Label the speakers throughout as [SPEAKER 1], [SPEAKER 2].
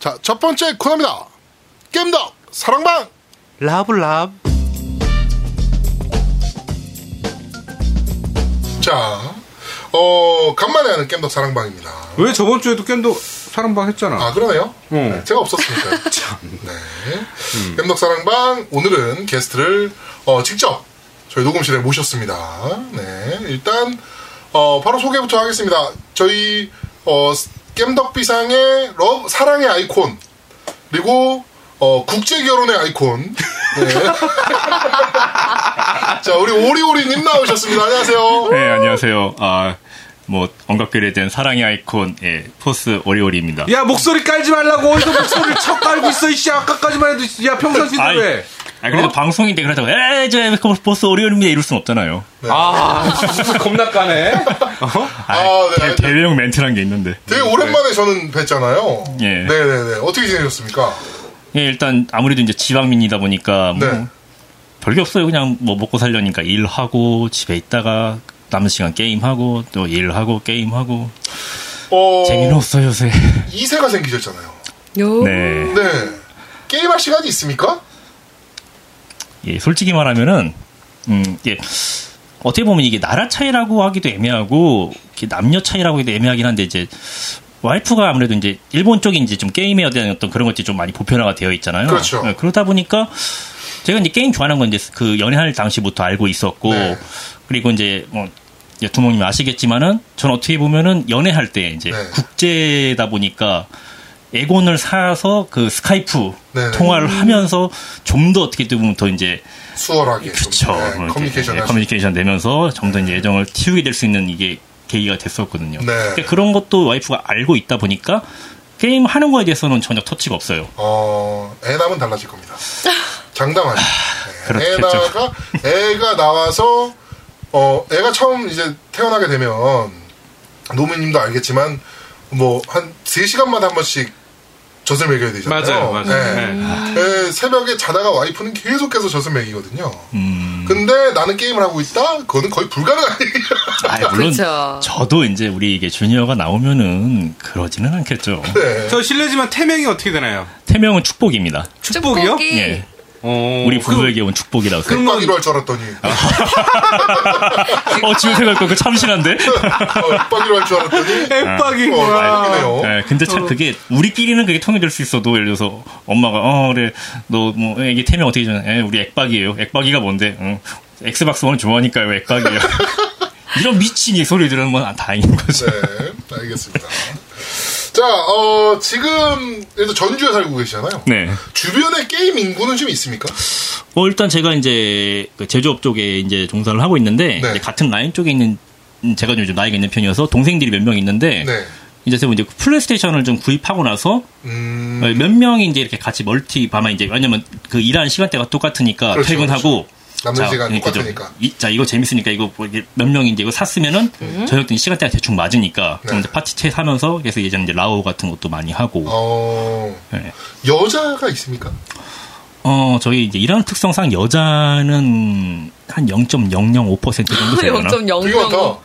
[SPEAKER 1] 자, 첫 번째 코너입니다. 겜덕 사랑방.
[SPEAKER 2] 라블랍.
[SPEAKER 1] 자, 어 간만에 하는 겜덕 사랑방입니다.
[SPEAKER 2] 왜 저번 주에도 겜도 사랑방 했잖아.
[SPEAKER 1] 아 그러네요.
[SPEAKER 3] 음.
[SPEAKER 2] 응.
[SPEAKER 1] 네, 제가 없었으니까. 네. 겜덕 사랑방 오늘은 게스트를 어, 직접 저희 녹음실에 모셨습니다. 네. 일단 어, 바로 소개부터 하겠습니다. 저희 어, 겜덕 비상의 러 사랑의 아이콘 그리고 어, 국제 결혼의 아이콘. 네. 자 우리 오리오리님 나오셨습니다. 안녕하세요.
[SPEAKER 3] 네, 안녕하세요. 아, 뭐, 언급결에 된 사랑의 아이콘, 예, 포스 오리오리입니다.
[SPEAKER 1] 예,
[SPEAKER 2] 야 목소리 깔지 말라고 어디서 목소리를 척 깔고 있어 이씨 아까까지만 해도 이씨. 야 평상시인데
[SPEAKER 3] 아이,
[SPEAKER 2] 왜?
[SPEAKER 3] 아,
[SPEAKER 1] 어?
[SPEAKER 3] 그래도 방송인데 그렇다고, 에, 저, 포스 오리오리입니다. 이럴 순 없잖아요.
[SPEAKER 2] 아 진짜 겁나 까네.
[SPEAKER 3] 아,
[SPEAKER 1] 아, 네,
[SPEAKER 3] 대,
[SPEAKER 1] 알겠습니다.
[SPEAKER 3] 대외용 멘트란 게 있는데.
[SPEAKER 1] 되게 오랜만에 저는 뵀잖아요.
[SPEAKER 3] 네. 예.
[SPEAKER 1] 네네네. 어떻게 지내셨습니까?
[SPEAKER 3] 예, 일단, 아무래도 이제 지방민이다 보니까, 뭐,
[SPEAKER 1] 네.
[SPEAKER 3] 별게 없어요. 그냥 뭐, 먹고 살려니까 일하고, 집에 있다가, 남은 시간 게임하고, 또 일하고, 게임하고.
[SPEAKER 1] 어,
[SPEAKER 3] 재미는 없어요, 요새.
[SPEAKER 1] 2세가 생기셨잖아요.
[SPEAKER 4] 요.
[SPEAKER 3] 네.
[SPEAKER 1] 네. 게임할 시간이 있습니까?
[SPEAKER 3] 예, 솔직히 말하면은, 음, 예, 어떻게 보면 이게 나라 차이라고 하기도 애매하고, 이렇게 남녀 차이라고 하기도 애매하긴 한데, 이제, 와이프가 아무래도 이제, 일본 쪽이 이제 좀 게임에 대한 어떤 그런 것들이 좀 많이 보편화가 되어 있잖아요.
[SPEAKER 1] 그렇죠.
[SPEAKER 3] 예, 그러다 보니까, 제가 이제 게임 좋아하는 건 이제 그 연애할 당시부터 알고 있었고,
[SPEAKER 1] 네.
[SPEAKER 3] 그리고 이제, 뭐, 이제 두목님 아시겠지만은, 전 어떻게 보면은 연애할 때 이제
[SPEAKER 1] 네.
[SPEAKER 3] 국제다 보니까, 에곤을 사서 그 스카이프
[SPEAKER 1] 네네.
[SPEAKER 3] 통화를 하면서 좀 더 어떻게 보면 더 이제
[SPEAKER 1] 수월하게. 좀, 네,
[SPEAKER 3] 그렇죠. 뭐 이렇게,
[SPEAKER 1] 커뮤니케이션
[SPEAKER 3] 예,
[SPEAKER 1] 할 수-
[SPEAKER 3] 커뮤니케이션 되면서 점점 이제 애정을 키우게 될 수 있는 이게 계기가 됐었거든요.
[SPEAKER 1] 네.
[SPEAKER 3] 근데 그런 것도 와이프가 알고 있다 보니까 게임 하는 거에 대해서는 전혀 터치가 없어요.
[SPEAKER 1] 어, 애 낳으면 달라질 겁니다. 장담 아니에요. 네, 애
[SPEAKER 3] 그렇겠죠.
[SPEAKER 1] 낳아가, 애가 나와서, 어, 애가 처음 이제 태어나게 되면, 노무님도 알겠지만, 뭐, 한 3시간마다 한 번씩 젖을 먹여야 되잖아요.
[SPEAKER 2] 맞아요, 맞아요.
[SPEAKER 1] 네.
[SPEAKER 2] 네.
[SPEAKER 1] 예, 새벽에 자다가 와이프는 계속해서 젖을 먹이거든요.
[SPEAKER 3] 음.
[SPEAKER 1] 근데 나는 게임을 하고 있다? 그거는 거의 불가능한 일이야.
[SPEAKER 3] 아, 물론
[SPEAKER 4] 그쵸.
[SPEAKER 3] 저도 이제 우리 이게 주니어가 나오면은 그러지는 않겠죠.
[SPEAKER 1] 네.
[SPEAKER 2] 저 실례지만 태명이 어떻게 되나요?
[SPEAKER 3] 태명은 축복입니다.
[SPEAKER 2] 축복이요?
[SPEAKER 4] 축복이.
[SPEAKER 3] 예.
[SPEAKER 2] 어,
[SPEAKER 3] 우리 부부에게 온 축복이라고.
[SPEAKER 2] 그-
[SPEAKER 1] 박
[SPEAKER 2] 그러면-
[SPEAKER 1] 1호 할줄 알았더니.
[SPEAKER 3] 어, 지금 생각해보니까 그거 참신한데?
[SPEAKER 1] 어, 박 1호 할줄 알았더니.
[SPEAKER 2] 그 엠빡이
[SPEAKER 1] 어,
[SPEAKER 2] 뭐야?
[SPEAKER 1] 대박이네요.
[SPEAKER 3] 네, 근데 참 그게 우리끼리는 그게 통일될 수 있어도 예를 들어서 엄마가 어 그래 너 뭐 애기 태명 어떻게 전 에, 우리 액박이에요. 액박이가 뭔데? 응. 엑스박스 원 좋아하니까요. 액박이에요. 이런 미친 이 소리 들으면 아, 다행인 거죠.
[SPEAKER 1] 네, 알겠습니다. 자, 어, 지금, 일단 전주에 살고 계시잖아요.
[SPEAKER 3] 네.
[SPEAKER 1] 주변에 게임 인구는 좀 있습니까?
[SPEAKER 3] 뭐 일단 제가 이제 그 제조업 쪽에 이제 종사를 하고 있는데
[SPEAKER 1] 네.
[SPEAKER 3] 이제 같은 라인 쪽에 있는 제가 요즘 나이가 있는 편이어서 동생들이 몇 명 있는데
[SPEAKER 1] 네.
[SPEAKER 3] 이제 제가 이제 플레이스테이션을 좀 구입하고 나서
[SPEAKER 1] 음,
[SPEAKER 3] 어, 몇 명이 이제 이렇게 같이 멀티 밤에 이제 왜냐면 그 일하는 시간대가 똑같으니까
[SPEAKER 1] 그렇죠,
[SPEAKER 3] 퇴근하고
[SPEAKER 1] 남는
[SPEAKER 3] 자,
[SPEAKER 1] 시간
[SPEAKER 3] 예, 그죠.
[SPEAKER 1] 똑같으니까.
[SPEAKER 3] 이, 자 이거 재밌으니까 이거 뭐 이게 몇 명이 이제 이거 샀으면은 저녁 때 시간대가 대충 맞으니까 그럼
[SPEAKER 1] 음. 네.
[SPEAKER 3] 이제 파티채 사면서 그래서 예전에 이제 라오 같은 것도 많이 하고
[SPEAKER 1] 어,
[SPEAKER 3] 예.
[SPEAKER 1] 여자가 있습니까?
[SPEAKER 3] 어 저희 이제 일하는 특성상 여자는 한 0.005% 정도 되거나
[SPEAKER 4] 0.0.
[SPEAKER 1] 되게 많다.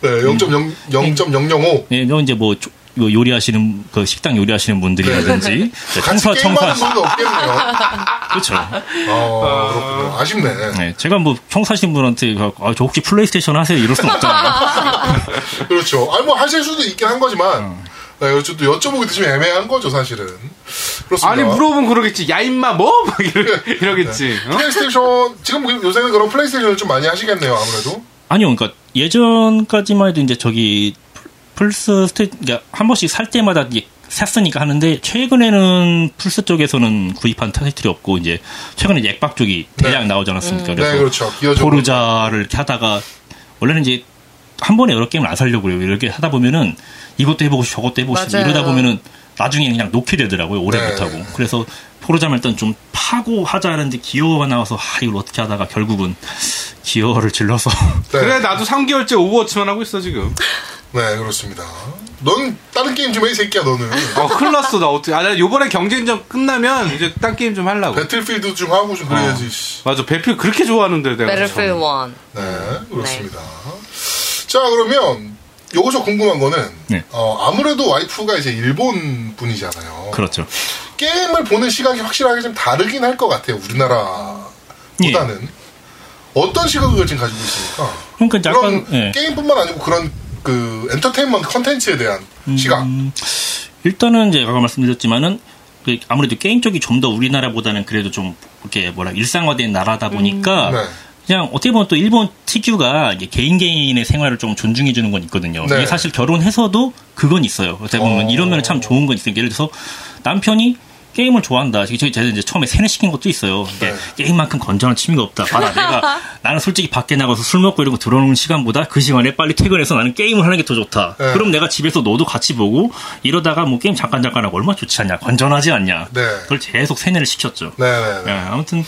[SPEAKER 1] 네,
[SPEAKER 3] 음.
[SPEAKER 1] 0.0, 0.005.
[SPEAKER 3] 예, 뭐 이제 뭐 조- 뭐 요리하시는 그 식당 요리하시는 분들이라든지
[SPEAKER 1] 같이
[SPEAKER 3] 이제 네, 청소 청소
[SPEAKER 1] 게임하는 분은 없겠네요.
[SPEAKER 3] 그렇죠.
[SPEAKER 1] 어, 그렇군요. 아쉽네.
[SPEAKER 3] 네, 제가 뭐 청소하시는 분한테 아, 저 혹시 플레이스테이션 하세요 이럴 순 없잖아요.
[SPEAKER 1] 그렇죠. 아니 뭐 하실 수도 있긴 한
[SPEAKER 2] 음.
[SPEAKER 1] 거지만 네, 여쭤- 또 여쭤보기도 좀 애매한 거죠 사실은. 그렇습니다.
[SPEAKER 2] 아니 물어보면 그러겠지. 야 임마 뭐? 막 이러,
[SPEAKER 1] 네.
[SPEAKER 2] 이러겠지. 어?
[SPEAKER 1] 플레이스테이션 지금 그- 요새는 그런 플레이스테이션을 좀 많이 하시겠네요 아무래도.
[SPEAKER 3] 아니요, 그러니까 예전까지만 해도 이제 저기 플스 스테 그러니까 한 번씩 살 때마다 이제 샀으니까 하는데 최근에는 플스 쪽에서는 구입한 타이틀이 없고 이제 최근에 이제 액박 쪽이 대량 나오지 않았습니까? 그래서
[SPEAKER 1] 네 그렇죠. 기어져.
[SPEAKER 3] 포르자를 이렇게 하다가 원래는 이제 한 번에 여러 게임을 안 살려고 그래요. 이렇게 하다 보면은 이것도 해보고 싶고 저것도 해보고 싶고
[SPEAKER 4] 맞아요.
[SPEAKER 3] 이러다 보면은 나중에 그냥 놓게 되더라고요. 오래
[SPEAKER 1] 네.
[SPEAKER 3] 못하고. 그래서 포르자만 일단 좀 파고 하자 하는데 기어가 나와서 아 이걸 어떻게 하다가 결국은 기어를 질러서
[SPEAKER 1] 네,
[SPEAKER 2] 그래 나도 3개월째 오버워치만 하고 있어 지금.
[SPEAKER 1] 네 그렇습니다. 넌 다른 게임 좀 해 이 새끼야 너는.
[SPEAKER 2] 어, 큰일 났어, 나 어떻게. 아, 나 요번에 경쟁전 끝나면 이제 딴 게임 좀
[SPEAKER 1] 네.
[SPEAKER 2] 하려고.
[SPEAKER 1] 배틀필드 좀 하고 좀 그래야지.
[SPEAKER 3] 어.
[SPEAKER 1] 씨.
[SPEAKER 2] 맞아, 배필 그렇게 좋아하는데 내가.
[SPEAKER 4] Battlefield 1.
[SPEAKER 1] 네 그렇습니다. 자 그러면 요거 저 궁금한 거는
[SPEAKER 3] 네.
[SPEAKER 1] 어, 아무래도 와이프가 이제 일본 분이잖아요.
[SPEAKER 3] 그렇죠.
[SPEAKER 1] 게임을 보는 시각이 확실하게 좀 다르긴 할 것 같아요.
[SPEAKER 3] 예.
[SPEAKER 1] 우리나라보다는 어떤 시각을 지금 가지고 있습니까?
[SPEAKER 3] 그러니까 이제
[SPEAKER 1] 그런
[SPEAKER 3] 약간 예.
[SPEAKER 1] 게임뿐만 아니고 그런 그 엔터테인먼트 컨텐츠에 대한
[SPEAKER 3] 음.
[SPEAKER 1] 시각.
[SPEAKER 3] 일단은 이제 아까 말씀드렸지만은 그 아무래도 게임 쪽이 좀 더 우리나라보다는 그래도 좀 이렇게 뭐라 일상화된 나라다 보니까
[SPEAKER 1] 네.
[SPEAKER 3] 그냥 어떻게 보면 또 일본 특유가 이제 개인 개인의 생활을 좀 존중해 주는 건 있거든요.
[SPEAKER 1] 네.
[SPEAKER 3] 이게 사실 결혼해서도 그건 있어요. 어떻게 보면
[SPEAKER 1] 어.
[SPEAKER 3] 이런 면은 참 좋은 건 있어요. 예를 들어서 남편이 게임을 좋아한다. 저희 제가 이제 처음에 세뇌시킨 것도 있어요. 근데
[SPEAKER 1] 네.
[SPEAKER 3] 게임만큼 건전한 취미가 없다. 봐라, 내가 나는 솔직히 밖에 나가서 술 먹고 이런 거 들어오는 시간보다 그 시간에 빨리 퇴근해서 나는 게임을 하는 게 더 좋다.
[SPEAKER 1] 네.
[SPEAKER 3] 그럼 내가 집에서 너도 같이 보고 이러다가 뭐 게임 잠깐 잠깐 하고 얼마나 좋지 않냐, 건전하지 않냐.
[SPEAKER 1] 네.
[SPEAKER 3] 그걸 계속 세뇌를 시켰죠.
[SPEAKER 1] 네네네.
[SPEAKER 3] 예, 아무튼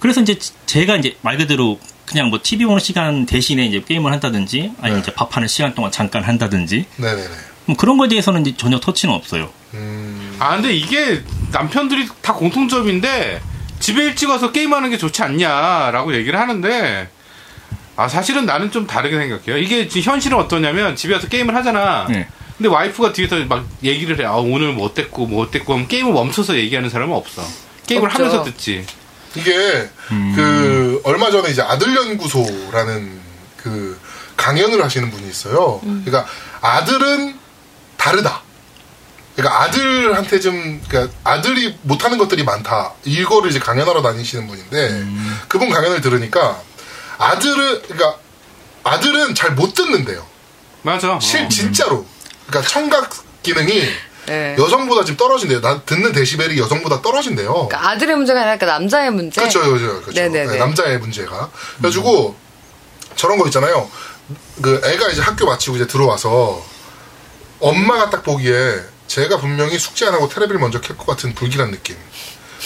[SPEAKER 3] 그래서 이제 제가 이제 말 그대로 그냥 뭐 TV 보는 시간 대신에 이제 게임을 한다든지
[SPEAKER 1] 네.
[SPEAKER 3] 아니면 이제 밥하는 시간 동안 잠깐 한다든지
[SPEAKER 1] 네네네.
[SPEAKER 3] 뭐 그런 거에 대해서는 이제 전혀 터치는 없어요.
[SPEAKER 1] 음,
[SPEAKER 2] 아 근데 이게 남편들이 다 공통점인데 집에 일찍 와서 게임하는 게 좋지 않냐라고 얘기를 하는데 아 사실은 나는 좀 다르게 생각해요. 이게 지금 현실은 어떠냐면 집에 와서 게임을 하잖아.
[SPEAKER 3] 네.
[SPEAKER 2] 근데 와이프가 뒤에서 막 얘기를 해. 아 오늘 뭐 어땠고 뭐 어땠고 하면 게임을 멈춰서 얘기하는 사람은 없어. 게임을
[SPEAKER 4] 없죠.
[SPEAKER 2] 하면서 듣지.
[SPEAKER 1] 이게 그 얼마 전에 이제 아들 연구소라는 그 강연을 하시는 분이 있어요. 그러니까 아들은 다르다. 그러니까 아들한테 좀 그러니까 아들이 못하는 것들이 많다. 이거를 이제 강연하러 다니시는 분인데 그분 강연을 들으니까 아들은 그러니까 아들은 잘 못 듣는데요.
[SPEAKER 2] 맞아. 어.
[SPEAKER 1] 실 진짜로. 그러니까 청각 기능이
[SPEAKER 4] 네.
[SPEAKER 1] 여성보다 지금 떨어진대요. 나 듣는 데시벨이 여성보다 떨어진대요.
[SPEAKER 4] 그러니까 아들의 문제가 아니라 그러니까 남자의 문제.
[SPEAKER 1] 그렇죠, 그렇죠, 그렇죠.
[SPEAKER 4] 네네네.
[SPEAKER 1] 네, 남자의 문제가. 그래가지고 저런 거 있잖아요. 그 애가 이제 학교 마치고 이제 들어와서 엄마가 딱 보기에 제가 분명히 숙제 안 하고 테레비를 먼저 켤 것 같은 불길한 느낌.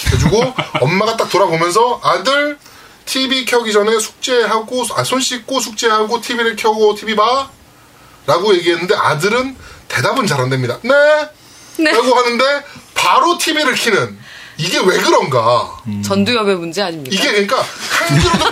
[SPEAKER 1] 그래가지고 엄마가 딱 돌아보면서 아들 TV 켜기 전에 숙제하고 아, 손 씻고 숙제하고 TV를 켜고 TV 봐. 라고 얘기했는데 아들은 대답은 잘 안 됩니다. 네.
[SPEAKER 4] 네.
[SPEAKER 1] 라고 하는데 바로 TV를 켜는 이게 왜 그런가?
[SPEAKER 4] 전두엽의 문제 아닙니까?
[SPEAKER 1] 이게 그러니까 한기로도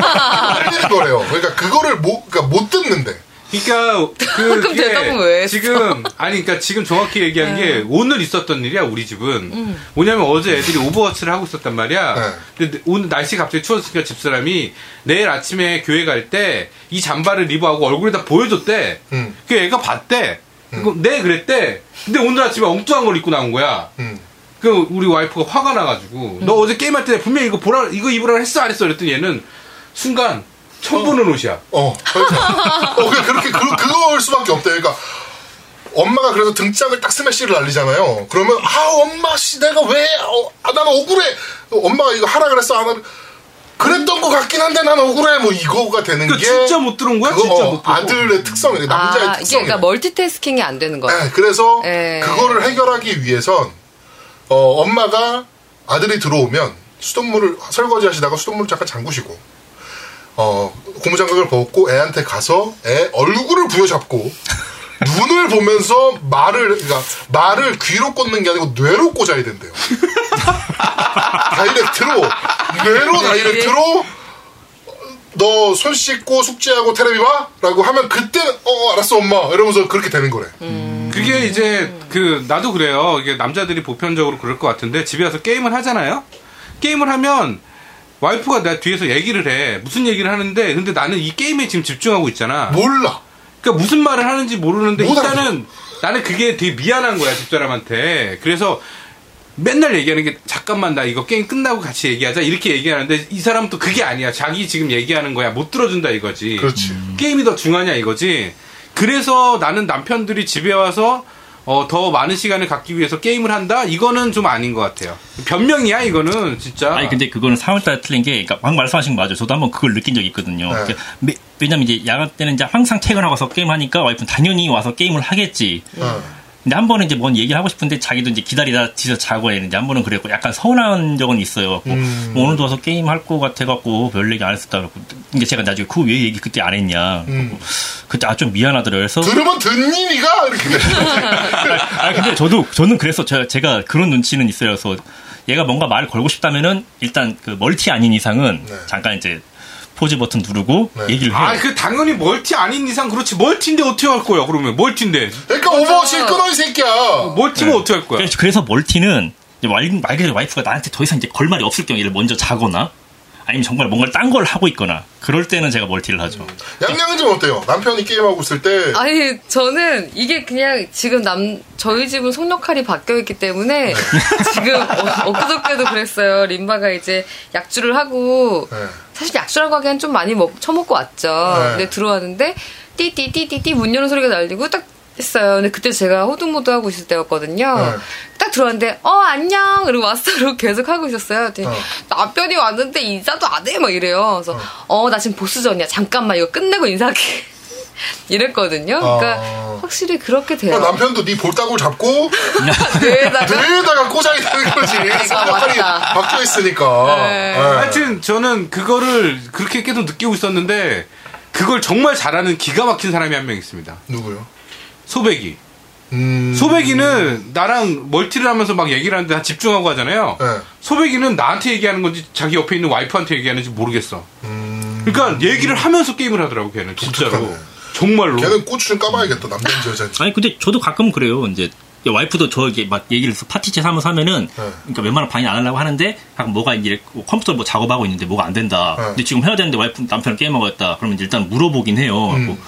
[SPEAKER 1] 빨리는 거래요. 그러니까 그거를 못, 그러니까 못 듣는데.
[SPEAKER 2] 그러니까 그
[SPEAKER 4] 그럼
[SPEAKER 2] 그게
[SPEAKER 4] 대답은 왜 했어? 네.
[SPEAKER 2] 지금 아니 그러니까 지금 정확히 얘기한 게 오늘 있었던 일이야 우리 집은
[SPEAKER 4] 음.
[SPEAKER 2] 뭐냐면 어제 애들이 오버워치를 하고 있었단 말이야
[SPEAKER 1] 네.
[SPEAKER 2] 근데 오늘 날씨 갑자기 추워지니까 집사람이 내일 아침에 교회 갈 때 이 잠바를 리버하고 얼굴에다 보여줬대
[SPEAKER 1] 음.
[SPEAKER 2] 그 애가 봤대 그거 네 그랬대 근데 오늘 아침에 엉뚱한 걸 입고 나온 거야
[SPEAKER 1] 음.
[SPEAKER 2] 그 우리 와이프가 화가 나가지고
[SPEAKER 4] 음.
[SPEAKER 2] 너 어제 게임할 때 분명히 이거 보라 이거 입으라 했어 안 했어 그랬더니 얘는 순간 처음 보는 옷이야
[SPEAKER 1] 어. 그래서, 어, 그냥 그렇게, 그, 그거일 수밖에 없대. 그러니까 엄마가 그래서 등짝을 딱 스매시를 날리잖아요. 그러면, 아, 엄마, 씨, 내가 왜, 어, 아, 나는 억울해. 엄마가 이거 하라 그랬어. 안 하라. 그랬던 것 같긴 한데 난 억울해. 뭐 이거가 되는
[SPEAKER 2] 그러니까
[SPEAKER 1] 게.
[SPEAKER 2] 진짜 못 들은 거야
[SPEAKER 1] 그거,
[SPEAKER 2] 진짜
[SPEAKER 1] 어,
[SPEAKER 2] 못 들고
[SPEAKER 1] 아들의 특성이래. 남자의
[SPEAKER 4] 아, 이게
[SPEAKER 1] 특성이래.
[SPEAKER 4] 그러니까 멀티태스킹이 안 되는 거야.
[SPEAKER 1] 네, 그래서
[SPEAKER 4] 예.
[SPEAKER 1] 그거를 해결하기 위해선 어, 엄마가 아들이 들어오면 수돗물을 설거지 하시다가 수돗물을 잠깐 잠그시고 어, 고무장갑을 벗고 애한테 가서 애 얼굴을 부여잡고 눈을 보면서 말을 그러니까 말을 귀로 꽂는 게 아니고 뇌로 꽂아야 된대요. 다이렉트로 뇌로 다이렉트로 너 손 씻고 숙제하고 테레비 봐라고 하면 그때 어 알았어 엄마 이러면서 그렇게 되는 거래.
[SPEAKER 2] 그게 이제 그 나도 그래요. 이게 남자들이 보편적으로 그럴 것 같은데 집에 와서 게임을 하잖아요. 게임을 하면 와이프가 나 뒤에서 얘기를 해. 무슨 얘기를 하는데 근데 나는 이 게임에 지금 집중하고 있잖아.
[SPEAKER 1] 몰라.
[SPEAKER 2] 그러니까 무슨 말을 하는지 모르는데
[SPEAKER 1] 못
[SPEAKER 2] 일단은 나는 그게 되게 미안한 거야 집사람한테. 그래서 맨날 얘기하는 게 잠깐만 나 이거 게임 끝나고 같이 얘기하자 이렇게 얘기하는데 이 사람은 또 그게 아니야. 자기 지금 얘기하는 거야. 못 들어준다 이거지.
[SPEAKER 1] 그렇지.
[SPEAKER 2] 게임이 더 중요하냐 이거지. 그래서 나는 남편들이 집에 와서 어, 더 많은 시간을 갖기 위해서 게임을 한다? 이거는 좀 아닌 것 같아요. 변명이야 이거는 진짜.
[SPEAKER 3] 아니 근데 그거는 3월달에 틀린 게 그러니까 막 말씀하신 거 맞아요. 저도 한번 그걸 느낀 적이 있거든요.
[SPEAKER 1] 네.
[SPEAKER 3] 그러니까 매- 왜냐면 이제 야간 때는 이제 항상 퇴근하고 와서 게임하니까 와이프는 당연히 와서 게임을 하겠지.
[SPEAKER 1] 어.
[SPEAKER 3] 근데 한 번은 이제 뭔 얘기를 하고 싶은데 자기도 이제 기다리다 뒤져 자고 했는데 한 번은 그랬고 약간 서운한 적은 있어요. 뭐
[SPEAKER 1] 음.
[SPEAKER 3] 뭐 오늘도 와서 게임 할 것 같아갖고 별 얘기 안 했었다. 그랬고. 근데 제가 나중에 그 왜 얘기 그때 안 했냐.
[SPEAKER 1] 음.
[SPEAKER 3] 그때 아 좀 미안하더라고요. 그래서
[SPEAKER 1] 들으면 듣니 니가 이렇게
[SPEAKER 3] 아 근데 저도 저는 그래서 제가, 제가 그런 눈치는 있어요. 그래서 얘가 뭔가 말을 걸고 싶다면은 일단 그 멀티 아닌 이상은
[SPEAKER 1] 네.
[SPEAKER 3] 잠깐 이제 포즈 버튼 누르고
[SPEAKER 1] 네.
[SPEAKER 3] 얘기를 해요.
[SPEAKER 2] 아, 그 당연히 멀티 아닌 이상 그렇지 멀티인데 어떻게 할 거야? 그러면 멀티인데
[SPEAKER 1] 그러니까 오버워치 끊어 이 새끼야.
[SPEAKER 3] 네.
[SPEAKER 2] 멀티면 어떻게 할 거야?
[SPEAKER 3] 그러니까 그래서, 그래서 멀티는 이제 말, 말 그대로 와이프가 나한테 더 이상 이제 걸말이 없을 경우에 먼저 자거나 아니면 정말 뭔가를 딴 걸 하고 있거나 그럴 때는 제가 멀티를 하죠.
[SPEAKER 1] 양양은 좀 어때요? 남편이 게임하고 있을 때
[SPEAKER 4] 아니 저는 이게 그냥 지금 남 저희 집은 속력칼이 바뀌어 있기
[SPEAKER 1] 네.
[SPEAKER 4] 때문에 지금 어- 엊그저께도 그랬어요. 림바가 이제 약주를 하고
[SPEAKER 1] 네.
[SPEAKER 4] 사실 약주라고 하기엔 좀 많이 먹, 처먹고 왔죠.
[SPEAKER 1] 네.
[SPEAKER 4] 근데 들어왔는데 띠띠띠띠띠 문 여는 소리가 날리고 딱 했어요. 근데 그때 제가 호두모두 하고 있을 때였거든요.
[SPEAKER 1] 네.
[SPEAKER 4] 딱 들어왔는데 어 안녕 이러고 왔어 이러고 계속 하고 있었어요. 그랬더니
[SPEAKER 1] 어.
[SPEAKER 4] 남편이 왔는데 인사도 안 해 막 이래요. 그래서 어 나 지금 보스전이야. 잠깐만 이거 끝내고 인사할게. 이랬거든요. 그러니까
[SPEAKER 1] 어.
[SPEAKER 4] 확실히 그렇게 돼요.
[SPEAKER 1] 그러니까 남편도 네 볼따구를 잡고
[SPEAKER 4] 뇌에다가
[SPEAKER 1] 늘다가 꼬장이 되는 거지. 손가락이
[SPEAKER 4] 맞다.
[SPEAKER 1] 박혀 있으니까.
[SPEAKER 4] 네.
[SPEAKER 2] 하여튼 저는 그거를 그렇게 계속 느끼고 있었는데 그걸 정말 잘하는 기가 막힌 사람이 한 명 있습니다.
[SPEAKER 1] 누구요?
[SPEAKER 2] 소배기.
[SPEAKER 1] 음.
[SPEAKER 2] 소배기는 나랑 멀티를 하면서 막 얘기를 하는데 다 집중하고 하잖아요.
[SPEAKER 1] 네.
[SPEAKER 2] 소배기는 나한테 얘기하는 건지 자기 옆에 있는 와이프한테 얘기하는지 모르겠어. 그러니까 얘기를 하면서 게임을 하더라고 걔는 진짜로
[SPEAKER 1] 음. 독특하네.
[SPEAKER 2] 정말로.
[SPEAKER 1] 걔는 고추 좀 까봐야겠다. 남자인지 여자인지.
[SPEAKER 3] 아니 근데 저도 가끔 그래요. 이제 와이프도 저 이게 막 얘기를 해서 파티채 사면서 하면은
[SPEAKER 1] 네.
[SPEAKER 3] 그러니까 웬만한 방해 안 하려고 하는데 가끔 뭐가 이제 컴퓨터 뭐 작업하고 있는데 뭐가 안 된다.
[SPEAKER 1] 네.
[SPEAKER 3] 근데 지금 해야 되는데 와이프 남편은 게임하고 있다. 그러면 이제 일단 물어보긴 해요.
[SPEAKER 1] 음.
[SPEAKER 3] 그리고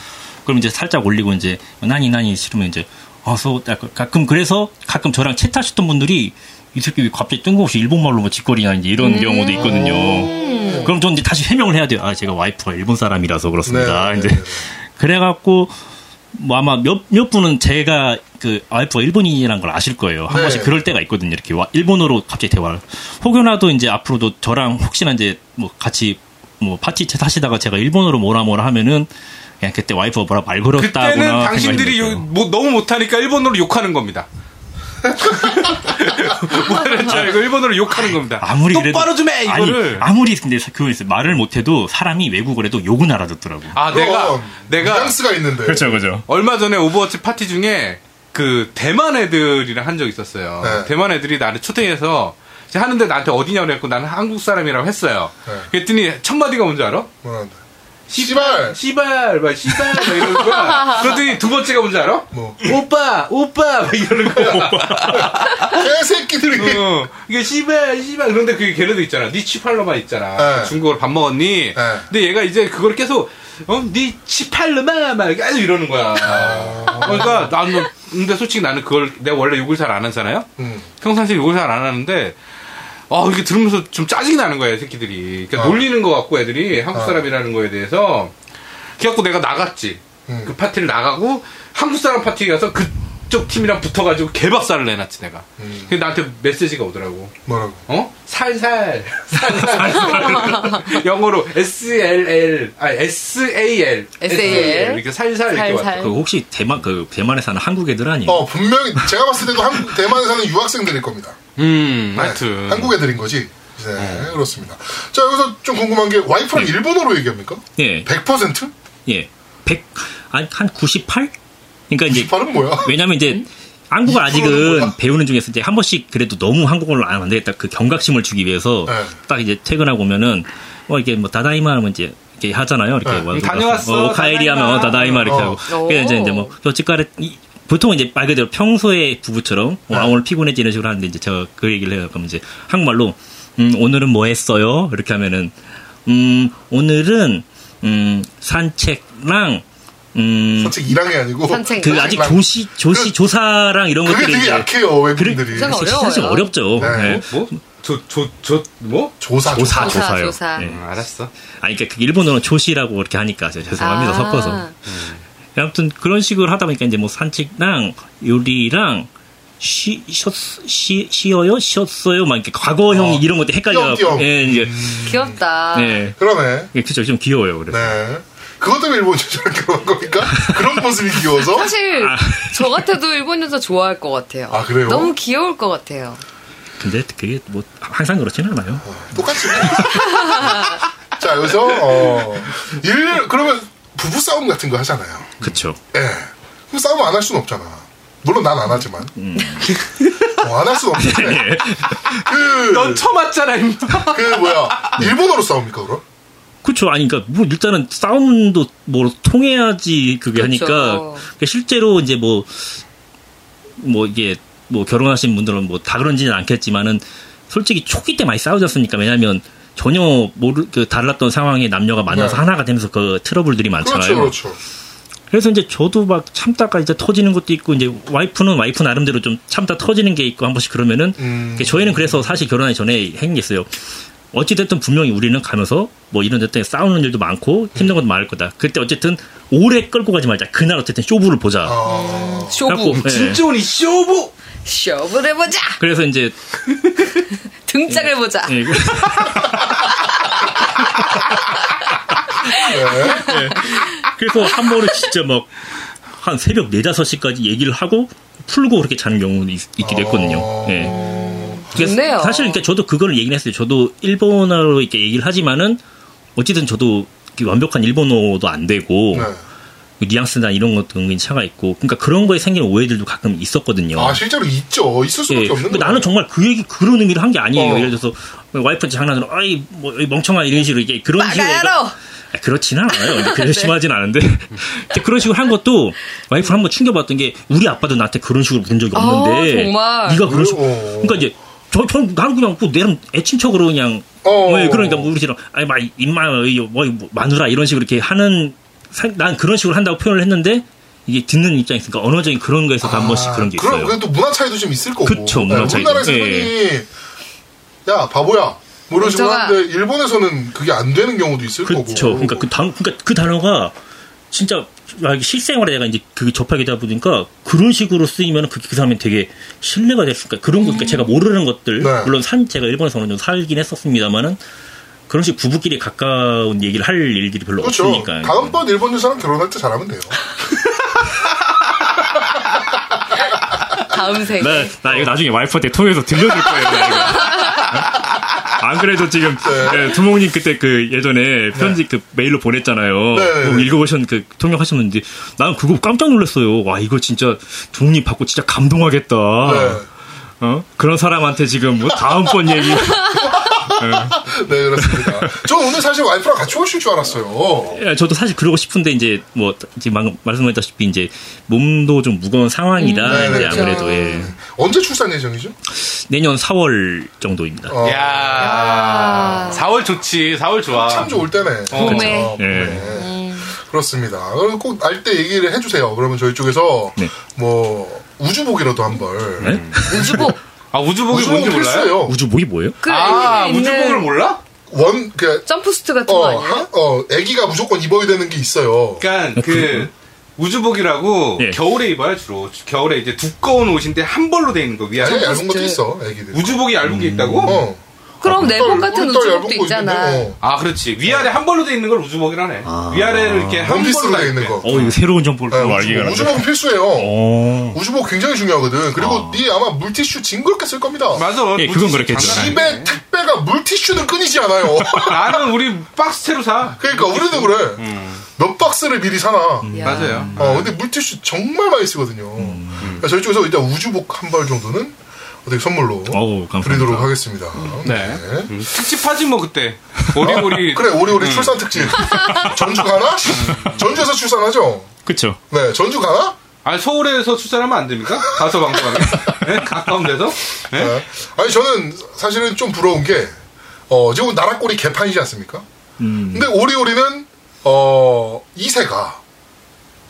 [SPEAKER 3] 그럼 이제 살짝 올리고 이제 난이 난이 싫으면 이제 어서 가끔 그래서 가끔 저랑 채팅하셨던 분들이 이 새끼 왜 갑자기 뜬금없이 일본말로 뭐 짓거리냐 이제 이런 경우도 있거든요. 그럼 저는 이제 다시 해명을 해야 돼요. 아 제가 와이프가 일본 사람이라서 그렇습니다.
[SPEAKER 1] 네, 네,
[SPEAKER 3] 이제
[SPEAKER 1] 네, 네.
[SPEAKER 3] 그래갖고 뭐 아마 몇, 몇 분은 제가 그 와이프가 일본인이라는 걸 아실 거예요. 한
[SPEAKER 1] 네.
[SPEAKER 3] 번씩 그럴 때가 있거든요. 이렇게 와- 일본어로 갑자기 대화를. 혹여나도 이제 앞으로도 저랑 혹시나 이제 뭐 같이 뭐 파티 채 하시다가 제가 일본어로 뭐라 뭐라 하면은 그냥 그때 와이프가 뭐라 말 걸었다구나.
[SPEAKER 2] 그때는
[SPEAKER 3] 생각이
[SPEAKER 2] 당신들이
[SPEAKER 3] 들었어요.
[SPEAKER 2] 욕- 뭐, 너무 못하니까 일본어로 욕하는 겁니다. 뭐라는지 알고 일본어로 욕하는 겁니다.
[SPEAKER 3] 아무리 그래도
[SPEAKER 2] 똑바로 좀 해
[SPEAKER 3] 아니,
[SPEAKER 2] 이거를.
[SPEAKER 3] 아무리 근데 그거 있어요. 말을 못해도 사람이 외국어를 해도 욕은 알아듣더라고. 요
[SPEAKER 2] 아 내가
[SPEAKER 1] 그럼
[SPEAKER 2] 내가
[SPEAKER 1] 뉘앙스가 있는데.
[SPEAKER 3] 그렇죠.
[SPEAKER 2] 얼마 전에 오버워치 파티 중에 그 대만 애들이랑 한 적 있었어요.
[SPEAKER 1] 네.
[SPEAKER 2] 대만 애들이 나를 초대해서 이제 하는데 나한테 어디냐고 했고 나는 한국 사람이라고 했어요.
[SPEAKER 1] 네.
[SPEAKER 2] 그랬더니 첫 마디가 뭔지 알아?
[SPEAKER 1] 뭐라는데. 씨발.
[SPEAKER 2] 씨발, 막 씨발, 막 이러는 거야. 그랬더니 두 번째가 뭔지 알아?
[SPEAKER 1] 뭐?
[SPEAKER 2] 오빠, 오빠, 막 이러는 거야.
[SPEAKER 1] 개새끼들이.
[SPEAKER 2] 어, 이게 씨발, 씨발. 그런데 그게 걔네도 있잖아. 니 치팔로마 있잖아.
[SPEAKER 1] 네.
[SPEAKER 2] 그 중국어로 밥 먹었니?
[SPEAKER 1] 네.
[SPEAKER 2] 근데 얘가 이제 그걸 계속, 어, 니 치팔로마, 막 계속 이러는 거야.
[SPEAKER 1] 아.
[SPEAKER 2] 그러니까 나는, 근데 솔직히 나는 그걸, 내가 원래 욕을 잘 안 하잖아요?
[SPEAKER 1] 음.
[SPEAKER 2] 평상시에 욕을 잘 안 하는데, 아, 이렇게 들으면서 좀 짜증이 나는 거야, 이 새끼들이. 그러니까
[SPEAKER 1] 어.
[SPEAKER 2] 놀리는 것 같고, 애들이. 한국 사람이라는 거에 대해서. 그래갖고 내가 나갔지.
[SPEAKER 1] 음.
[SPEAKER 2] 그 파티를 나가고, 한국 사람 파티에 가서 그쪽 팀이랑 붙어가지고 개박살을 내놨지, 내가.
[SPEAKER 1] 음.
[SPEAKER 2] 근데 나한테 메시지가 오더라고.
[SPEAKER 1] 뭐라고.
[SPEAKER 2] 어? 살살. 살살. 영어로 SLL. 아, SAL.
[SPEAKER 4] SAL.
[SPEAKER 2] 네, 이렇게 살살 이렇게
[SPEAKER 4] 살살.
[SPEAKER 2] 왔다.
[SPEAKER 3] 그 혹시 대만 그 대만에 사는 한국 애들 아니에요?
[SPEAKER 1] 어 분명히 제가 봤을 때도 한, 대만에 사는 유학생들일 겁니다.
[SPEAKER 2] 음,
[SPEAKER 1] 네,
[SPEAKER 2] 하여튼.
[SPEAKER 1] 한국 애들인 거지. 네, 그렇습니다. 자 여기서 좀 궁금한 게
[SPEAKER 3] 네.
[SPEAKER 1] 와이프랑 일본어로 얘기합니까?
[SPEAKER 3] 예.
[SPEAKER 1] 100%?
[SPEAKER 3] 예. 100, 아니, 한 98? 그러니까 이제,
[SPEAKER 1] 발음 뭐야?
[SPEAKER 3] 왜냐면 이제, 한국을
[SPEAKER 1] 이거는
[SPEAKER 3] 아직은
[SPEAKER 1] 뭐야?
[SPEAKER 3] 배우는 중에서 이제 한 번씩 그래도 너무 한국어를 안 되겠다. 그 경각심을 주기 위해서
[SPEAKER 1] 네.
[SPEAKER 3] 딱 이제 퇴근하고 오면은, 어, 이게 뭐, 다다이마 하면 이제, 이렇게 하잖아요. 이렇게.
[SPEAKER 1] 네.
[SPEAKER 3] 와,
[SPEAKER 2] 다녀왔어,
[SPEAKER 3] 어, 오카에리 하면 어, 다다이마 이렇게
[SPEAKER 1] 다다이마.
[SPEAKER 3] 하고. 그래서 이제,
[SPEAKER 4] 오.
[SPEAKER 3] 이제 뭐, 여치가레, 보통 이제 말 그대로 평소에 부부처럼,
[SPEAKER 1] 네.
[SPEAKER 3] 와, 오늘 피곤해 지는 식으로 하는데 이제 제가 그 얘기를 해요. 그럼 이제 한국말로, 음, 오늘은 뭐 했어요? 이렇게 하면은, 음, 오늘은, 음, 산책랑, 음,
[SPEAKER 1] 산책 1항이 아니고
[SPEAKER 4] 산책
[SPEAKER 3] 그 아직
[SPEAKER 1] 산책랑.
[SPEAKER 3] 조시, 조시, 조사랑 이런
[SPEAKER 1] 그 그게
[SPEAKER 3] 것들이
[SPEAKER 1] 되게
[SPEAKER 3] 이제
[SPEAKER 1] 약해요 외국인들이.
[SPEAKER 4] 그래서-
[SPEAKER 3] 사실,
[SPEAKER 4] 어려워요.
[SPEAKER 3] 사실 어렵죠.
[SPEAKER 1] 네.
[SPEAKER 3] 네.
[SPEAKER 2] 뭐? 저, 저, 저, 뭐?
[SPEAKER 1] 조사
[SPEAKER 3] 조사,
[SPEAKER 4] 조사,
[SPEAKER 3] 조사요.
[SPEAKER 4] 조사.
[SPEAKER 3] 네.
[SPEAKER 2] 음, 알았어.
[SPEAKER 3] 아니, 그러니까 그 일본어는 조시라고 이렇게 하니까 제가
[SPEAKER 4] 아,
[SPEAKER 3] 죄송합니다. 섞어서. 아무튼 그런 식으로 하다 보니까 이제 뭐 산책랑 요리랑 쉬, 쉬었, 쉬, 쉬어요? 쉬었어요? 막 이렇게 과거형
[SPEAKER 1] 어.
[SPEAKER 3] 이런 것도 헷갈려요.
[SPEAKER 1] 띄엄띄엄.
[SPEAKER 3] 예, 이제.
[SPEAKER 4] 귀엽다.
[SPEAKER 3] 예.
[SPEAKER 1] 그러네.
[SPEAKER 3] 예, 그죠. 좀 귀여워요. 그래서.
[SPEAKER 1] 네. 그것 때문에 일본 여자랑 결혼한 겁니까? 그런 모습이 귀여워서?
[SPEAKER 4] 사실 저 같아도 일본 여자 좋아할 것 같아요.
[SPEAKER 1] 아, 그래요?
[SPEAKER 4] 너무 귀여울 것 같아요.
[SPEAKER 3] 근데 그게 뭐 항상 그렇지는 않아요.
[SPEAKER 1] 어, 똑같이. 자 여기서 어, 일 그러면 부부 싸움 같은 거 하잖아요.
[SPEAKER 3] 그쵸.
[SPEAKER 1] 예. 그럼 싸움 안 할 수는 없잖아. 물론 난 안 하지만. 뭐 안 할 수는 없는데.
[SPEAKER 3] 음. 예.
[SPEAKER 1] 그,
[SPEAKER 2] 넌 처맞잖아, 임마.
[SPEAKER 1] 그 뭐야 일본어로 싸웁니까 그럼?
[SPEAKER 3] 그렇죠. 아니 그러니까 뭐 일단은 싸움도 뭐 통해야지 그게
[SPEAKER 4] 그렇죠.
[SPEAKER 3] 하니까 그러니까 실제로 이제 뭐 뭐 이게 뭐 결혼하신 분들은 뭐 다 그런지는 않겠지만은 솔직히 초기 때 많이 싸우셨으니까 왜냐하면 전혀 모르 그 달랐던 상황에 남녀가 만나서
[SPEAKER 1] 네.
[SPEAKER 3] 하나가 되면서 그 트러블들이 많잖아요.
[SPEAKER 1] 그렇죠, 그렇죠.
[SPEAKER 3] 그래서 이제 저도 막 참다가 이제 터지는 것도 있고 이제 와이프는 와이프 나름대로 좀 참다 터지는 게 있고 한 번씩 그러면은
[SPEAKER 1] 음.
[SPEAKER 3] 그러니까 저희는 그래서 사실 결혼하기 전에 행했어요. 어찌됐든 분명히 우리는 가면서 뭐 이런 데때 싸우는 일도 많고 힘든 것도 많을 거다. 그때 어쨌든 오래 끌고 가지 말자. 그날 어쨌든 쇼부를 보자.
[SPEAKER 1] 아,
[SPEAKER 4] 쇼부
[SPEAKER 3] 그래갖고, 예.
[SPEAKER 2] 진존이 쇼부
[SPEAKER 4] 쇼부를 보자
[SPEAKER 3] 그래서 이제
[SPEAKER 4] 등짝을 보자
[SPEAKER 3] 예, 그-
[SPEAKER 1] 네.
[SPEAKER 3] 예. 그래서 한 번은 진짜 막 한 새벽 4, 5시까지 얘기를 하고 풀고 그렇게 자는 경우도 있, 기도
[SPEAKER 1] 아.
[SPEAKER 3] 했거든요. 예. 그래서
[SPEAKER 4] 좋네요.
[SPEAKER 3] 사실 그러니까 저도 그거를 얘기를 했어요. 저도 일본어로 이렇게 얘기를 하지만은 어쨌든 저도 이렇게 완벽한 일본어도 안 되고 뭐
[SPEAKER 1] 네.
[SPEAKER 3] 뉘앙스나 이런 것도 은근히 차가 있고 그러니까 그런 거에 생기는 오해들도 가끔 있었거든요.
[SPEAKER 1] 아 실제로 있죠. 있을 수밖에
[SPEAKER 3] 예,
[SPEAKER 1] 없는
[SPEAKER 3] 근데
[SPEAKER 1] 거예요.
[SPEAKER 3] 나는 정말 그 얘기 그런 의미로 한 게 아니에요.
[SPEAKER 1] 어.
[SPEAKER 3] 예를 들어서 와이프한테 장난으로 아이 뭐 이 멍청아 이런 식으로 이게 그런 식으로
[SPEAKER 4] 마가야로
[SPEAKER 3] 아, 그렇진 않아요. 근데
[SPEAKER 4] 네.
[SPEAKER 3] 그렇게 심하진 않은데 근데 그런 식으로 한 것도 와이프 를 한번 충격받던 게 우리 아빠도 나한테 그런 식으로 군 적이
[SPEAKER 4] 아,
[SPEAKER 3] 없는데
[SPEAKER 4] 정말.
[SPEAKER 3] 네가 그런 식으로
[SPEAKER 1] 그래요?
[SPEAKER 3] 그러니까 이제 저, 저, 나는 그냥 뭐 내랑 애친척으로 그냥
[SPEAKER 1] 어.
[SPEAKER 3] 왜 그러니까 뭐 우리처럼 아니 막 임마 어이, 뭐, 뭐, 마누라 이런 식으로 이렇게 하는 사- 난 그런 식으로 한다고 표현을 했는데 이게 듣는 입장이 있으니까 언어적인 그런 거에서 도한 번씩 그런 게 있어요.
[SPEAKER 1] 아, 그럼 그래도 문화 차이도 좀 있을 거고. 네,
[SPEAKER 3] 그쵸, 문화 차이도.
[SPEAKER 1] 우리나라에서
[SPEAKER 3] 예.
[SPEAKER 1] 흔히 야 바보야 뭐 이런 식으로
[SPEAKER 4] 문자가-
[SPEAKER 1] 하는데 일본에서는 그게 안 되는 경우도 있을 거고.
[SPEAKER 3] 그렇죠. 그러니까 그 단, 그러니까 그 단어가 진짜 막 실생활에 내가 이제 그게 접하게 되다 보니까 그런 식으로 쓰이면 그, 그 사람이 되게 신뢰가 됐을까 그런 거 그러니까 제가 모르는 것들
[SPEAKER 1] 네.
[SPEAKER 3] 물론 산 제가 일본에서 어느 정도 살긴 했었습니다만은 그런 식 부부끼리 가까운 얘기를 할 일들이 별로
[SPEAKER 1] 그렇죠.
[SPEAKER 3] 없으니까
[SPEAKER 1] 다음번 일본 여사랑 결혼할 때 잘하면 돼요.
[SPEAKER 4] 다음 생에
[SPEAKER 3] 나, 네, 나 이거 나중에 와이프한테 통해서 들려줄 거예요. 나 이거. 안 그래도 지금
[SPEAKER 1] 네.
[SPEAKER 3] 예, 두목님 그때 그 예전에 편지 그 메일로 보냈잖아요.
[SPEAKER 1] 네.
[SPEAKER 3] 그거 읽어보셨 그 통역하셨는데 나는 그거 깜짝 놀랐어요. 와 이거 진짜 독립 받고 진짜 감동하겠다. 어? 그런 사람한테 지금 뭐 다음번 얘기
[SPEAKER 1] 네. 네 그렇습니다. 저 오늘 사실 와이프랑 같이 오실 줄 알았어요.
[SPEAKER 3] 예, 저도 사실 그러고 싶은데 이제 뭐 이제 방금 말씀하셨다시피 이제 몸도 좀 무거운 상황이라
[SPEAKER 1] 음, 네,
[SPEAKER 3] 이제
[SPEAKER 1] 그렇죠.
[SPEAKER 3] 아무래도 예.
[SPEAKER 1] 언제 출산 예정이죠?
[SPEAKER 3] 내년 4월 정도입니다.
[SPEAKER 1] 어,
[SPEAKER 2] 야 4월 좋지 4월 좋아
[SPEAKER 1] 참 좋을 때네.
[SPEAKER 4] 봄에.
[SPEAKER 1] 어,
[SPEAKER 3] 예.
[SPEAKER 1] 그렇습니다. 그럼 꼭 알 때 얘기를 해주세요. 그러면 저희 쪽에서
[SPEAKER 3] 네.
[SPEAKER 1] 뭐 우주복이라도 한 벌.
[SPEAKER 3] 네?
[SPEAKER 4] 우주복
[SPEAKER 2] 아 우주복이
[SPEAKER 1] 우주복은
[SPEAKER 2] 뭔지 몰라요?
[SPEAKER 1] 필수예요.
[SPEAKER 3] 우주 모이 뭐예요?
[SPEAKER 4] 그
[SPEAKER 2] 아
[SPEAKER 4] 여기 있는
[SPEAKER 2] 우주복을 몰라?
[SPEAKER 1] 원, 그,
[SPEAKER 4] 점프스트 같은 거
[SPEAKER 1] 어,
[SPEAKER 4] 아니에요?
[SPEAKER 1] 하, 어, 애기가 무조건 입어야 되는 게 있어요.
[SPEAKER 2] 그러니까 그 우주복이라고
[SPEAKER 3] 예.
[SPEAKER 2] 겨울에 입어요 주로 겨울에 이제 두꺼운 옷인데 한 벌로 돼 있는 거 위아래
[SPEAKER 1] 제일 얇은 것도 있어, 애기들.
[SPEAKER 2] 우주복이 얇은 게 있다고?
[SPEAKER 1] 네. 어.
[SPEAKER 4] 그럼 내복 같은
[SPEAKER 1] 우리 딸 얇은
[SPEAKER 4] 우주복도
[SPEAKER 1] 거
[SPEAKER 4] 있잖아
[SPEAKER 1] 있는데, 어.
[SPEAKER 2] 아 그렇지 위아래 한 벌로 돼 있는 걸 우주복이라네 위아래를 이렇게 한
[SPEAKER 1] 원피스로
[SPEAKER 2] 벌로
[SPEAKER 1] 어, 돼
[SPEAKER 2] 돼
[SPEAKER 1] 있는 거.
[SPEAKER 3] 어, 이거 새로운 정보를 또 알게
[SPEAKER 1] 우주복.
[SPEAKER 3] 되네.
[SPEAKER 1] 우주복은 필수예요.
[SPEAKER 3] 어.
[SPEAKER 1] 우주복 굉장히 중요하거든.
[SPEAKER 2] 어.
[SPEAKER 1] 그리고 니 아마 물티슈 징그럽게 쓸 겁니다.
[SPEAKER 2] 맞아
[SPEAKER 3] 예, 그건
[SPEAKER 2] 물티슈
[SPEAKER 3] 그렇겠죠.
[SPEAKER 2] 장난
[SPEAKER 1] 집에
[SPEAKER 2] 아니야.
[SPEAKER 1] 택배가 물티슈는 끊이지 않아요.
[SPEAKER 2] 나는 우리 박스채로 사
[SPEAKER 1] 그러니까 우리도 그래.
[SPEAKER 3] 음.
[SPEAKER 1] 몇 박스를 미리 사나.
[SPEAKER 4] 야.
[SPEAKER 2] 맞아요
[SPEAKER 1] 어, 근데 물티슈 정말 많이 쓰거든요.
[SPEAKER 3] 음.
[SPEAKER 1] 그러니까 저희 쪽에서 일단 우주복 한 벌 정도는 어떻게 선물로
[SPEAKER 3] 어우, 감사합니다.
[SPEAKER 1] 드리도록 하겠습니다.
[SPEAKER 2] 네. 특집하지 뭐 그때 오리오리
[SPEAKER 1] 어, 그래, 오리오리 출산 특집.
[SPEAKER 3] 음.
[SPEAKER 1] 전주 가나? 전주에서 출산하죠?
[SPEAKER 3] 그쵸.
[SPEAKER 1] 네, 전주 가나?
[SPEAKER 2] 아 서울에서 출산하면 안 됩니까? 가서 방송하면 네? 가까운 데서 네?
[SPEAKER 1] 네. 아니, 저는 사실은 좀 부러운 게, 어, 지금 나라꼴이 개판이지 않습니까? 근데 오리오리는, 어, 2세가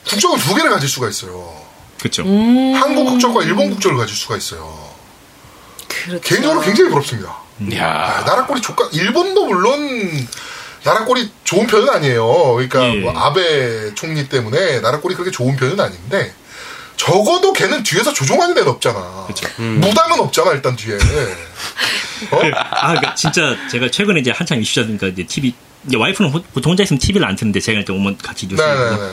[SPEAKER 1] 국적을 두 개를 가질 수가 있어요.
[SPEAKER 3] 그쵸.
[SPEAKER 1] 한국 국적과 일본 국적을 가질 수가 있어요.
[SPEAKER 4] 그렇죠
[SPEAKER 1] 개인적으로 굉장히 부럽습니다. 아,
[SPEAKER 2] 야
[SPEAKER 1] 나라꼴이 조까 일본도 물론 나라꼴이 좋은 편은 아니에요. 그러니까
[SPEAKER 3] 예.
[SPEAKER 1] 뭐 아베 총리 때문에 나라꼴이 그렇게 좋은 편은 아닌데 적어도 걔는 뒤에서 조종하는 애는 없잖아. 무당은 없잖아 일단 뒤에. 어?
[SPEAKER 3] 아, 그러니까 진짜 제가 최근에 이제 한참 이슈자니까 이제 TV 이제 와이프는 호- 보통 혼자 있으면 TV를 안 트는데 제가 이제 오면 같이 뉴스 보고
[SPEAKER 1] 네네네.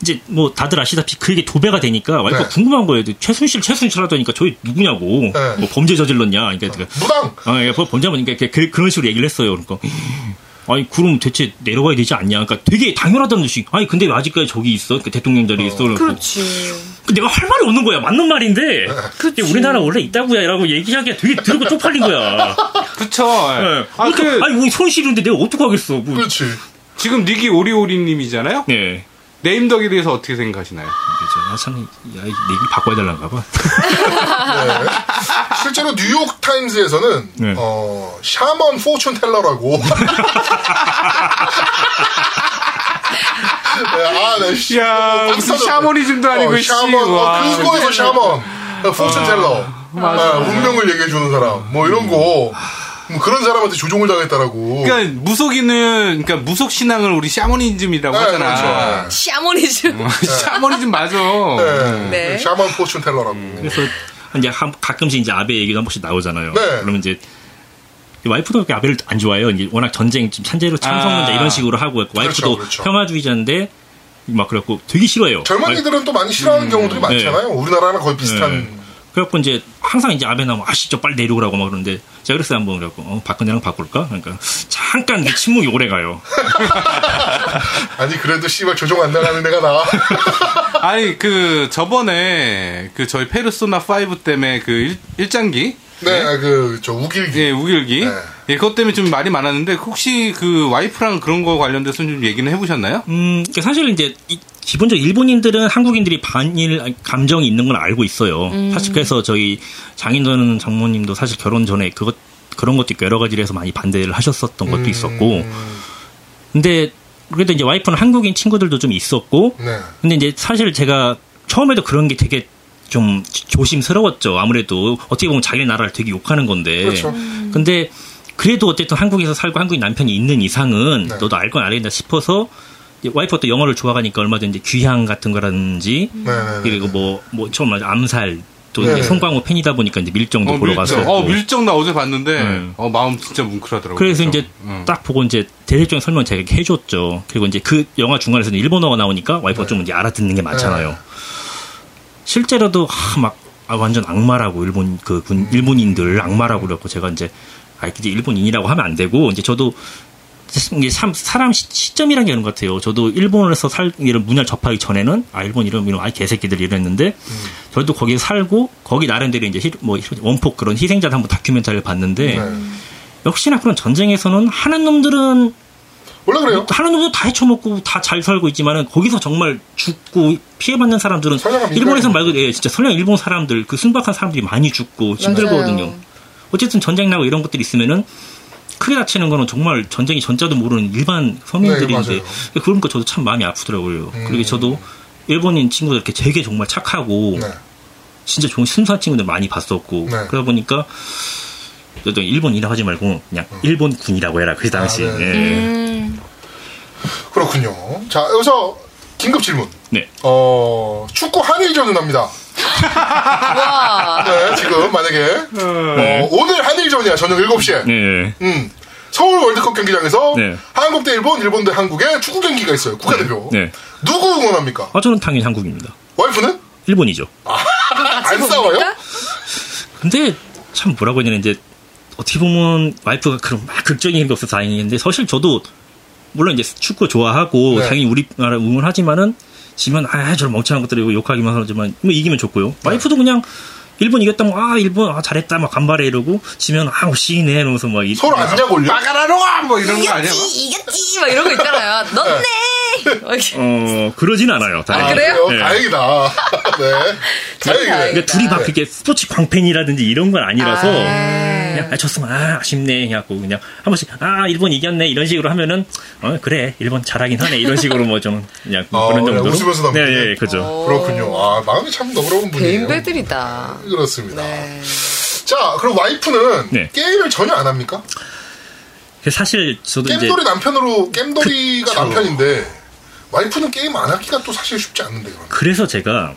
[SPEAKER 3] 이제 뭐 다들 아시다시피 그게 두 배가 되니까 와이프 가
[SPEAKER 1] 네.
[SPEAKER 3] 궁금한 거예요. 최순실 최순실 하다니까 저희 누구냐고
[SPEAKER 1] 네.
[SPEAKER 3] 뭐 범죄 저질렀냐. 그러니까 제가
[SPEAKER 1] 무당.
[SPEAKER 3] 아, 예, 범죄하면 그러니까 그, 그, 그런 식으로 얘기를 했어요. 그러니까 아니 그럼 대체 내려가야 되지 않냐? 그러니까 되게 당연하다는 듯이 아니 근데 왜 아직까지 저기 있어? 그 대통령 자리에 있어. 그래갖고.
[SPEAKER 4] 그렇지.
[SPEAKER 3] 그 내가 할 말이 없는 거야. 맞는 말인데 이게 우리나라 원래 있다고야라고 얘기하기가 되게 더럽고 쪽팔린 거야.
[SPEAKER 2] 그쵸.
[SPEAKER 3] 예.
[SPEAKER 2] 아, 그,
[SPEAKER 3] 아니 우리 손실인데 내가 어떡하겠어? 뭐.
[SPEAKER 1] 그렇지.
[SPEAKER 2] 지금 니기 오리오리님이잖아요?
[SPEAKER 3] 네.
[SPEAKER 2] 네임덕에 대해서 어떻게 생각하시나요?
[SPEAKER 3] 아참 야, 이 얘기를 바꿔야 될란가 봐.
[SPEAKER 1] 네. 실제로 뉴욕 타임스에서는
[SPEAKER 3] 네.
[SPEAKER 1] 어, 샤먼 포춘 텔러라고. 네, 아, 네. 씨.
[SPEAKER 2] 야,
[SPEAKER 1] 어,
[SPEAKER 2] 무슨
[SPEAKER 1] 빡쳐졌네.
[SPEAKER 2] 샤머니즘도 아니고,
[SPEAKER 1] 어,
[SPEAKER 2] 씨,
[SPEAKER 1] 샤먼.
[SPEAKER 2] 와,
[SPEAKER 1] 어, 그거에서
[SPEAKER 2] 진짜.
[SPEAKER 1] 샤먼. 어, 포춘 텔러. 아, 운명을 얘기해 주는 사람. 뭐 이런 거. 뭐 그런 사람한테 조종을 당했다라고. 네,
[SPEAKER 2] 그러니까 무속인은 그러니까 무속 신앙을 우리 샤머니즘이라고
[SPEAKER 1] 네,
[SPEAKER 2] 하잖아.
[SPEAKER 1] 그렇죠.
[SPEAKER 4] 샤머니즘.
[SPEAKER 2] 음. 샤머니즘 맞아.
[SPEAKER 1] 네.
[SPEAKER 4] 네.
[SPEAKER 1] 샤먼 포춘 텔러라고.
[SPEAKER 3] 그래서 이제 한- 가끔씩 이제 아베 얘기도 한 번씩 나오잖아요.
[SPEAKER 1] 네.
[SPEAKER 3] 그러면 이제 이 와이프도 그렇게 아베를 안 좋아해요. 이제 워낙 전쟁 좀 산재로 참석론자
[SPEAKER 2] 아.
[SPEAKER 3] 이런 식으로 하고 있고 와이프도
[SPEAKER 1] 그렇죠, 그렇죠.
[SPEAKER 3] 평화주의자인데 막 그래갖고 되게 싫어해요.
[SPEAKER 2] 네.
[SPEAKER 3] 와이-
[SPEAKER 1] 젊은이들은 또 많이
[SPEAKER 2] 음,
[SPEAKER 1] 싫어하는 경우들이 많잖아요. 우리나라랑 거의 비슷한.
[SPEAKER 3] 네. 그래갖고 이제 항상 이제 아베 나오면 아시죠 빨리 내려오라고 막 그러는데 제가 그랬어요 한번 그래갖고 어, 박근혜랑 바꿀까? 그러니까 잠깐 이게 침묵이 오래 가요.
[SPEAKER 1] 아니 그래도 씨발 조종 안 나가는 애가 나.
[SPEAKER 2] 아니 그 저번에 그 저희 페르소나 5 때문에 그 일, 장기
[SPEAKER 1] 네, 그 저 우길기.
[SPEAKER 2] 예 우길기
[SPEAKER 1] 네.
[SPEAKER 2] 예 그것 때문에 좀 말이 많았는데 혹시 그 와이프랑 그런 거 관련돼서 좀 얘기는 해보셨나요?
[SPEAKER 3] 음, 그러니까 사실 이제 이- 기본적으로 일본인들은 한국인들이 반일 아니, 감정이 있는 건 알고 있어요. 사실 그래서 저희 장인전 장모님도 사실 결혼 전에 그것 그런 것도 있고 여러 가지를 해서 많이 반대를 하셨었던
[SPEAKER 1] 음.
[SPEAKER 3] 것도 있었고. 근데 그래도 이제 와이프는 한국인 친구들도 좀 있었고.
[SPEAKER 1] 네.
[SPEAKER 3] 근데 이제 사실 제가 처음에도 그런 게 되게 좀 지- 조심스러웠죠. 아무래도 어떻게 보면 자기 나라를 되게 욕하는 건데.
[SPEAKER 1] 그렇죠.
[SPEAKER 3] 근데 그래도 어쨌든 한국에서 살고 한국인 남편이 있는 이상은
[SPEAKER 1] 네.
[SPEAKER 3] 너도 알 건 알겠다 싶어서 이제 와이프가 또 영어를 좋아하니까 얼마든지 귀향 같은 거라든지
[SPEAKER 1] 네, 네,
[SPEAKER 3] 그리고 뭐 뭐 처음 말 암살 또
[SPEAKER 1] 네.
[SPEAKER 3] 이제 송광호 팬이다 보니까 이제 밀정도 보러
[SPEAKER 2] 밀정.
[SPEAKER 3] 갔었고
[SPEAKER 2] 어 밀정 나 어제 봤는데
[SPEAKER 3] 음, 네.
[SPEAKER 2] 어 마음 진짜
[SPEAKER 1] 그렇죠.
[SPEAKER 2] 뭉클하더라고요.
[SPEAKER 3] 그래서
[SPEAKER 2] 밀정. 음.
[SPEAKER 3] 이제
[SPEAKER 1] 음.
[SPEAKER 3] 딱 보고 이제 대략적인 설명 제가 이렇게 해줬죠. 그리고 이제 그 영화 중간에서는 일본어가 나오니까 와이프가 좀 이제 알아듣는 게 많잖아요.
[SPEAKER 1] 네.
[SPEAKER 3] 실제로도 아, 막 아, 완전 악마라고 일본 그
[SPEAKER 1] 음.
[SPEAKER 3] 군, 일본인들 악마라고 그랬고 제가 이제 아 이제 일본인이라고 하면 안 되고 이제 저도 이게 참 사람 시, 시점이란 게 있는 것 같아요. 저도 일본에서 살 이런 문화를 접하기 전에는 아 일본 이런 이런 아 개새끼들 이랬는데
[SPEAKER 1] 음.
[SPEAKER 3] 저도 거기 살고 거기 나름대로 이제 힐- 뭐 원폭 그런 희생자들 한번 다큐멘터리를 봤는데
[SPEAKER 1] 네.
[SPEAKER 3] 역시나 그런 전쟁에서는 하는 놈들은
[SPEAKER 1] 원래 그래요.
[SPEAKER 3] 하는 놈도 다 헤쳐먹고 다 잘 살고 있지만은 거기서 정말 죽고 피해받는 사람들은
[SPEAKER 1] 선량한
[SPEAKER 3] 일본에서
[SPEAKER 1] 민간인.
[SPEAKER 3] 말 그대로 예, 진짜 선량 일본 사람들 그 순박한 사람들이 많이 죽고 힘들거든요.
[SPEAKER 4] 맞아요.
[SPEAKER 3] 어쨌든 전쟁 나고 이런 것들이 있으면은 크게 다치는 거는 정말 전쟁이 전자도 모르는 일반
[SPEAKER 1] 네,
[SPEAKER 3] 서민들인데
[SPEAKER 1] 맞아요. 네.
[SPEAKER 3] 그러니까 저도 참 마음이 아프더라고요. 그리고 저도 일본인 친구들 이렇게 되게 정말 착하고
[SPEAKER 1] 네.
[SPEAKER 3] 진짜 좋은 순수한 친구들 많이 봤었고
[SPEAKER 1] 네.
[SPEAKER 3] 그러다 보니까 또 일본이라 하지 말고 그냥 일본군이라고 해라 그 당시에
[SPEAKER 1] 어. 네.
[SPEAKER 3] 네.
[SPEAKER 4] 음,
[SPEAKER 1] 그렇군요. 자, 여기서 긴급 질문.
[SPEAKER 3] 네.
[SPEAKER 1] 어, 축구 한일전은 합니다.
[SPEAKER 4] 와.
[SPEAKER 1] 네, 지금 만약에 어, 오늘 한일전이야. 저녁 7시에.
[SPEAKER 3] 네.
[SPEAKER 1] 음. 서울 월드컵 경기장에서
[SPEAKER 3] 네.
[SPEAKER 1] 한국 대 일본, 일본 대 한국의 축구 경기가 있어요. 국가대표.
[SPEAKER 3] 네.
[SPEAKER 1] 누구 응원합니까?
[SPEAKER 3] 아 저는 당연히 한국입니다
[SPEAKER 1] 와이프는?
[SPEAKER 3] 일본이죠
[SPEAKER 4] 아,
[SPEAKER 1] 안 싸워요?
[SPEAKER 3] 근데 참 뭐라고 해야 되나 이제 어떻게 보면 와이프가 그런 막 극적인 게 없어서 다행인데 사실 저도 물론 이제 축구 좋아하고
[SPEAKER 1] 네.
[SPEAKER 3] 당연히 우리나라 응원하지만은 지면 아 저런 멍청한 것들이고 욕하기만 하지만 뭐 이기면 좋고요 와이프도 그냥 일본 이겼다 뭐아 일본 아 잘했다 막 간발해 이러고 지면 아 오시네 이러면서 막 이-
[SPEAKER 1] 서로 안 자고 올려?
[SPEAKER 2] 빠가라로아 뭐 이런 거 아니야?
[SPEAKER 4] 이겼지, 이겼지, 막 이런 거 있잖아요. 넣네! 막 이렇게.
[SPEAKER 3] 어 그러진 않아요 다행히
[SPEAKER 4] 아, 그래요?
[SPEAKER 3] 네.
[SPEAKER 1] 다행이다. 네. 다행이네.
[SPEAKER 4] 다행이다.
[SPEAKER 3] 그러니까 둘이 막 이렇게 스포츠 광팬이라든지 이런 건 아니라서
[SPEAKER 4] 아.
[SPEAKER 3] 그냥 아, 졌으면 아, 아쉽네 해갖고 그냥 한 번씩 아 일본 이겼네 이런 식으로 하면은 어 그래 일본 잘하긴 하네 이런 식으로 뭐 좀 그냥
[SPEAKER 1] 아,
[SPEAKER 3] 그런
[SPEAKER 1] 그냥
[SPEAKER 3] 정도로
[SPEAKER 1] 웃으면서 넘기네.
[SPEAKER 3] 네, 예, 그죠.
[SPEAKER 1] 그렇군요. 아, 마음이 참 너그러운 분이에요.
[SPEAKER 4] 개인배들이다.
[SPEAKER 1] 그렇습니다.
[SPEAKER 4] 네.
[SPEAKER 1] 자, 그럼 와이프는
[SPEAKER 3] 네.
[SPEAKER 1] 게임을 전혀 안 합니까?
[SPEAKER 3] 그래서 사실 저도 이제
[SPEAKER 1] 겜돌이 남편으로 겜돌이가 남편인데 와이프는 게임 안 하기가 또 사실 쉽지 않는데 그러면.
[SPEAKER 3] 그래서 제가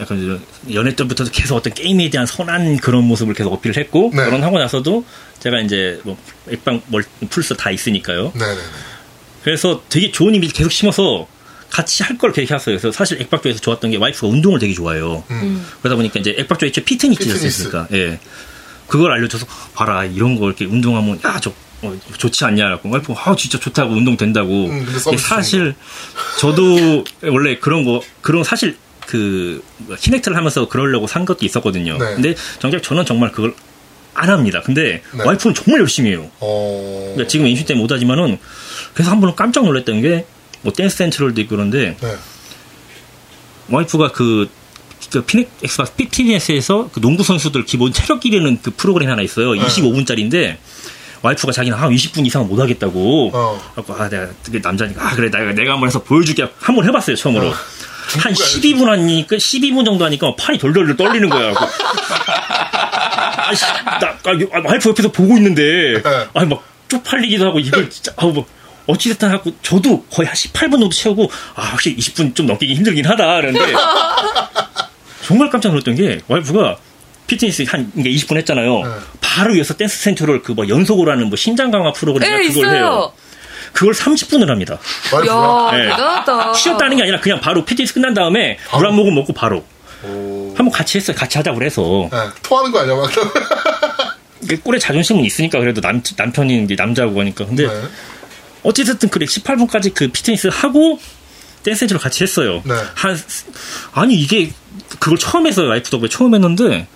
[SPEAKER 3] 약간 이제 연애 때부터 계속 어떤 게임에 대한 선한 그런 모습을 계속 어필을 했고
[SPEAKER 1] 네.
[SPEAKER 3] 결혼하고 나서도 제가 이제 뭐 액방 멀 풀스 다 있으니까요.
[SPEAKER 1] 네네네.
[SPEAKER 3] 그래서 되게 좋은 이미지 계속 심어서 같이 할 걸 계획 했어요. 그래서 사실 액박조에서 좋았던 게 와이프가 운동을 되게 좋아해요.
[SPEAKER 1] 음.
[SPEAKER 3] 그러다 보니까 이제 액박조 애초에 피트니스였으니까, 예. 그걸 알려줘서, 봐라, 이런 거 이렇게 운동하면, 야, 저 어, 좋지 않냐라고 와이프 아 진짜 좋다고 운동 된다고
[SPEAKER 1] 음, 근데
[SPEAKER 3] 근데
[SPEAKER 1] 서비스
[SPEAKER 3] 사실 저도 원래 그런 거 그런 사실 그 키넥트를 하면서 그러려고 산 것도 있었거든요
[SPEAKER 1] 네.
[SPEAKER 3] 근데 정작 저는 정말 그걸 안 합니다 근데
[SPEAKER 1] 네.
[SPEAKER 3] 와이프는 정말 열심히 해요
[SPEAKER 1] 어.
[SPEAKER 3] 그러니까 지금 임신 때 못하지만은 그래서 한 번은 깜짝 놀랐던 게 뭐 댄스 센트럴도 있고 그런데
[SPEAKER 1] 네.
[SPEAKER 3] 와이프가 그, 그 피닉 엑스박 피트니스에서 그 농구 선수들 기본 체력 기르는 그 프로그램이 하나 있어요.
[SPEAKER 1] 네.
[SPEAKER 3] 25분짜리인데 와이프가 자기는 한 20분 이상 못 하겠다고.
[SPEAKER 1] 어.
[SPEAKER 3] 그래갖고 아 내가 그게 남자니까 아 그래 내가 내가 한번 해서 보여줄게 한 번 해봤어요 처음으로. 한
[SPEAKER 1] 중국어야,
[SPEAKER 3] 12분 하니까 12분 정도 하니까 팔이 덜덜덜 떨리는 거야. 그래갖고 아씨, 나, 아, 이- 아, 와이프 옆에서 보고 있는데,
[SPEAKER 1] 네.
[SPEAKER 3] 아니, 막, 쪽팔리기도 하고, 이걸 진짜, 아우, 뭐, 어찌됐든 하고, 저도 거의 한 18분 정도 채우고, 아, 확실히 20분 좀 넘기긴 힘들긴 하다, 그랬는데, 정말 깜짝 놀랐던 게, 와이프가, 피트니스 한, 그러니까 20분 했잖아요. 바로 위에서 댄스 센트럴 그 뭐 연속으로 하는 뭐 신장 강화 프로그램
[SPEAKER 4] 예,
[SPEAKER 3] 그걸 해요.
[SPEAKER 4] 있어요.
[SPEAKER 3] 그걸 30분을 합니다.
[SPEAKER 1] 와이프가
[SPEAKER 4] 야,
[SPEAKER 3] 네.
[SPEAKER 4] 대단하다.
[SPEAKER 3] 쉬었다는 게 아니라 그냥 바로 피트니스 끝난 다음에 물 한 모금 먹고 바로. 한번 같이 했어요. 같이 하자고 그래서.
[SPEAKER 1] 네, 토하는 거 아니야 막.
[SPEAKER 3] 이게 꿀에 자존심은 있으니까 그래도 남, 남편이 이제 남자고 하니까. 근데
[SPEAKER 1] 네.
[SPEAKER 3] 어쨌든 그래 18분까지 그 피트니스 하고 댄스를 같이 했어요.
[SPEAKER 1] 네.
[SPEAKER 3] 한 아니 이게 그걸 처음 했어요. 와이프 덕분에 처음 했는데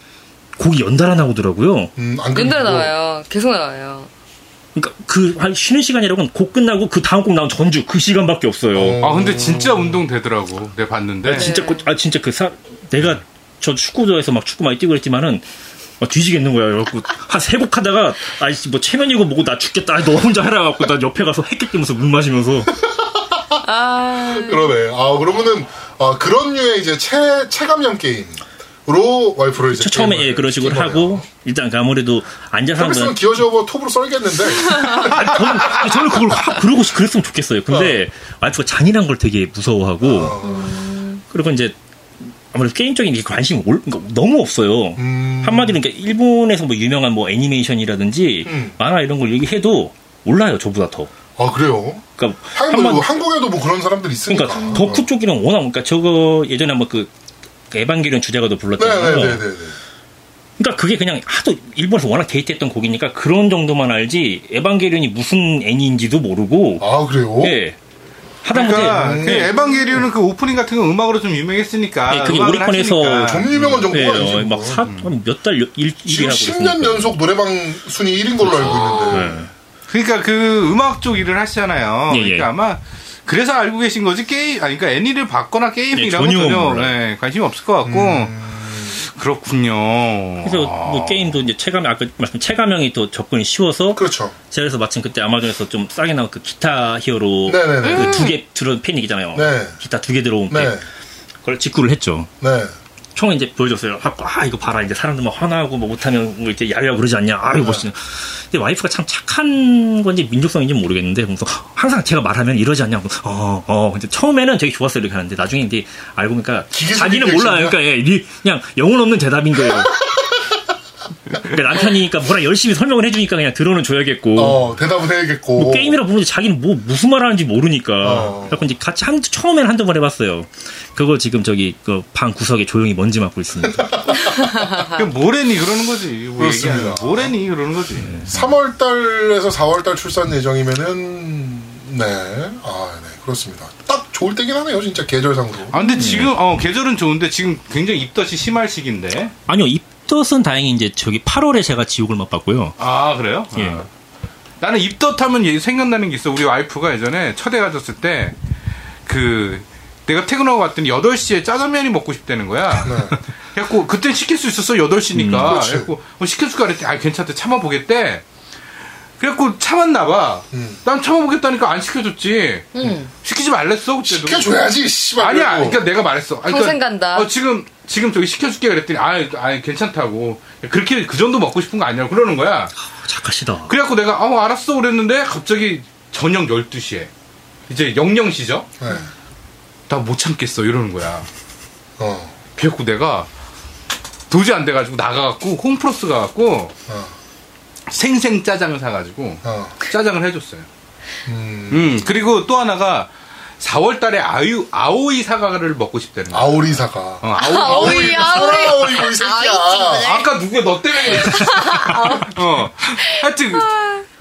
[SPEAKER 3] 곡이 연달아 나오더라고요.
[SPEAKER 1] 음, 안 그래도
[SPEAKER 4] 눈들 나와요. 계속 나와요.
[SPEAKER 3] 그러니까 그 한 쉬는 시간이라고는 곡 끝나고 그 다음 곡 나온 전주 그 시간밖에 없어요.
[SPEAKER 2] 아 근데 진짜 운동 되더라고. 내가 봤는데.
[SPEAKER 3] 진짜 그, 아 진짜 그 사, 내가 저 축구 좋아해서 막 축구 많이 뛰고 그랬지만은 막 뒤지겠는 거야. 그래갖고 한세 곡 하다가 아이씨 뭐 최면이고 뭐고 나 죽겠다. 아이, 너 혼자 해라 갖고 나 옆에 가서 햇기 뛰면서 물 마시면서
[SPEAKER 4] 아,
[SPEAKER 1] 그러네. 아 그러면은 아, 그런 류의 이제 체 체감형 게임으로 와이프를 이제
[SPEAKER 3] 저 처음에
[SPEAKER 1] 게임을
[SPEAKER 3] 예, 그런 식으로
[SPEAKER 1] 낀 거네요.
[SPEAKER 3] 하고 일단 그 아무래도 앉아서 하는
[SPEAKER 1] 서비스는
[SPEAKER 3] 거는
[SPEAKER 1] 기어져버 톱으로 썰겠는데.
[SPEAKER 3] 아, 저는, 저는 그걸 확 그러고 싶- 그랬으면 좋겠어요. 근데 와이프가 잔인한 걸 되게 무서워하고
[SPEAKER 1] 어.
[SPEAKER 3] 그리고 이제 아무래도 게임적인 게 관심이 올- 그러니까 너무 없어요.
[SPEAKER 1] 음.
[SPEAKER 3] 한마디로 그러니까 일본에서 뭐 유명한 뭐 애니메이션이라든지
[SPEAKER 1] 음.
[SPEAKER 3] 만화 이런 걸 얘기해도 몰라요 저보다 더.
[SPEAKER 1] 아 그래요.
[SPEAKER 3] 그러니까
[SPEAKER 1] 한국
[SPEAKER 3] 한마디-
[SPEAKER 1] 한국에도 뭐 어. 그런 사람들 있으니까.
[SPEAKER 3] 그러니까 덕후 쪽이랑 워낙 그러니까 저거 예전에 한번 그 에반게리온 주제가도 불렀잖아요.
[SPEAKER 1] 네네네네.
[SPEAKER 3] 그러니까 그게 그냥 하도 일본에서 워낙 데이트했던 곡이니까 그런 정도만 알지 에반게리온이 무슨 애니인지도 모르고
[SPEAKER 1] 아 그래요.
[SPEAKER 3] 예. 하다못해
[SPEAKER 2] 그러니까
[SPEAKER 3] 예.
[SPEAKER 2] 그 에반게리온은 그 오프닝 같은 건 음악으로 좀
[SPEAKER 1] 아,
[SPEAKER 2] 유명했으니까.
[SPEAKER 3] 예, 그게
[SPEAKER 2] 음악을
[SPEAKER 3] 오리콘에서
[SPEAKER 2] 하시니까.
[SPEAKER 1] 좀 유명한 정보가
[SPEAKER 3] 예,
[SPEAKER 1] 아니지,
[SPEAKER 3] 어,
[SPEAKER 1] 뭐.
[SPEAKER 3] 막 사, 몇달 일위
[SPEAKER 1] 지금
[SPEAKER 3] 하고
[SPEAKER 1] 10년
[SPEAKER 3] 그랬으니까. 아. 네.
[SPEAKER 1] 연속 노래방 순위 1인 걸로 알고 있는데.
[SPEAKER 2] 그러니까 그 음악 쪽 일을 하시잖아요.
[SPEAKER 3] 예, 예.
[SPEAKER 2] 그러니까 아마 그래서 알고 계신 거지 게임 아니 그러니까 애니를 봤거나 게임이라고
[SPEAKER 3] 예, 전혀
[SPEAKER 2] 전혀,
[SPEAKER 3] 몰라요. 음.
[SPEAKER 2] 예, 관심 없을 것 같고 그렇군요. 아,
[SPEAKER 3] 그래서
[SPEAKER 1] 아.
[SPEAKER 3] 뭐 게임도 이제 체감 아까 말씀 체감형이 또 접근이 쉬워서
[SPEAKER 1] 그렇죠.
[SPEAKER 3] 제가 그래서 마침 그때 아마존에서 좀 싸게 나온 그 기타 히어로
[SPEAKER 1] 네네네.
[SPEAKER 3] 그 두 개 들어온 패닉이잖아요.
[SPEAKER 1] 네.
[SPEAKER 3] 기타 두 개 들어온
[SPEAKER 1] 네.
[SPEAKER 3] 팩 그걸 직구를 했죠.
[SPEAKER 1] 네.
[SPEAKER 3] 총을 이제 보여줬어요. 갖고 아 이거 봐라 이제 사람들 막 화나고 뭐 못하면 뭐 이제 야외하고 그러지 않냐. 아 이거 멋있네. 근데 와이프가 참 착한 건지 민족성인지 모르겠는데 그래서 항상 제가 말하면 이러지 않냐고. 어어 근데 처음에는 되게 좋았어요 이렇게 하는데 나중에 이제 알고 보니까
[SPEAKER 1] 기계 소리
[SPEAKER 3] 자기는
[SPEAKER 1] 리액션이야?
[SPEAKER 3] 몰라요. 그러니까 예, 리- 그냥 영혼 없는 대답인 거예요. 그러니까 남편이니까 뭐라 열심히 설명을 해주니까 그냥 들어는 줘야겠고.
[SPEAKER 1] 어 대답은 해야겠고.
[SPEAKER 3] 뭐 게임이라 부르지 자기는 뭐 무슨 말 하는지 모르니까.
[SPEAKER 1] 어.
[SPEAKER 3] 그래서 이제 같이 한 처음엔 한두 번 해봤어요. 그거 지금 저기 그 방 구석에 조용히 먼지 맡고 있습니다.
[SPEAKER 2] 그 모래니 그러는 거지. 뭐
[SPEAKER 1] 그렇습니다.
[SPEAKER 2] 얘기하면. 모래니 그러는 거지.
[SPEAKER 1] 3월달에서 4월달 출산 예정이면은 네. 아 네. 그렇습니다. 딱 좋을 때긴 하네요. 진짜 계절상으로.
[SPEAKER 2] 아 근데 지금
[SPEAKER 3] 네.
[SPEAKER 2] 어 계절은 좋은데 지금 굉장히 입덧이 심할 시기인데.
[SPEAKER 3] 아니요 입덧은 다행히 이제 저기 8월에 제가 지옥을 맛봤고요.
[SPEAKER 2] 아 그래요?
[SPEAKER 3] 예.
[SPEAKER 2] 아. 나는 입덧하면 얘 생각나는 게 있어. 우리 와이프가 예전에 첫애 가졌을 때 그 내가 퇴근하고 왔더니 8시에 짜장면이 먹고 싶다는 거야. 그래갖고 그때 시킬 수 있었어. 8시니까.
[SPEAKER 1] 네. 음, 그렇지.
[SPEAKER 2] 그래갖고 어, 시킬 수가 그랬더니 아 괜찮대. 참아보겠대. 그래갖고 참았나 봐.
[SPEAKER 1] 음.
[SPEAKER 2] 난 참아보겠다니까 안 시켜줬지.
[SPEAKER 4] 음.
[SPEAKER 2] 시키지 말랬어 그때도.
[SPEAKER 1] 시켜줘야지. 씨발.
[SPEAKER 2] 아니야.
[SPEAKER 1] 그리고.
[SPEAKER 2] 그러니까 내가 말했어. 아,
[SPEAKER 4] 평생 간다.
[SPEAKER 2] 어, 지금 지금 저기 시켜줄게 그랬더니 아, 아 괜찮다고. 그렇게 그 정도 먹고 싶은 거 아니야. 그러는 거야.
[SPEAKER 3] 아, 착하시다.
[SPEAKER 2] 그래갖고 내가 어 알았어 그랬는데 갑자기 저녁 12시에 이제 00시죠?
[SPEAKER 1] 네.
[SPEAKER 2] 나 못 참겠어 이러는 거야
[SPEAKER 1] 어.
[SPEAKER 2] 그래갖고 내가 도저히 안 돼가지고 나가갖고 홈플러스 가갖고
[SPEAKER 1] 어.
[SPEAKER 2] 생생 짜장을 사가지고
[SPEAKER 1] 어.
[SPEAKER 2] 짜장을 해줬어요
[SPEAKER 1] 음.
[SPEAKER 2] 음 그리고 또 하나가 4월 달에 아유 아오이 사과를 먹고 싶다는 거야
[SPEAKER 1] 아오리사가.
[SPEAKER 2] 어, 아오이
[SPEAKER 4] 아오이, 아오이.
[SPEAKER 1] 아오리고 이 새끼야.
[SPEAKER 4] 아,
[SPEAKER 2] 아까 누구야 너 때문에 그랬지. 어. 하여튼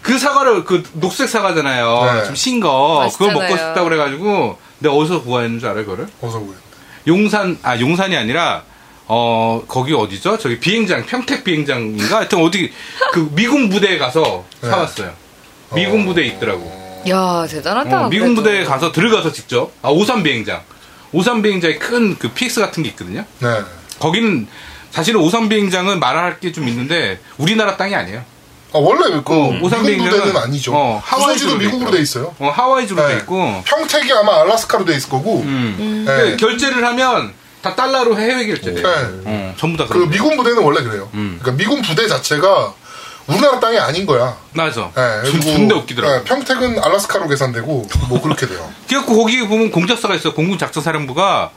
[SPEAKER 2] 그 사과를 그 녹색 사과잖아요.
[SPEAKER 1] 네.
[SPEAKER 2] 좀 신 거 그걸 먹고
[SPEAKER 4] 맛있잖아요.
[SPEAKER 2] 싶다 고 그래가지고 내가 어디서 구하는 줄 알아요 그거를?
[SPEAKER 1] 어서 오고요.
[SPEAKER 2] 용산 아 용산이 아니라 어 거기 어디죠? 저기 비행장 평택 비행장인가? 하여튼 어디 그 미군 부대에 가서
[SPEAKER 1] 네.
[SPEAKER 2] 사왔어요. 미군 부대 에 있더라고.
[SPEAKER 4] 어. 야 대단하다.
[SPEAKER 2] 어, 미군
[SPEAKER 4] 그래도.
[SPEAKER 2] 부대에 가서 들어가서 직접 아 오산 비행장 오산 비행장에 큰 그 PX 같은 게 있거든요.
[SPEAKER 1] 네.
[SPEAKER 2] 거기는 사실은 오산 비행장은 말할 게 좀 있는데 우리나라 땅이 아니에요.
[SPEAKER 1] 아, 원래
[SPEAKER 3] 음.
[SPEAKER 1] 그
[SPEAKER 2] 오산
[SPEAKER 1] 미국
[SPEAKER 2] 비행장은
[SPEAKER 1] 부대는 아니죠.
[SPEAKER 2] 어,
[SPEAKER 1] 부서지도
[SPEAKER 2] 하와이주로
[SPEAKER 1] 미국으로
[SPEAKER 2] 돼
[SPEAKER 1] 돼 있어요.
[SPEAKER 2] 어, 하와이주로 돼
[SPEAKER 1] 네.
[SPEAKER 2] 있고.
[SPEAKER 1] 평택이 아마 알라스카로 돼 있을 거고.
[SPEAKER 2] 음. 근데
[SPEAKER 1] 네.
[SPEAKER 2] 결제를 하면 다 달러로 해외 결제돼요.
[SPEAKER 1] 네.
[SPEAKER 2] 어, 전부 다 음.
[SPEAKER 1] 그
[SPEAKER 2] 그런
[SPEAKER 1] 미군 부대는 원래 그래요. 그러니까 미군 부대 자체가 우리나라 땅이 아닌 거야.
[SPEAKER 2] 나죠.
[SPEAKER 1] 네,
[SPEAKER 2] 준-
[SPEAKER 1] 그리고,
[SPEAKER 2] 준데 웃기더라고.
[SPEAKER 1] 네, 평택은 알라스카로 계산되고 뭐 그렇게 돼요.
[SPEAKER 2] 그래갖고 거기 보면 공작사가 있어. 요 공군작전사령부가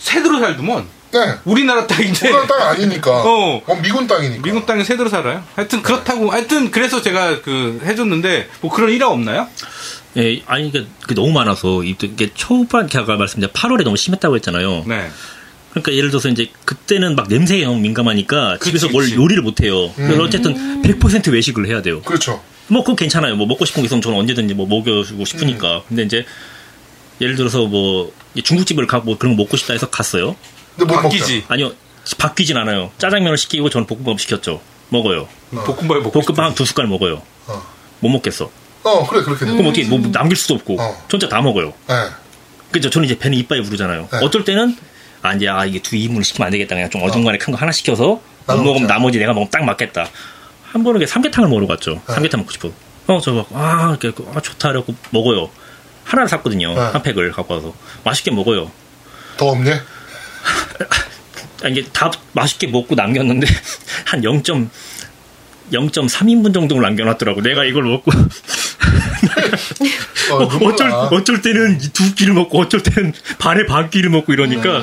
[SPEAKER 2] 새들어 살더만
[SPEAKER 1] 네.
[SPEAKER 2] 우리나라 땅인데
[SPEAKER 1] 우리나라 땅 아니니까.
[SPEAKER 2] 어.
[SPEAKER 1] 어, 미군 땅이니까.
[SPEAKER 2] 미국 땅에 새들어 살아요.
[SPEAKER 1] 네.
[SPEAKER 2] 하여튼 그렇다고 하여튼 그래서 제가 그 해줬는데 뭐 그런 일화 없나요?
[SPEAKER 3] 예, 아니 그러니까 그 너무 많아서 이- 이게 초반 제가 아까 말씀드린 8월에 너무 심했다고 했잖아요.
[SPEAKER 2] 네.
[SPEAKER 3] 그러니까 예를 들어서 이제 그때는 막 냄새에 너무 민감하니까
[SPEAKER 2] 그치,
[SPEAKER 3] 집에서 뭘
[SPEAKER 2] 그치. 음.
[SPEAKER 3] 요리를 못 해요. 그래서 어쨌든 100% 외식을 해야 돼요.
[SPEAKER 1] 그렇죠.
[SPEAKER 3] 뭐 그거 괜찮아요. 뭐 먹고 싶은 게 있으면 저는 언제든지 뭐 먹여주고
[SPEAKER 2] 음.
[SPEAKER 3] 싶으니까. 근데 이제 예를 들어서 뭐 중국집을 가고 뭐 그런 거 먹고 싶다 해서 갔어요.
[SPEAKER 1] 근데 못
[SPEAKER 2] 바뀌지.
[SPEAKER 3] 아니요 바뀌진 않아요. 짜장면을 시키고 저는 볶음밥 시켰죠. 먹어요.
[SPEAKER 2] 볶음밥 먹고 싶다.
[SPEAKER 3] 볶음밥 한 두 숟갈 먹어요.
[SPEAKER 1] 어.
[SPEAKER 3] 못 먹겠어.
[SPEAKER 1] 먹죠. 어, 그래, 그렇게 돼.
[SPEAKER 3] 그럼 어떻게 뭐 남길 수도 없고
[SPEAKER 1] 어.
[SPEAKER 3] 전자 다 먹어요.
[SPEAKER 1] 네.
[SPEAKER 3] 그죠? 저는 이제 배는 이빨이 부르잖아요.
[SPEAKER 1] 네.
[SPEAKER 3] 어쩔 때는 아 이제 아 이게 두 이물을 시키면 안 되겠다. 그냥 좀 어중간에 큰 거 하나 시켜서 못
[SPEAKER 1] 나눠
[SPEAKER 3] 먹으면
[SPEAKER 1] 먹자.
[SPEAKER 3] 나머지 내가 먹으면 딱 맞겠다. 한 번은 이렇게 삼계탕을 먹으러 갔죠.
[SPEAKER 1] 네.
[SPEAKER 3] 삼계탕 먹고 싶어. 어저 막, 아 이렇게 해갖고, 아 좋다 이러고 먹어요. 하나를 샀거든요.
[SPEAKER 1] 네.
[SPEAKER 3] 한 팩을 갖고 와서 맛있게 먹어요.
[SPEAKER 1] 더 없네.
[SPEAKER 3] 아, 이게 다 맛있게 먹고 남겼는데 한 0. 0.3인분 정도 를 남겨놨더라고. 내가 이걸 먹고
[SPEAKER 1] 어, 눈물
[SPEAKER 3] 어쩔
[SPEAKER 1] 나.
[SPEAKER 3] 어쩔 때는 이두 끼를 먹고 어쩔 때는 반의 반 끼를 먹고 이러니까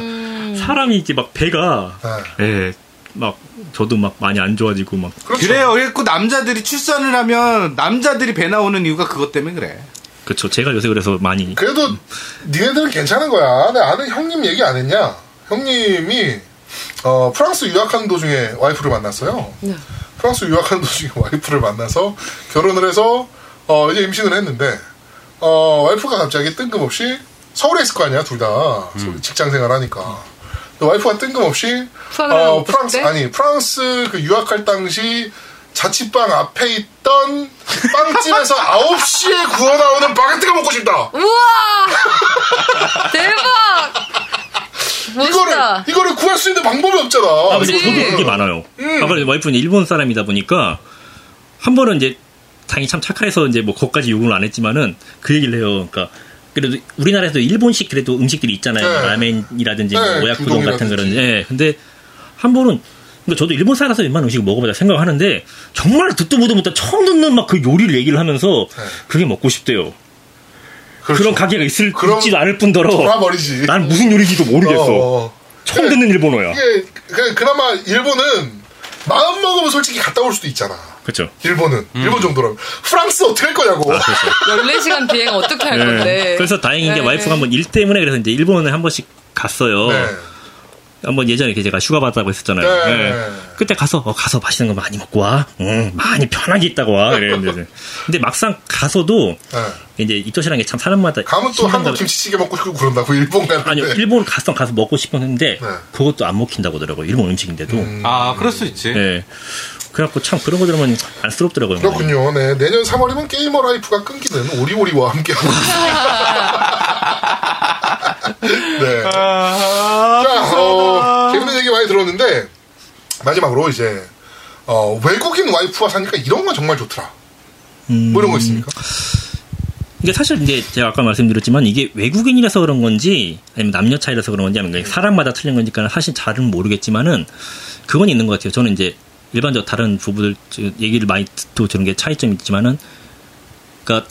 [SPEAKER 3] 사람이 이제 막 배가
[SPEAKER 1] 네.
[SPEAKER 3] 예, 막 저도 막 많이 안 좋아지고 막
[SPEAKER 1] 그렇죠.
[SPEAKER 2] 그래요. 그래갖고 남자들이 출산을 하면 남자들이 배 나오는 이유가 그것 때문에 그래.
[SPEAKER 3] 그렇죠. 제가 요새 그래서 많이
[SPEAKER 1] 그래도 니네들은 괜찮은 거야. 내 아는 형님 얘기 안 했냐? 형님이 어, 프랑스 유학하는 도중에 와이프를 만났어요.
[SPEAKER 4] 네.
[SPEAKER 1] 프랑스 유학하는 도중에 와이프를 만나서 결혼을 해서 어, 이제 임신을 했는데 어, 와이프가 갑자기 뜬금없이 서울에 있을 거 아니야 둘 다. 직장 생활하니까. 근데 와이프가 뜬금없이 어,
[SPEAKER 4] 프랑을 하고
[SPEAKER 1] 프랑스
[SPEAKER 4] 싶대?
[SPEAKER 1] 아니 프랑스 그 유학할 당시 자취방 앞에 있던 빵집에서 9시에 구워 나오는 바게트가 먹고 싶다.
[SPEAKER 4] 우와 대박.
[SPEAKER 1] 이거를
[SPEAKER 4] 멋있다.
[SPEAKER 1] 이거를 구할 수 있는 방법이 없잖아.
[SPEAKER 3] 아, 근데
[SPEAKER 4] 그치.
[SPEAKER 3] 저도 그게 많아요.
[SPEAKER 1] 예.
[SPEAKER 3] 아까 와이프는 일본 사람이다 보니까 한 번은 이제 당연히 참 착해서 이제 뭐 거기까지 요구를 안 했지만은 그 얘기를 해요. 그러니까 그래도 우리나라에서도 일본식 그래도 음식들이 있잖아요.
[SPEAKER 1] 네.
[SPEAKER 3] 라멘이라든지 뭐
[SPEAKER 1] 네,
[SPEAKER 3] 오야쿠동 같은
[SPEAKER 1] 우동이라든지.
[SPEAKER 3] 그런. 예. 근데 한 번은 그러니까 저도 일본 살아서 웬만한 음식을 먹어보자 생각하는데 정말 듣도 보도 못한 처음 듣는 막 그 요리를 얘기를 하면서 그게 먹고 싶대요. 그런 가게가 있을
[SPEAKER 1] 예. 그렇죠. 그럼
[SPEAKER 3] 있지 않을 뿐더러
[SPEAKER 1] 돌아버리지.
[SPEAKER 3] 난 무슨 요리인지도 모르겠어.
[SPEAKER 1] 어, 어.
[SPEAKER 3] 처음 듣는 일본어야.
[SPEAKER 1] 이게 그- 그나마 일본은 마음 먹으면 솔직히 갔다 올 수도 있잖아.
[SPEAKER 3] 그렇죠.
[SPEAKER 1] 일본은 일본 정도라면 프랑스 어떻게 할 거냐고.
[SPEAKER 3] 아,
[SPEAKER 4] 14시간 비행 어떻게 할
[SPEAKER 3] 네.
[SPEAKER 4] 건데.
[SPEAKER 3] 그래서 다행인 게
[SPEAKER 4] 네.
[SPEAKER 3] 와이프가 한번 일 때문에 그래서 이제 일본에 한 번씩 갔어요.
[SPEAKER 1] 네.
[SPEAKER 3] 한번 예전에 이렇게 제가 휴가 받았다고 했었잖아요.
[SPEAKER 1] 네.
[SPEAKER 3] 네. 그때 가서 어, 가서 맛있는 거 많이 먹고 와. 응, 많이 편하게 있다고 와. 이랬는데 근데 막상 가서도
[SPEAKER 1] 네.
[SPEAKER 3] 이제 입덧이라는 게 참 사람마다
[SPEAKER 1] 가면 또
[SPEAKER 3] 힘든가
[SPEAKER 1] 한국
[SPEAKER 3] 봐요.
[SPEAKER 1] 김치찌개 먹고 싶고 그런다고 일본 가는데.
[SPEAKER 3] 아니요 일본 가서 가서 먹고 싶었는데
[SPEAKER 1] 네.
[SPEAKER 3] 그것도 안 먹힌다고 하더라고요. 일본 음식인데도.
[SPEAKER 2] 아, 그럴 수 있지.
[SPEAKER 3] 네. 그래갖고 참 그런 거 들으면 안쓰럽더라고요.
[SPEAKER 1] 그렇군요. 네. 내년 3월이면 게이머 라이프가 끊기는 오리오리와 함께하고 있습니다. 네.
[SPEAKER 2] 아,
[SPEAKER 1] 자, 어, 재밌는 얘기 많이 들었는데 마지막으로 이제 어, 외국인 와이프와 사니까 이런 건 정말 좋더라. 뭐 이런 거 있습니까?
[SPEAKER 3] 이게 사실 이제 제가 아까 말씀드렸지만 이게 외국인이라서 그런 건지 아니면 남녀 차이라서 그런 건지 아니면 사람마다 틀린 거니까 사실 잘은 모르겠지만은 그건 있는 것 같아요. 저는 이제 일반적 다른 부부들 얘기를 많이 듣고 들은 게 차이점이 있지만은 그러니까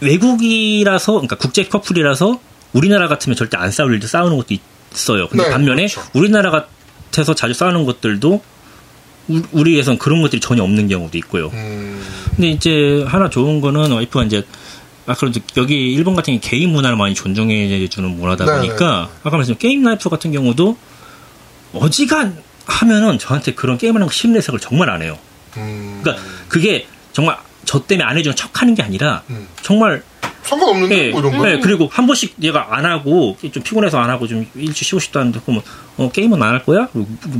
[SPEAKER 3] 외국이라서 그러니까 국제 커플이라서 우리나라 같으면 절대 안 싸울 일도 싸우는 것도 있어요. 근데
[SPEAKER 1] 네,
[SPEAKER 3] 반면에
[SPEAKER 1] 그렇죠.
[SPEAKER 3] 우리나라 같아서 자주 싸우는 것들도 우- 우리에선 그런 것들이 전혀 없는 경우도 있고요.
[SPEAKER 1] 음,
[SPEAKER 3] 근데 이제 하나 좋은 거는 와이프가 이제 아까 여기 일본 같은 게 개인 문화를 많이 존중해 주는 문화다
[SPEAKER 1] 네,
[SPEAKER 3] 보니까 아까 말씀 게임 라이프 같은 경우도 어지간 하면은 저한테 그런 게임하는 심리색을 정말 안 해요.
[SPEAKER 1] 음,
[SPEAKER 3] 그러니까 그게 정말 저 때문에 안 해주는 척하는 게 아니라
[SPEAKER 1] 음.
[SPEAKER 3] 정말
[SPEAKER 1] 상관없는데
[SPEAKER 3] 예,
[SPEAKER 1] 뭐 이런 거.
[SPEAKER 3] 예, 그리고 한 번씩 얘가 안 하고 좀 피곤해서 안 하고 좀 일찍 쉬고 싶다 하는데 그러면 어, 게임은 안 할 거야?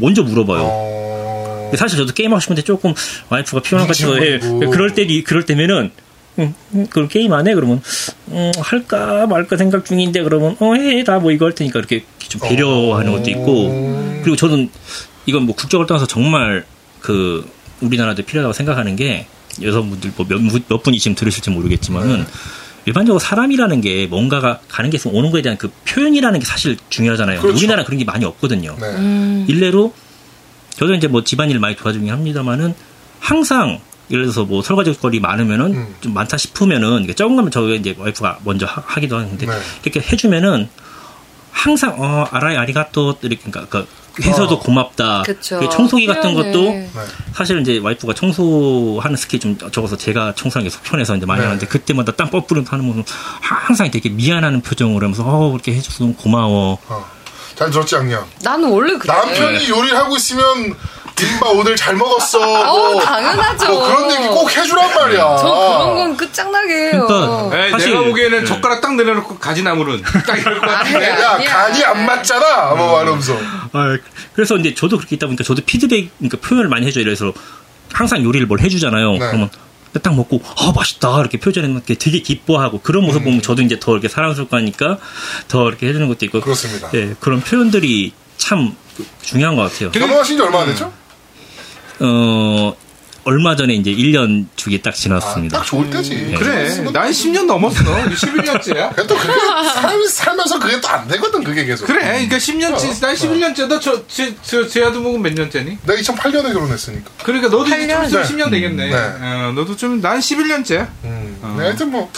[SPEAKER 3] 먼저 물어봐요.
[SPEAKER 1] 어...
[SPEAKER 3] 근데 사실 저도 게임하고 싶은데 조금 와이프가 피곤한 것
[SPEAKER 1] 눈치
[SPEAKER 3] 같아서 예,
[SPEAKER 1] 보이고.
[SPEAKER 3] 그럴 때 그럴 때면은 음, 음, 그럼 게임 안 해? 그러면 음, 할까 말까 생각 중인데 그러면 어해나 뭐 이거 할 테니까 이렇게 좀
[SPEAKER 1] 어.
[SPEAKER 3] 배려하는 것도 있고
[SPEAKER 1] 음.
[SPEAKER 3] 그리고 저는 이건 뭐 국적을 떠나서 정말 그 우리나라도 필요하다고 생각하는 게 여성분들 뭐 몇, 몇 분이 지금 들으실지
[SPEAKER 1] 네.
[SPEAKER 3] 모르겠지만은 일반적으로 사람이라는 게 뭔가가 가는 게 있으면 오는 거에 대한 그 표현이라는 게 사실 중요하잖아요.
[SPEAKER 1] 그렇죠.
[SPEAKER 3] 우리나라 그런 게 많이 없거든요.
[SPEAKER 1] 네.
[SPEAKER 4] 음.
[SPEAKER 3] 일례로 저도 이제 뭐 집안일 많이 도와주긴 합니다만은 항상 예를 들어서 뭐 설거지거리 많으면은
[SPEAKER 1] 음.
[SPEAKER 3] 좀 많다 싶으면은 이게 적은 거면 저게 이제 와이프가 먼저 하, 기도 하는데
[SPEAKER 1] 네.
[SPEAKER 3] 이렇게 해주면은 항상 어 아라이 아리가또 이렇게 그러니까 그 해서도
[SPEAKER 1] 어.
[SPEAKER 3] 고맙다.
[SPEAKER 4] 그쵸.
[SPEAKER 3] 그 청소기 같은
[SPEAKER 4] 표현을.
[SPEAKER 3] 것도
[SPEAKER 1] 네.
[SPEAKER 3] 사실 이제 와이프가 청소하는 스킬 좀 적어서 제가 청소하는 게 속편해서 이제 많이
[SPEAKER 1] 네.
[SPEAKER 3] 하는데 그때마다 땀 뻘뿌리면서 하는 모습 항상 되게 미안하는 표정을 하면서 어 이렇게 해줘서 너무 고마워.
[SPEAKER 1] 어. 잘 들었지 양양.
[SPEAKER 4] 나는 원래 그래.
[SPEAKER 1] 남편이 요리를 하고 있으면 임마 오늘 잘 먹었어.
[SPEAKER 4] 아, 어우,
[SPEAKER 1] 뭐,
[SPEAKER 4] 당연하죠.
[SPEAKER 1] 뭐 그런 얘기 꼭 아. 해주란 말이야.
[SPEAKER 4] 저 그런 건 끝장나게 해요.
[SPEAKER 3] 그러니까.
[SPEAKER 2] 에이,
[SPEAKER 3] 사실-
[SPEAKER 2] 내가 보기에는
[SPEAKER 3] 네.
[SPEAKER 2] 젓가락 딱 내려놓고 가지나무는 딱 이럴 것 같은데.
[SPEAKER 4] 아니야.
[SPEAKER 1] 네, 야 간이 안 맞잖아. 뭐 말하면서.
[SPEAKER 3] 아, 그래서 이제 저도 그렇게 있다 보니까 저도 피드백, 그러니까 표현을 많이 해줘요. 그래서 항상 요리를 뭘
[SPEAKER 1] 네.
[SPEAKER 3] 해주잖아요. 그러면 딱 먹고, 아, 맛있다. 이렇게 표현하는 게 되게 기뻐하고 그런
[SPEAKER 1] 음.
[SPEAKER 3] 모습 보면 저도 이제 더 이렇게 사랑스럽고 하니까 더 이렇게 해주는 것도 있고.
[SPEAKER 1] 그렇습니다.
[SPEAKER 3] 예, 그런 표현들이 참 중요한 것 같아요.
[SPEAKER 1] 결혼하신 지 얼마 안 됐죠?
[SPEAKER 3] 어, 얼마 전에 이제 1년 주기 딱
[SPEAKER 1] 아,
[SPEAKER 3] 지났습니다.
[SPEAKER 1] 딱 좋을 때지.
[SPEAKER 2] 네. 그래.
[SPEAKER 1] 그랬으면
[SPEAKER 2] 난 10년 넘었어. 11년째야.
[SPEAKER 1] 그게 또 그게 살, 살면서 그게 또 안 되거든 그게 계속.
[SPEAKER 2] 그래. 그러니까 10년째, 난 11년째다. 저, 제, 저, 제아도 먹은 몇 년째니?
[SPEAKER 1] 내가 2008년에 결혼했으니까.
[SPEAKER 2] 그러니까 너도 이제 좀 있으면
[SPEAKER 1] 네.
[SPEAKER 2] 10년 되겠네.
[SPEAKER 1] 네.
[SPEAKER 2] 어, 너도 좀, 난 11년째야.
[SPEAKER 1] 음. 네, 하여튼 뭐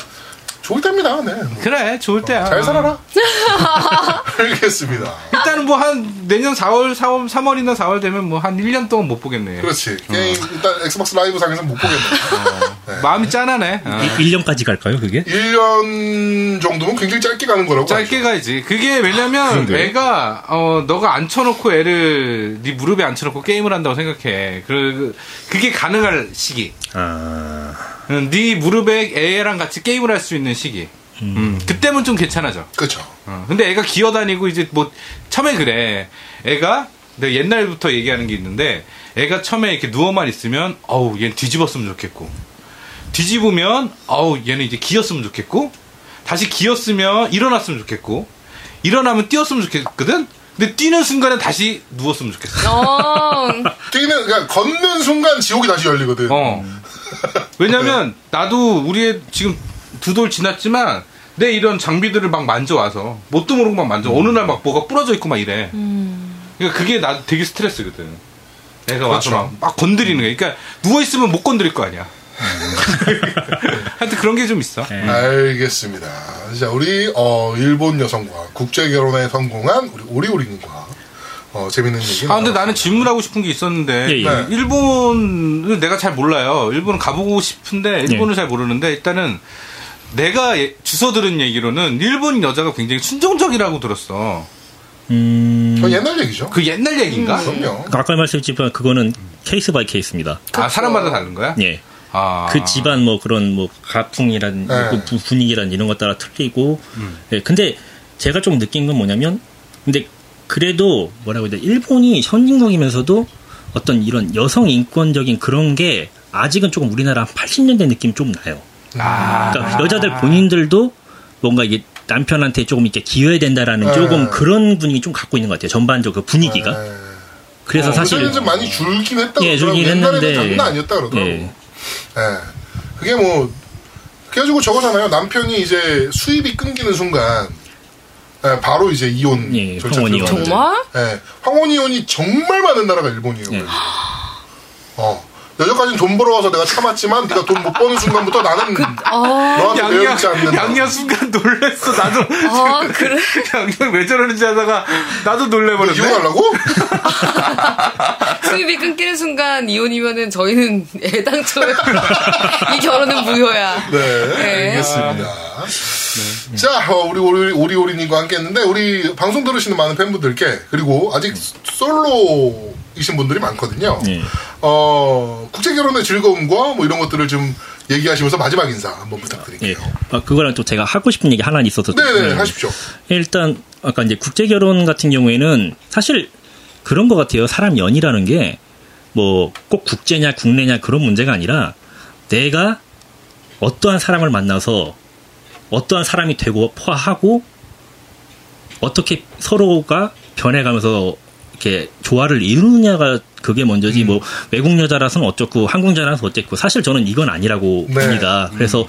[SPEAKER 1] 좋을 때입니다. 네.
[SPEAKER 2] 그래, 좋을 때야.
[SPEAKER 1] 잘 살아라. 알겠습니다.
[SPEAKER 2] 일단은 뭐 한 내년 4월, 4월, 3월이나 4월 되면 뭐 한 1년 동안 못 보겠네.
[SPEAKER 1] 그렇지. 게임 일단 엑스박스 라이브 상에서 못 보겠네.
[SPEAKER 2] 어. 마음이 짠하네. 어.
[SPEAKER 3] 1년까지 갈까요, 그게?
[SPEAKER 1] 1년 정도면 굉장히 짧게 가는 거라고.
[SPEAKER 2] 짧게 가야지. 그게 왜냐면 애가 어 너가 앉혀놓고 애를 네 무릎에 앉혀놓고 게임을 한다고 생각해. 그 그게 가능할 시기.
[SPEAKER 3] 아,
[SPEAKER 2] 응, 네 무릎에 애랑 같이 게임을 할 수 있는 시기. 음, 그때면 좀 괜찮아져.
[SPEAKER 1] 그렇죠.
[SPEAKER 2] 어, 근데 애가 기어다니고 이제 뭐 처음에 그래. 애가 내가 옛날부터 얘기하는 게 있는데 애가 처음에 이렇게 누워만 있으면 어우 얘는 뒤집었으면 좋겠고 뒤집으면 어우 얘는 이제 기었으면 좋겠고 다시 기었으면 일어났으면 좋겠고 일어나면 뛰었으면 좋겠거든. 근데 뛰는 순간에 다시 누웠으면 좋겠어.
[SPEAKER 4] 어,
[SPEAKER 1] 뛰는 그러니까 걷는 순간 지옥이 다시 열리거든.
[SPEAKER 2] 어.
[SPEAKER 1] 네.
[SPEAKER 2] 왜냐면 나도 우리의 지금 두 돌 지났지만 내 이런 장비들을 막 만져와서 뭣도 모르고 막
[SPEAKER 1] 음.
[SPEAKER 2] 만져 어느 날 막 뭐가 부러져 있고 막 이래 그러니까 그게 나 되게 스트레스거든 내가 와서
[SPEAKER 1] 그렇죠.
[SPEAKER 2] 막, 막 건드리는 거야 그러니까 누워있으면 못 건드릴 거 아니야
[SPEAKER 1] 음.
[SPEAKER 2] 하여튼 그런 게 좀 있어
[SPEAKER 1] 네. 알겠습니다. 자, 우리 어, 일본 여성과 국제 결혼에 성공한 우리 오리오리님과 어, 재밌는 얘기.
[SPEAKER 2] 아 근데 나는 질문하고 싶은 게 있었는데 그
[SPEAKER 3] 예, 예.
[SPEAKER 1] 네.
[SPEAKER 2] 일본을 내가 잘 몰라요. 일본은 가보고 싶은데 일본을
[SPEAKER 3] 예.
[SPEAKER 2] 잘 모르는데 일단은 내가 예- 주워 들은 얘기로는 일본 여자가 굉장히 순종적이라고 들었어.
[SPEAKER 3] 음,
[SPEAKER 1] 저 옛날 얘기죠.
[SPEAKER 2] 그 옛날 얘기인가?
[SPEAKER 1] 그럼요.
[SPEAKER 3] 아까 말씀드렸지만 그거는 케이스 바이 케이스입니다.
[SPEAKER 2] 아 사람마다 다른 거야?
[SPEAKER 3] 예.
[SPEAKER 2] 아.
[SPEAKER 3] 그 집안 뭐 그런 뭐 가풍이란
[SPEAKER 1] 네.
[SPEAKER 3] 그 부- 분위기란 이런 것 따라 틀리고 예, 근데 제가 좀 느낀 건 뭐냐면 근데 그래도 뭐라고 해야 돼 일본이 선진국이면서도 어떤 이런 여성 인권적인 그런 게 아직은 조금 우리나라 80년대 느낌 좀 나요.
[SPEAKER 2] 아.
[SPEAKER 3] 그러니까 여자들 본인들도 뭔가 이게 남편한테 조금 이렇게 기여해야 된다라는
[SPEAKER 1] 네.
[SPEAKER 3] 조금 그런 분위기 좀 갖고 있는 것 같아요. 전반적 그 분위기가.
[SPEAKER 1] 네.
[SPEAKER 3] 그래서 아, 사실
[SPEAKER 1] 요새는 좀 많이 줄긴 했다고.
[SPEAKER 3] 예,
[SPEAKER 1] 그러더라고요.
[SPEAKER 3] 줄긴
[SPEAKER 1] 옛날에는
[SPEAKER 3] 했는데
[SPEAKER 1] 장난 아니었다 그러더라고.
[SPEAKER 3] 예.
[SPEAKER 1] 예. 그게 뭐 그래가지고 저거잖아요. 남편이 이제 수입이 끊기는 순간 예, 바로 이제 이혼
[SPEAKER 3] 예,
[SPEAKER 1] 절차
[SPEAKER 3] 황혼 이혼.
[SPEAKER 1] 들어가죠.
[SPEAKER 4] 정말?
[SPEAKER 1] 예, 황혼 이혼이 정말 많은 나라가 일본이에요.
[SPEAKER 3] 예.
[SPEAKER 1] 그래서. 어. 여전까지는 돈 벌어와서 내가 참았지만 네가 돈 못 버는 순간부터 나는 너한테
[SPEAKER 2] 양양
[SPEAKER 1] 매력지 않는다.
[SPEAKER 2] 양양 순간 놀랬어 나도
[SPEAKER 4] 아, 그래?
[SPEAKER 2] 양양 왜 저러는지 하다가 나도 놀래버렸네.
[SPEAKER 1] 이혼하려고?
[SPEAKER 4] 수입이 끊기는 순간 이혼이면은 저희는 애당초에 이 결혼은 무효야.
[SPEAKER 1] 네,
[SPEAKER 4] 네.
[SPEAKER 1] 알겠습니다. 자, 어, 우리 오리, 오리오리님과 함께 했는데, 우리 방송 들으시는 많은 팬분들께, 그리고 아직
[SPEAKER 4] 예.
[SPEAKER 1] 솔로이신 분들이 많거든요.
[SPEAKER 3] 네.
[SPEAKER 1] 어, 국제결혼의 즐거움과 뭐 이런 것들을 좀 얘기하시면서 마지막 인사 한번 부탁드릴게요.
[SPEAKER 3] 예. 아, 그거랑 또 제가 하고 싶은 얘기 하나 있어서 좀
[SPEAKER 4] 예.
[SPEAKER 1] 네네
[SPEAKER 3] 음.
[SPEAKER 1] 하십시오.
[SPEAKER 3] 일단 아까 이제 국제 결혼 같은 경우에는 사실 그런 것 같아요. 사람 연이라는 게 뭐 꼭 국제냐 국내냐 그런 문제가 아니라 내가 어떠한 사람을 만나서 어떠한 사람이 되고 포하고 어떻게 서로가 변해가면서 이렇게 조화를 이루느냐가 그게 먼저지 뭐 외국 여자라서는 어쨌고 한국 여자라서 어쨌고 사실 저는 이건 아니라고
[SPEAKER 1] 네.
[SPEAKER 3] 봅니다. 그래서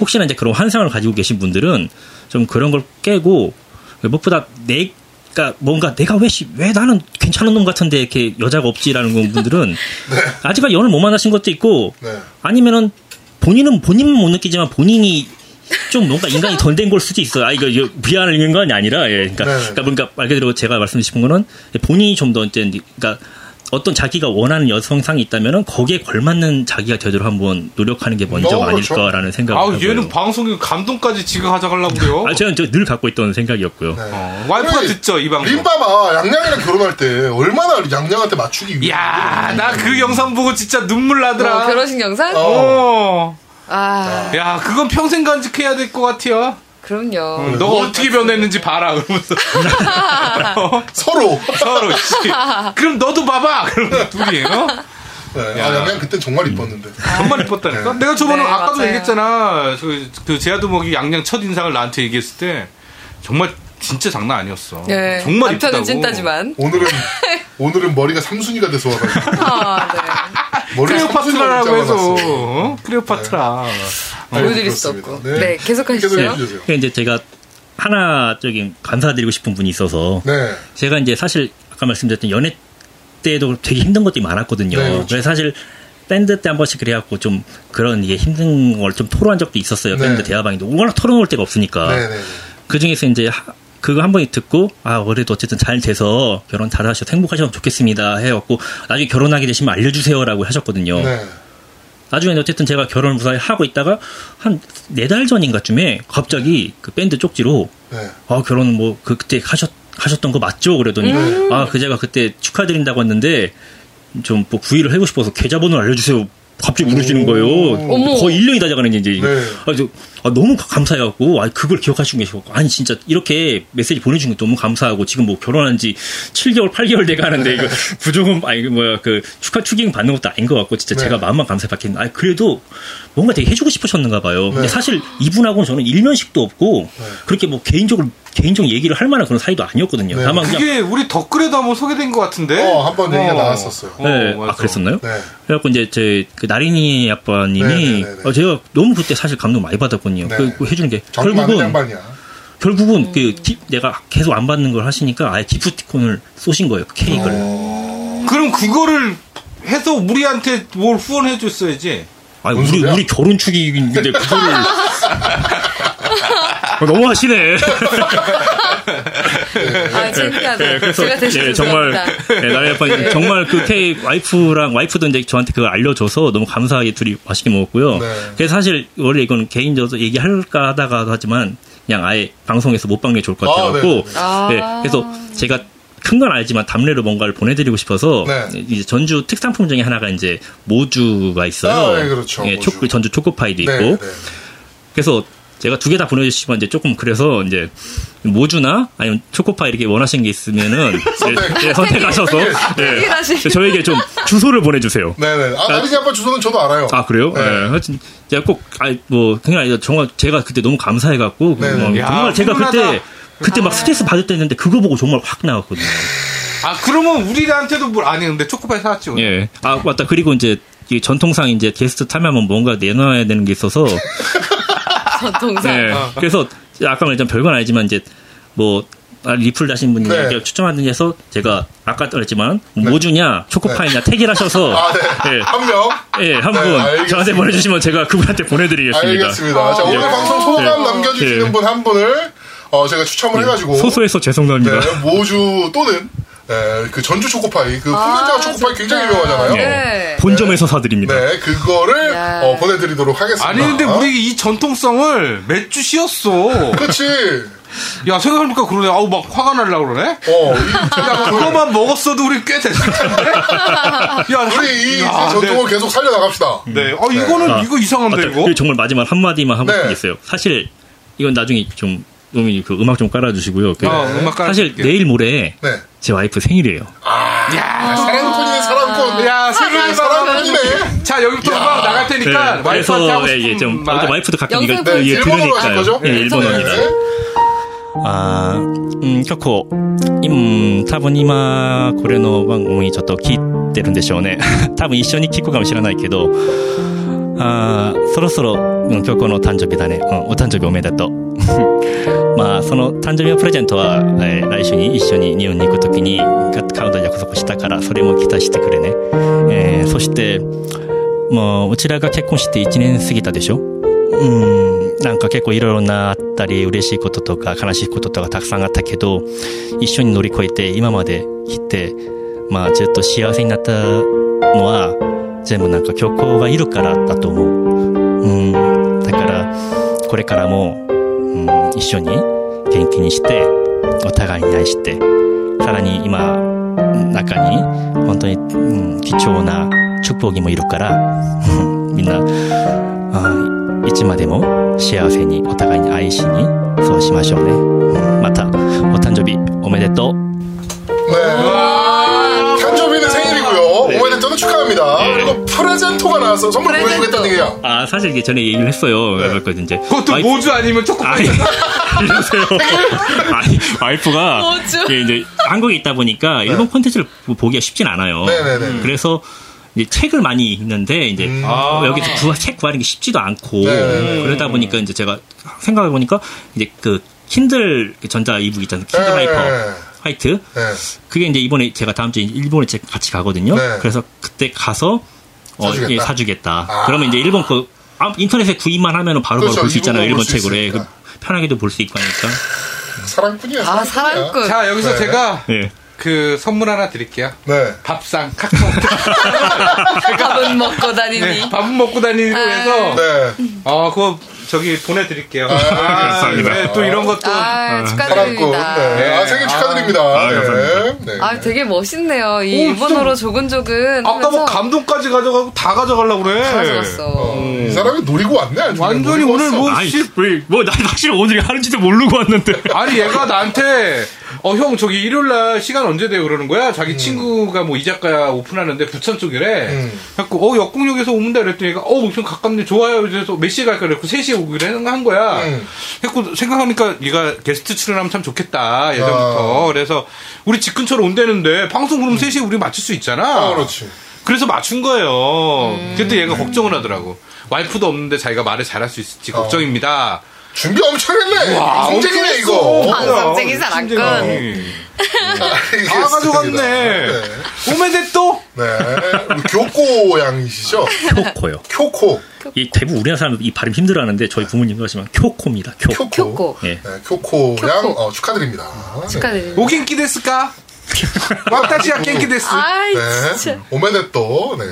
[SPEAKER 3] 혹시나 이제 그런 환상을 가지고 계신 분들은 좀 그런 걸 깨고 무엇보다 내 그러니까 뭔가 내가 왜, 씨- 왜 나는 괜찮은 놈 같은데 이렇게 여자가 없지라는 건 분들은 아직까지 연을 못 만나신 것도 있고
[SPEAKER 1] 네.
[SPEAKER 3] 아니면은 본인은 본인은 못 느끼지만 본인이 좀 뭔가 인간이 덜 된 걸 수도 있어요. 아 이거 이거 비하는 인간이 아니라 예. 그러니까
[SPEAKER 1] 네.
[SPEAKER 3] 그러니까 뭔가 말 그대로 제가 말씀드리고 싶은 거는 본인이 좀 더 이제 그러니까 어떤 자기가 원하는 여성상이 있다면은 거기에 걸맞는 자기가 되도록 한번 노력하는 게 먼저
[SPEAKER 1] 어,
[SPEAKER 3] 가
[SPEAKER 1] 그렇죠.
[SPEAKER 3] 아닐까라는 생각을
[SPEAKER 2] 아우
[SPEAKER 3] 하고요.
[SPEAKER 2] 얘는 방송에 감동까지 지가 가져가려고 그래요.
[SPEAKER 3] 아 저는 저늘 갖고 있던 생각이었고요.
[SPEAKER 1] 네.
[SPEAKER 2] 어, 와이프가
[SPEAKER 1] 그래,
[SPEAKER 2] 듣죠 이 방송.
[SPEAKER 1] 림바마 양양이랑 결혼할 때 얼마나 양양한테 맞추기 위해
[SPEAKER 2] 야, 나 그 영상 보고 진짜 눈물 나더라.
[SPEAKER 4] 어, 결혼식 영상?
[SPEAKER 1] 어.
[SPEAKER 2] 어.
[SPEAKER 4] 아,
[SPEAKER 2] 야, 그건 평생 간직해야 될 것 같아요.
[SPEAKER 4] 그럼요.
[SPEAKER 2] 너가 어떻게 변했는지 봐라. 그러면서 어?
[SPEAKER 1] 서로.
[SPEAKER 2] 서로. 씨. 그럼 너도 봐봐. 그러면 둘이 어?
[SPEAKER 1] 네. 아,
[SPEAKER 2] 야.
[SPEAKER 1] 양양 그땐 정말 이뻤는데.
[SPEAKER 2] 정말 이뻤다니까. 내가 저번에
[SPEAKER 4] 네,
[SPEAKER 2] 아까도
[SPEAKER 4] 맞아요.
[SPEAKER 2] 얘기했잖아. 그, 그 제아도목이 양양 첫 인상을 나한테 얘기했을 때 정말 진짜 장난 아니었어.
[SPEAKER 4] 예.
[SPEAKER 2] 정말
[SPEAKER 4] 남편은
[SPEAKER 2] 이쁘다고.
[SPEAKER 4] 찐따지만.
[SPEAKER 1] 오늘은 오늘은 머리가 삼순이가 돼서 와가지고
[SPEAKER 4] 아,
[SPEAKER 1] 머리가
[SPEAKER 2] 크레오파트라라고
[SPEAKER 1] 삼순이라고
[SPEAKER 2] 해서
[SPEAKER 1] 잡아놨어요.
[SPEAKER 2] 어? 크레오파트라.
[SPEAKER 4] 네. 보여드릴 수
[SPEAKER 1] 어, 그렇습니다.
[SPEAKER 4] 없고. 네, 계속 하시죠.
[SPEAKER 1] 계속 해주세요.
[SPEAKER 3] 그러니까 이제 제가 하나 저기 감사드리고 싶은 분이 있어서
[SPEAKER 1] 네.
[SPEAKER 3] 제가 이제 사실 아까 말씀드렸던 연애 때도 되게 힘든 것들이 많았거든요.
[SPEAKER 1] 네, 그렇죠.
[SPEAKER 3] 그래서 사실 밴드 때 한 번씩 그래갖고 좀 그런 이게 힘든 걸 좀 토로한 적도 있었어요.
[SPEAKER 1] 네.
[SPEAKER 3] 밴드 대화방인데 워낙 털어놓을 데가 없으니까
[SPEAKER 1] 네, 네, 네.
[SPEAKER 3] 그 중에서 이제 하- 그거 한 번이 듣고 아 올해도 어쨌든 잘 돼서 결혼 잘 하셔서 행복하셨으면 좋겠습니다 해갖고 나중에 결혼하게 되시면 알려주세요라고 하셨거든요.
[SPEAKER 1] 네.
[SPEAKER 3] 나중에 어쨌든 제가 결혼 무사히 하고 있다가 한 네 달 전인가쯤에 갑자기 그 밴드 쪽지로
[SPEAKER 1] 네.
[SPEAKER 3] 아 결혼 뭐 그- 그때 하셨 하셨던 거 맞죠? 그러더니
[SPEAKER 1] 음.
[SPEAKER 3] 아 그 제가 그때 축하드린다고 했는데 좀 뭐 구의를 하고 싶어서 계좌번호 알려주세요. 갑자기 물으시는 거예요.
[SPEAKER 4] 어머.
[SPEAKER 3] 거의 1년이 다 자가는 이제
[SPEAKER 1] 네.
[SPEAKER 3] 아, 저, 아, 너무 가- 감사해갖고 아 그걸 기억하시고 계시고 아니 진짜 이렇게 메시지 보내준 게 너무 감사하고 지금 뭐 결혼한 지 7개월 8개월 돼가 하는데 이거 부조금 아니 그 뭐야 그 축하 축의금 받는 것도 아닌 것 같고 진짜
[SPEAKER 1] 네.
[SPEAKER 3] 제가 마음만 감사했겠는데 아 그래도 뭔가 되게 해주고 싶으셨는가 봐요.
[SPEAKER 1] 네.
[SPEAKER 3] 근데 사실 이분하고는 저는 일면식도 없고 그렇게 뭐 개인적으로 개인적 얘기를 할 만한 그런 사이도 아니었거든요.
[SPEAKER 1] 네.
[SPEAKER 3] 다만 그냥
[SPEAKER 2] 그게 우리 덧글에도 한번 소개된 것 같은데.
[SPEAKER 1] 어, 한번 얘기가 나왔었어요.
[SPEAKER 3] 네.
[SPEAKER 2] 맞아.
[SPEAKER 3] 아 그랬었나요?
[SPEAKER 1] 네.
[SPEAKER 3] 그래갖고 이제 제그 나린이 아빠님이
[SPEAKER 1] 네네네네.
[SPEAKER 3] 어, 제가 너무 그때 사실 감동 많이 받았거든요.
[SPEAKER 1] 네.
[SPEAKER 3] 그- 그 해준 게
[SPEAKER 1] 정말 많은
[SPEAKER 3] 결국은
[SPEAKER 1] 양반이야.
[SPEAKER 3] 결국은
[SPEAKER 1] 음.
[SPEAKER 3] 그 기- 내가 계속 안 받는 걸 하시니까 아예 기프티콘을 쏘신 거예요. 그 케이크를.
[SPEAKER 1] 어.
[SPEAKER 2] 그럼 그거를 해서 우리한테 뭘 후원해 줬어야지.
[SPEAKER 3] 아
[SPEAKER 1] 뭔
[SPEAKER 3] 우리
[SPEAKER 1] 소리야?
[SPEAKER 3] 우리 결혼 축의인데 그거를 어, 너무 하시네.
[SPEAKER 4] 아,
[SPEAKER 3] 예,
[SPEAKER 4] 창피하다.
[SPEAKER 3] 그래서
[SPEAKER 4] 제가 대신
[SPEAKER 3] 예, 정말 예, 나의
[SPEAKER 4] 네.
[SPEAKER 3] 아빠 정말 그 K 와이프랑 와이프도 이제 저한테 그걸 알려줘서 너무 감사하게 둘이 맛있게 먹었고요.
[SPEAKER 1] 네.
[SPEAKER 3] 그래서 사실 원래 이건 개인적으로 얘기할까 하다가 하지만 그냥 아예 방송에서 못 방게 좋을 것
[SPEAKER 1] 아,
[SPEAKER 3] 같아갖고
[SPEAKER 4] 아.
[SPEAKER 3] 예, 그래서 제가 큰 건 알지만 답례로 뭔가를 보내드리고 싶어서
[SPEAKER 1] 네.
[SPEAKER 3] 이제 전주 특산품 중에 하나가 이제 모주가 있어요.
[SPEAKER 1] 아, 예, 그렇죠.
[SPEAKER 3] 예,
[SPEAKER 1] 모주.
[SPEAKER 3] 초코- 전주 초코파이도 있고
[SPEAKER 1] 네, 네.
[SPEAKER 3] 그래서 제가 두 개 다 보내주시면 이제 조금 그래서 이제 모주나 아니면 초코파 이렇게 원하시는 게 있으면은
[SPEAKER 1] 선택.
[SPEAKER 3] 예, 예, 선택하셔서
[SPEAKER 4] 선택.
[SPEAKER 3] 예,
[SPEAKER 4] 선택하시-
[SPEAKER 3] 저에게 좀 주소를 보내주세요.
[SPEAKER 1] 네네. 아, 나린이 아빠 주소는 저도 알아요.
[SPEAKER 3] 아 그래요?
[SPEAKER 1] 네.
[SPEAKER 3] 예, 하여튼 제가 꼭아뭐 그냥 아니라 정말 제가 그때 너무 감사해갖고
[SPEAKER 1] 네.
[SPEAKER 3] 뭐
[SPEAKER 2] 야,
[SPEAKER 3] 정말 제가
[SPEAKER 2] 훈훈하다.
[SPEAKER 3] 그때 그때 막 스트레스 받을 때 했는데 그거 보고 정말 확 나왔거든요.
[SPEAKER 2] 아 그러면 우리한테도 뭘 아니 근데 초코파이 사왔지 오늘.
[SPEAKER 3] 예. 아 맞다. 그리고 이제 이 전통상 이제 게스트 타면 뭔가 내놔야 되는 게 있어서
[SPEAKER 4] 전통사.
[SPEAKER 3] 네. 그래서 아까 말했지만 별건 아니지만 이제 뭐 아, 리플 다신 분이
[SPEAKER 1] 네.
[SPEAKER 3] 네. 추첨하는 데서 제가 아까 말했지만 뭐 모주냐 초코파이냐 태기하셔서
[SPEAKER 1] 아, 네.
[SPEAKER 3] 예.
[SPEAKER 1] 한 명.
[SPEAKER 3] 예, 한분
[SPEAKER 1] 네, 알겠습니다.
[SPEAKER 3] 저한테 보내주시면 제가 그분한테 보내드리겠습니다.
[SPEAKER 1] 알겠습니다. 자, 오늘
[SPEAKER 3] 예.
[SPEAKER 1] 방송 소감
[SPEAKER 3] 예.
[SPEAKER 1] 남겨주시는
[SPEAKER 3] 예.
[SPEAKER 1] 분 한 분을 어, 제가 추첨을 해가지고.
[SPEAKER 3] 소소해서 죄송합니다.
[SPEAKER 1] 네, 모주 또는 에, 그 전주 초코파이, 그 풍진자
[SPEAKER 4] 아,
[SPEAKER 1] 초코파이 굉장히
[SPEAKER 4] 좋다.
[SPEAKER 1] 유명하잖아요.
[SPEAKER 4] 네.
[SPEAKER 1] 네,
[SPEAKER 4] 예.
[SPEAKER 3] 본점에서 사드립니다.
[SPEAKER 1] 그거를
[SPEAKER 2] 예.
[SPEAKER 4] 야.
[SPEAKER 1] 어, 보내드리도록 하겠습니다.
[SPEAKER 2] 아니 근데 우리 이 전통성을 몇 주 쉬었어.
[SPEAKER 1] 그렇지.
[SPEAKER 2] 야 생각해보니까 그러네. 아우 막 화가 날라 그러네.
[SPEAKER 1] 어,
[SPEAKER 2] 야 그거만 먹었어도 우리 꽤 됐을 텐데. 야
[SPEAKER 1] 우리 이
[SPEAKER 2] 야,
[SPEAKER 1] 전통을 계속 살려나갑시다.
[SPEAKER 3] 음.
[SPEAKER 2] 네. 네. 어 이거는
[SPEAKER 3] 아,
[SPEAKER 2] 이거 이상한데
[SPEAKER 3] 맞다.
[SPEAKER 2] 이거.
[SPEAKER 3] 그리고 정말 마지막 한 마디만 하고
[SPEAKER 1] 네.
[SPEAKER 3] 싶겠어요. 사실 이건 나중에 좀 음이 그 음악 좀 깔아주시고요. 그
[SPEAKER 2] 어, 음악 깔아줄게요.
[SPEAKER 3] 사실 내일 모레
[SPEAKER 1] 네.
[SPEAKER 3] 제 와이프 생일이에요.
[SPEAKER 1] 아,
[SPEAKER 2] 야.
[SPEAKER 1] 사랑꾼이네,
[SPEAKER 3] 그
[SPEAKER 1] 사랑꾼.
[SPEAKER 2] 야 생일
[SPEAKER 1] 아,
[SPEAKER 2] 사랑.
[SPEAKER 1] 사랑꾼이네.
[SPEAKER 2] 자 여기부터 음악 나갈 테니까
[SPEAKER 3] 네,
[SPEAKER 2] 그러니까 와이프한테 하고
[SPEAKER 3] 그래서
[SPEAKER 2] 싶은
[SPEAKER 3] 예, 예, 좀
[SPEAKER 2] 말.
[SPEAKER 3] 그러니까 와이프도 가끔
[SPEAKER 4] 영상
[SPEAKER 3] 이거
[SPEAKER 4] 보여주세요.
[SPEAKER 3] 이게
[SPEAKER 1] 네, 일본어로 하실 거죠?
[SPEAKER 3] 들으니까 예,
[SPEAKER 1] 네,
[SPEAKER 3] 일본어입니다.
[SPEAKER 1] 네.
[SPEAKER 3] 아, 음, 결코 음、多分今これの番組ちょっと聞いてるんでしょうね。 多分一緒に聞くかもしれないけど、あーそろそろうん今日この誕生日だね。うん、お誕生日おめでとう。 まあその誕生日のプレゼントは、えー来週に一緒に日本に行くときに買うと約束したからそれも期待してくれね。えーそしてもううちらが結婚して1年過ぎたでしょ。うん、なんか結構いろいろなあったり、嬉しいこととか悲しいこととかたくさんあったけど、一緒に乗り越えて今まで来て、まあずっと幸せになったのは、全部なんか教皇がいるからだと思う。うん、だから、これからも、うん、一緒に元気にして、お互いに愛して、さらに今、中に、本当に、うん、貴重な祝福もいるから、 うんみんな、あいつまでも幸せにお互いに愛しにそうしましょうね
[SPEAKER 1] 음,
[SPEAKER 3] うんまたお誕生日おめでとう
[SPEAKER 1] 네. 탄조비는 생일이고요.
[SPEAKER 3] 네.
[SPEAKER 1] 오메덴토는 축하합니다. 그리고 프레젠토가 나와서 선물
[SPEAKER 4] 프레젠토.
[SPEAKER 1] 보여주겠다는 얘기야.
[SPEAKER 3] 아 사실 이게 전에 얘기를 했어요
[SPEAKER 1] 네.
[SPEAKER 3] 그랬거든 이제
[SPEAKER 2] 그것도
[SPEAKER 3] 와이프-
[SPEAKER 2] 모주 아니면 초코.
[SPEAKER 3] 아니 이러세요 아니 와이프가
[SPEAKER 4] 뭐죠?
[SPEAKER 3] 이게 이제 한국에 있다 보니까 일본 콘텐츠를 보- 보기가 쉽진 않아요
[SPEAKER 1] 네.
[SPEAKER 3] 음,
[SPEAKER 1] 네네네. 음.
[SPEAKER 3] 그래서 이제 책을 많이 읽는데 이제 어,
[SPEAKER 2] 아.
[SPEAKER 3] 여기서 구하, 책 구하는 게 쉽지도 않고
[SPEAKER 1] 네네네.
[SPEAKER 3] 그러다 보니까 이제 제가 생각해 보니까 이제 그 킨들 그 전자 이북 있잖아요 킨들
[SPEAKER 1] 네.
[SPEAKER 3] 하이퍼 화이트
[SPEAKER 1] 네.
[SPEAKER 3] 그게 이제 이번에 제가 다음 주에 일본에 제- 같이 가거든요.
[SPEAKER 1] 네.
[SPEAKER 3] 그래서 그때 가서 어,
[SPEAKER 1] 사주겠다.
[SPEAKER 3] 예, 사주겠다.
[SPEAKER 1] 아.
[SPEAKER 3] 그러면 이제 일본 그 아, 인터넷에 구입만 하면은 바로바로
[SPEAKER 1] 그렇죠.
[SPEAKER 3] 볼 수 있잖아요.
[SPEAKER 1] 일본어
[SPEAKER 3] 일본
[SPEAKER 1] 볼수
[SPEAKER 3] 책으로 예,
[SPEAKER 1] 있으니까.
[SPEAKER 3] 그 편하게도 볼 수 있고 하니까.
[SPEAKER 1] 사랑꾼이야.
[SPEAKER 4] 아,
[SPEAKER 1] 사랑꾼이야.
[SPEAKER 4] 사랑꾼.
[SPEAKER 2] 자 여기서
[SPEAKER 1] 네.
[SPEAKER 2] 제가
[SPEAKER 3] 예.
[SPEAKER 2] 그 선물 하나 드릴게요.
[SPEAKER 1] 네.
[SPEAKER 2] 밥상 카톡.
[SPEAKER 4] 밥은 먹고 다니니.
[SPEAKER 2] 네, 밥은 먹고 다니고 해서
[SPEAKER 1] 네.
[SPEAKER 2] 아 그거 저기 보내드릴게요. 아,
[SPEAKER 3] 감사합니다.
[SPEAKER 2] 네, 또 이런 것도
[SPEAKER 4] 아,
[SPEAKER 1] 사랑꾼.
[SPEAKER 4] 축하드립니다.
[SPEAKER 1] 네. 아, 생일 축하드립니다.
[SPEAKER 3] 아, 감사합니다.
[SPEAKER 1] 네. 네.
[SPEAKER 4] 아, 되게 멋있네요. 이
[SPEAKER 2] 오,
[SPEAKER 4] 일본어로 조근조근.
[SPEAKER 2] 아까 뭐
[SPEAKER 4] 하면서
[SPEAKER 2] 감동까지 가져가고 다 가져가려고 그래.
[SPEAKER 4] 가져갔어.
[SPEAKER 1] 어, 이 사람이 노리고 왔네. 아주 그냥
[SPEAKER 2] 완전히
[SPEAKER 1] 노리고
[SPEAKER 2] 오늘
[SPEAKER 1] 왔어.
[SPEAKER 2] 뭐
[SPEAKER 3] 아니,
[SPEAKER 2] 씨-
[SPEAKER 3] 왜, 뭐, 나 사실 오늘 하는지도 모르고 왔는데.
[SPEAKER 2] 아니 얘가 나한테 어 형 저기 일요일 날 시간 언제 돼요 그러는 거야 자기 친구가 뭐 이 작가 오픈하는데 부천 쪽이래
[SPEAKER 1] 음.
[SPEAKER 2] 그래갖고 어 역공역에서 오면다 그랬더니 얘가 어 무슨 가깝네 좋아요 그래서 몇 시에 갈까 그래갖고 3시에 오기로 한- 한 거야
[SPEAKER 1] 음.
[SPEAKER 2] 그래갖고 생각하니까 얘가 게스트 출연하면 참 좋겠다 예전부터
[SPEAKER 1] 아. 음.
[SPEAKER 2] 그래서 우리 집 근처로 온다는데 방송 그럼 3시에 우리 맞출 수 있잖아
[SPEAKER 1] 아, 그렇지. 음.
[SPEAKER 2] 그래서 맞춘 거예요 그때 얘가 걱정을 하더라고 와이프도 없는데 자기가 말을 잘할 수
[SPEAKER 1] 어.
[SPEAKER 2] 있을지 걱정입니다
[SPEAKER 1] 준비 엄청 했네.
[SPEAKER 2] 와,
[SPEAKER 1] 아, 성쟁이네,
[SPEAKER 2] 엄청
[SPEAKER 1] 이거. 아,
[SPEAKER 2] 했어.
[SPEAKER 4] 방송쟁이
[SPEAKER 2] 어,
[SPEAKER 4] 사랑꾼.
[SPEAKER 2] 심쟁이.
[SPEAKER 1] 다
[SPEAKER 2] 다 가져갔네.
[SPEAKER 1] 네.
[SPEAKER 2] 오메데또?
[SPEAKER 1] 네. 우리 교코 양이시죠?
[SPEAKER 3] 쿄코요.
[SPEAKER 1] 쿄코.
[SPEAKER 3] 이 대부분 우리나라 사람 이 발음 힘들어 하는데 저희 부모님도 하시면 쿄코입니다. 쿄.
[SPEAKER 1] 쿄코.
[SPEAKER 4] 쿄코.
[SPEAKER 3] 예.
[SPEAKER 1] 네, 쿄코 양
[SPEAKER 4] 쿄코.
[SPEAKER 1] 어, 축하드립니다.
[SPEAKER 4] 축하드립니다.
[SPEAKER 2] 오긴키 데스까? 왁타지야 깽키 데스.
[SPEAKER 4] 아이,
[SPEAKER 1] 네.
[SPEAKER 4] 진짜.
[SPEAKER 1] 오메데또. 네.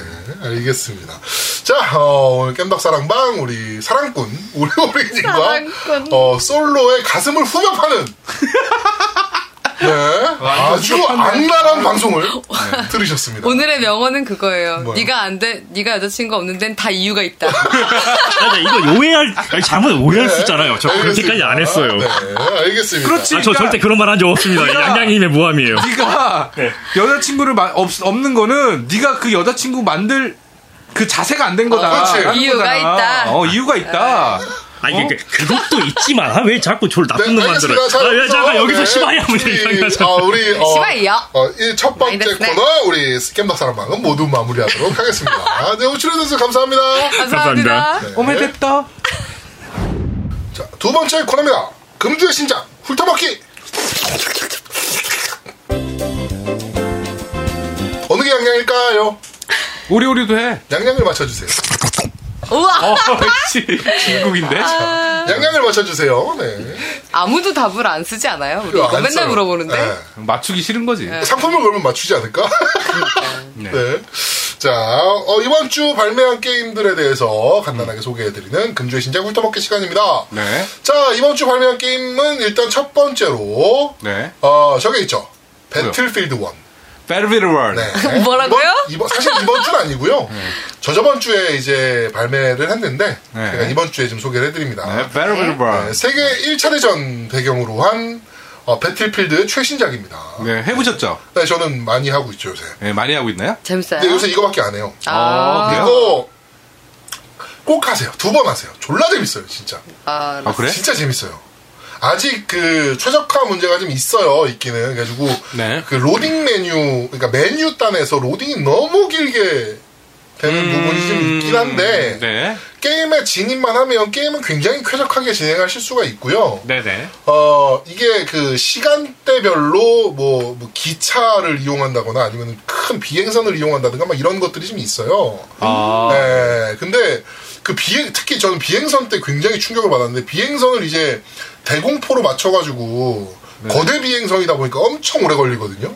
[SPEAKER 1] 알겠습니다. 자, 어, 오늘 깸덕 사랑방 우리 사랑꾼 우리오리님과
[SPEAKER 4] 사랑꾼.
[SPEAKER 1] 어, 솔로의 가슴을 후벼 파는 네. 아주
[SPEAKER 3] 어.
[SPEAKER 1] 악랄한 방송을 들으셨습니다.
[SPEAKER 4] 오늘의 명언은 그거예요.
[SPEAKER 1] 뭐요?
[SPEAKER 4] 네가 안 돼, 네가 여자친구 없는 데는 다 이유가 있다.
[SPEAKER 3] 아, 나 이거 오해할, 아니, 잘못 오해할 수 있잖아요. 저 그렇게까지 안 했어요.
[SPEAKER 1] 네, 그러니까 알겠습니다.
[SPEAKER 2] 그렇지.
[SPEAKER 3] 아, 저 절대 그런 말 한 적 없습니다. 양양님의 모함이에요.
[SPEAKER 2] 네가 여자친구를 마- 없, 없는 거는 네가 그 여자친구 만들 그 자세가 안 된 거다.
[SPEAKER 1] 아, 그렇지.
[SPEAKER 2] 라는
[SPEAKER 4] 이유가
[SPEAKER 2] 거잖아.
[SPEAKER 4] 있다.
[SPEAKER 2] 어, 이유가 있다.
[SPEAKER 3] 아니 그, 그것도 있지만 아, 왜 자꾸 저를 나쁜 놈 만들어요?
[SPEAKER 1] 네, 알겠습니다. 자,
[SPEAKER 3] 아, 왜
[SPEAKER 1] 여기서,
[SPEAKER 3] 잠깐 여기서
[SPEAKER 1] 네,
[SPEAKER 3] 시바야 하면
[SPEAKER 1] 우리,
[SPEAKER 3] 이상하잖아.
[SPEAKER 1] 아, 우리 어,
[SPEAKER 4] 시바이요.
[SPEAKER 1] 어, 이첫 번째
[SPEAKER 4] 많이 됐네.
[SPEAKER 1] 코너 우리 스캠박 사랑방은 모두 마무리하도록 하겠습니다. 네, 오늘 출연해주셔서 감사합니다.
[SPEAKER 4] 감사합니다.
[SPEAKER 3] 감사합니다.
[SPEAKER 2] 오메데또?
[SPEAKER 1] 자, 두 번째 코너입니다. 금주의 신작 훑어먹기. 어느 게 양양일까요?
[SPEAKER 2] 오리오리도 해.
[SPEAKER 1] 양양을 맞춰주세요.
[SPEAKER 4] 우와!
[SPEAKER 2] 어,
[SPEAKER 1] 아,
[SPEAKER 2] 씨. 중국인데?
[SPEAKER 4] 아.
[SPEAKER 1] 양양을 맞춰주세요. 네.
[SPEAKER 4] 아무도 답을 안 쓰지 않아요? 우리 이거
[SPEAKER 1] 어, 안
[SPEAKER 4] 맨날
[SPEAKER 1] 써요.
[SPEAKER 4] 물어보는데.
[SPEAKER 1] 네.
[SPEAKER 2] 맞추기 싫은 거지.
[SPEAKER 4] 그러니까.
[SPEAKER 1] 상품을 걸면 맞추지 않을까? 네. 자, 어, 이번 주 발매한 게임들에 대해서 간단하게 소개해드리는 금주의 신작 훑어먹기 시간입니다.
[SPEAKER 2] 네.
[SPEAKER 1] 자, 이번 주 발매한 게임은 일단 첫 번째로,
[SPEAKER 2] 네.
[SPEAKER 1] 어, 저게 있죠. 배틀필드 1.
[SPEAKER 2] 베르비르 월.
[SPEAKER 1] 네.
[SPEAKER 4] 뭐라고요? 네.
[SPEAKER 1] 이번, 이번- 사실 이번 주는 아니고요. 저저번 주에 이제 발매를 했는데,
[SPEAKER 2] 네.
[SPEAKER 1] 제가 이번 주에 좀 소개를 해드립니다.
[SPEAKER 2] 네. 베르비르
[SPEAKER 1] 네,
[SPEAKER 2] 월.
[SPEAKER 1] 세계 1차 대전 배경으로 한 어, 배틀필드의 최신작입니다.
[SPEAKER 2] 네. 해보셨죠?
[SPEAKER 1] 네, 저는 많이 하고 있죠, 요새.
[SPEAKER 2] 네. 많이 하고 있나요?
[SPEAKER 4] 재밌어요.
[SPEAKER 1] 근데 요새 이거밖에 안 해요.
[SPEAKER 2] 아, 그래요?
[SPEAKER 1] 이거 꼭 하세요. 두 번 하세요. 졸라 재밌어요, 진짜.
[SPEAKER 4] 아,
[SPEAKER 2] 아 그래?
[SPEAKER 1] 진짜 재밌어요. 아직 그 최적화 문제가 좀 있어요, 있기는. 그래가지고
[SPEAKER 2] 네.
[SPEAKER 1] 그 로딩 메뉴, 그러니까 메뉴 단에서 로딩이 너무 길게 되는 부분이 좀 음, 있긴 한데
[SPEAKER 2] 음, 네.
[SPEAKER 1] 게임에 진입만 하면 게임은 굉장히 쾌적하게 진행하실 수가 있고요.
[SPEAKER 2] 네네.
[SPEAKER 1] 어 이게 그 시간대별로 뭐, 뭐 기차를 이용한다거나 아니면 큰 비행선을 이용한다든가 막 이런 것들이 좀 있어요.
[SPEAKER 2] 아.
[SPEAKER 1] 네. 근데 그 비행 특히 저는 비행선 때 굉장히 충격을 받았는데 비행선을 이제 대공포로 맞춰가지고
[SPEAKER 2] 네.
[SPEAKER 1] 거대 비행선이다 보니까 엄청 오래 걸리거든요.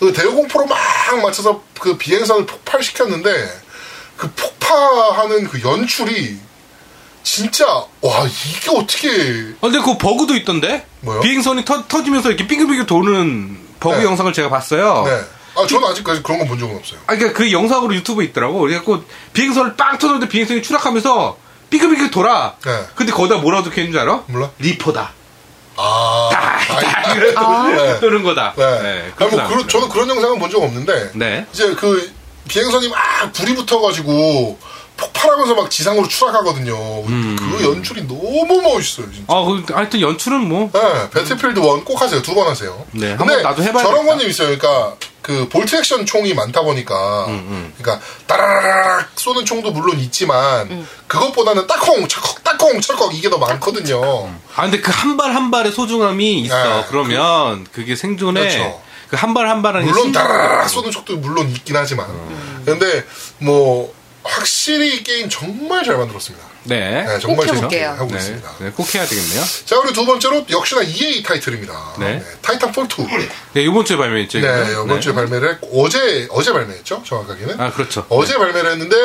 [SPEAKER 1] 그 대공포로 막 맞춰서 그 비행선을 폭발시켰는데 그 폭파하는 그 연출이 진짜 와 이게 어떻게
[SPEAKER 2] 아, 근데 그 버그도 있던데?
[SPEAKER 1] 뭐요?
[SPEAKER 2] 비행선이 터, 터지면서 이렇게 빙글빙글 도는 버그
[SPEAKER 1] 네.
[SPEAKER 2] 영상을 제가 봤어요.
[SPEAKER 1] 네. 아, 저는 아직까지 그런 건 본 적은 없어요.
[SPEAKER 2] 아, 그러니까 그 영상으로 유튜브에 있더라고. 그래갖고 비행선을 빵 터졌는데 비행선이 추락하면서 빙글빙글 돌아.
[SPEAKER 1] 네.
[SPEAKER 2] 근데 거기다 뭐라고 적혀있는 줄 알아?
[SPEAKER 1] 몰라?
[SPEAKER 2] 리포다.
[SPEAKER 1] 아. 아,
[SPEAKER 2] 그래
[SPEAKER 1] 네.
[SPEAKER 2] 도는 거다.
[SPEAKER 1] 네. 아,
[SPEAKER 2] 그렇구나.
[SPEAKER 1] 뭐, 그런- 저도 그런 영상은 본 적 없는데.
[SPEAKER 2] 네.
[SPEAKER 1] 이제 그 비행선이 막 불이 붙어가지고 폭발하면서 막 지상으로 추락하거든요.
[SPEAKER 2] 음.
[SPEAKER 1] 그 연출이 너무 멋있어요, 진짜.
[SPEAKER 2] 아, 그, 하여튼 연출은 뭐.
[SPEAKER 1] 네, 배틀필드 1 꼭 하세요. 두 번 하세요.
[SPEAKER 2] 네, 한번 나도 해봐야겠다.
[SPEAKER 1] 저런 건 좀 있어요. 그러니까 그 볼트 액션 총이 많다
[SPEAKER 2] 음,
[SPEAKER 1] 보니까 그러니까 따라라락 쏘는 총도 물론 있지만 그것보다는 따콩 철컥 따콩 철컥 이게 더 많거든요.
[SPEAKER 2] 아, 근데 그 한 발 한 발의 소중함이 있어.
[SPEAKER 1] 네,
[SPEAKER 2] 그러면 그, 게 생존에
[SPEAKER 1] 그렇죠.
[SPEAKER 2] 그 한 발 한 발은
[SPEAKER 1] 물론 따라라락 쏘는 척도 물론 있긴 하지만 근데 뭐 확실히 이 게임 정말 잘 만들었습니다.
[SPEAKER 2] 네.
[SPEAKER 1] 네, 정말
[SPEAKER 4] 꼭
[SPEAKER 1] 재밌게
[SPEAKER 4] 해볼게요.
[SPEAKER 1] 하고
[SPEAKER 2] 네.
[SPEAKER 1] 있습니다.
[SPEAKER 2] 네, 꼭 해야 되겠네요.
[SPEAKER 1] 자 그리고 두 번째로 역시나 EA 타이틀입니다.
[SPEAKER 2] 네.
[SPEAKER 1] 타이탄 폴 2.
[SPEAKER 2] 네, 이번 주에 발매했죠.
[SPEAKER 1] 네,
[SPEAKER 2] 이거는?
[SPEAKER 1] 이번 주에 발매를 했고 어제 어제 발매했죠 정확하게는.
[SPEAKER 2] 아, 그렇죠.
[SPEAKER 1] 어제 발매를 했는데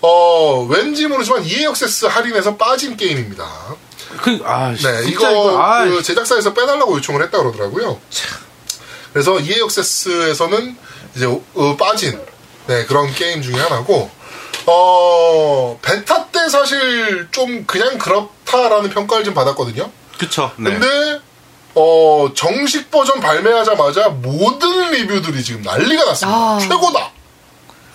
[SPEAKER 1] 어 왠지 모르지만 EA 액세스 할인에서 빠진 게임입니다.
[SPEAKER 2] 그, 아, 진짜
[SPEAKER 1] 네,
[SPEAKER 2] 이거,
[SPEAKER 1] 이거
[SPEAKER 2] 아,
[SPEAKER 1] 그 제작사에서 빼달라고 요청을 했다 그러더라고요. 그래서 EA 액세스에서는 이제 어, 빠진 네, 그런 게임 중에 하나고 어 베타 때 사실 좀 그냥 그렇다라는 평가를 좀 받았거든요.
[SPEAKER 2] 그쵸. 네.
[SPEAKER 1] 근데 어 정식 버전 발매하자마자 모든 리뷰들이 지금 난리가 났습니다.
[SPEAKER 4] 아.
[SPEAKER 1] 최고다.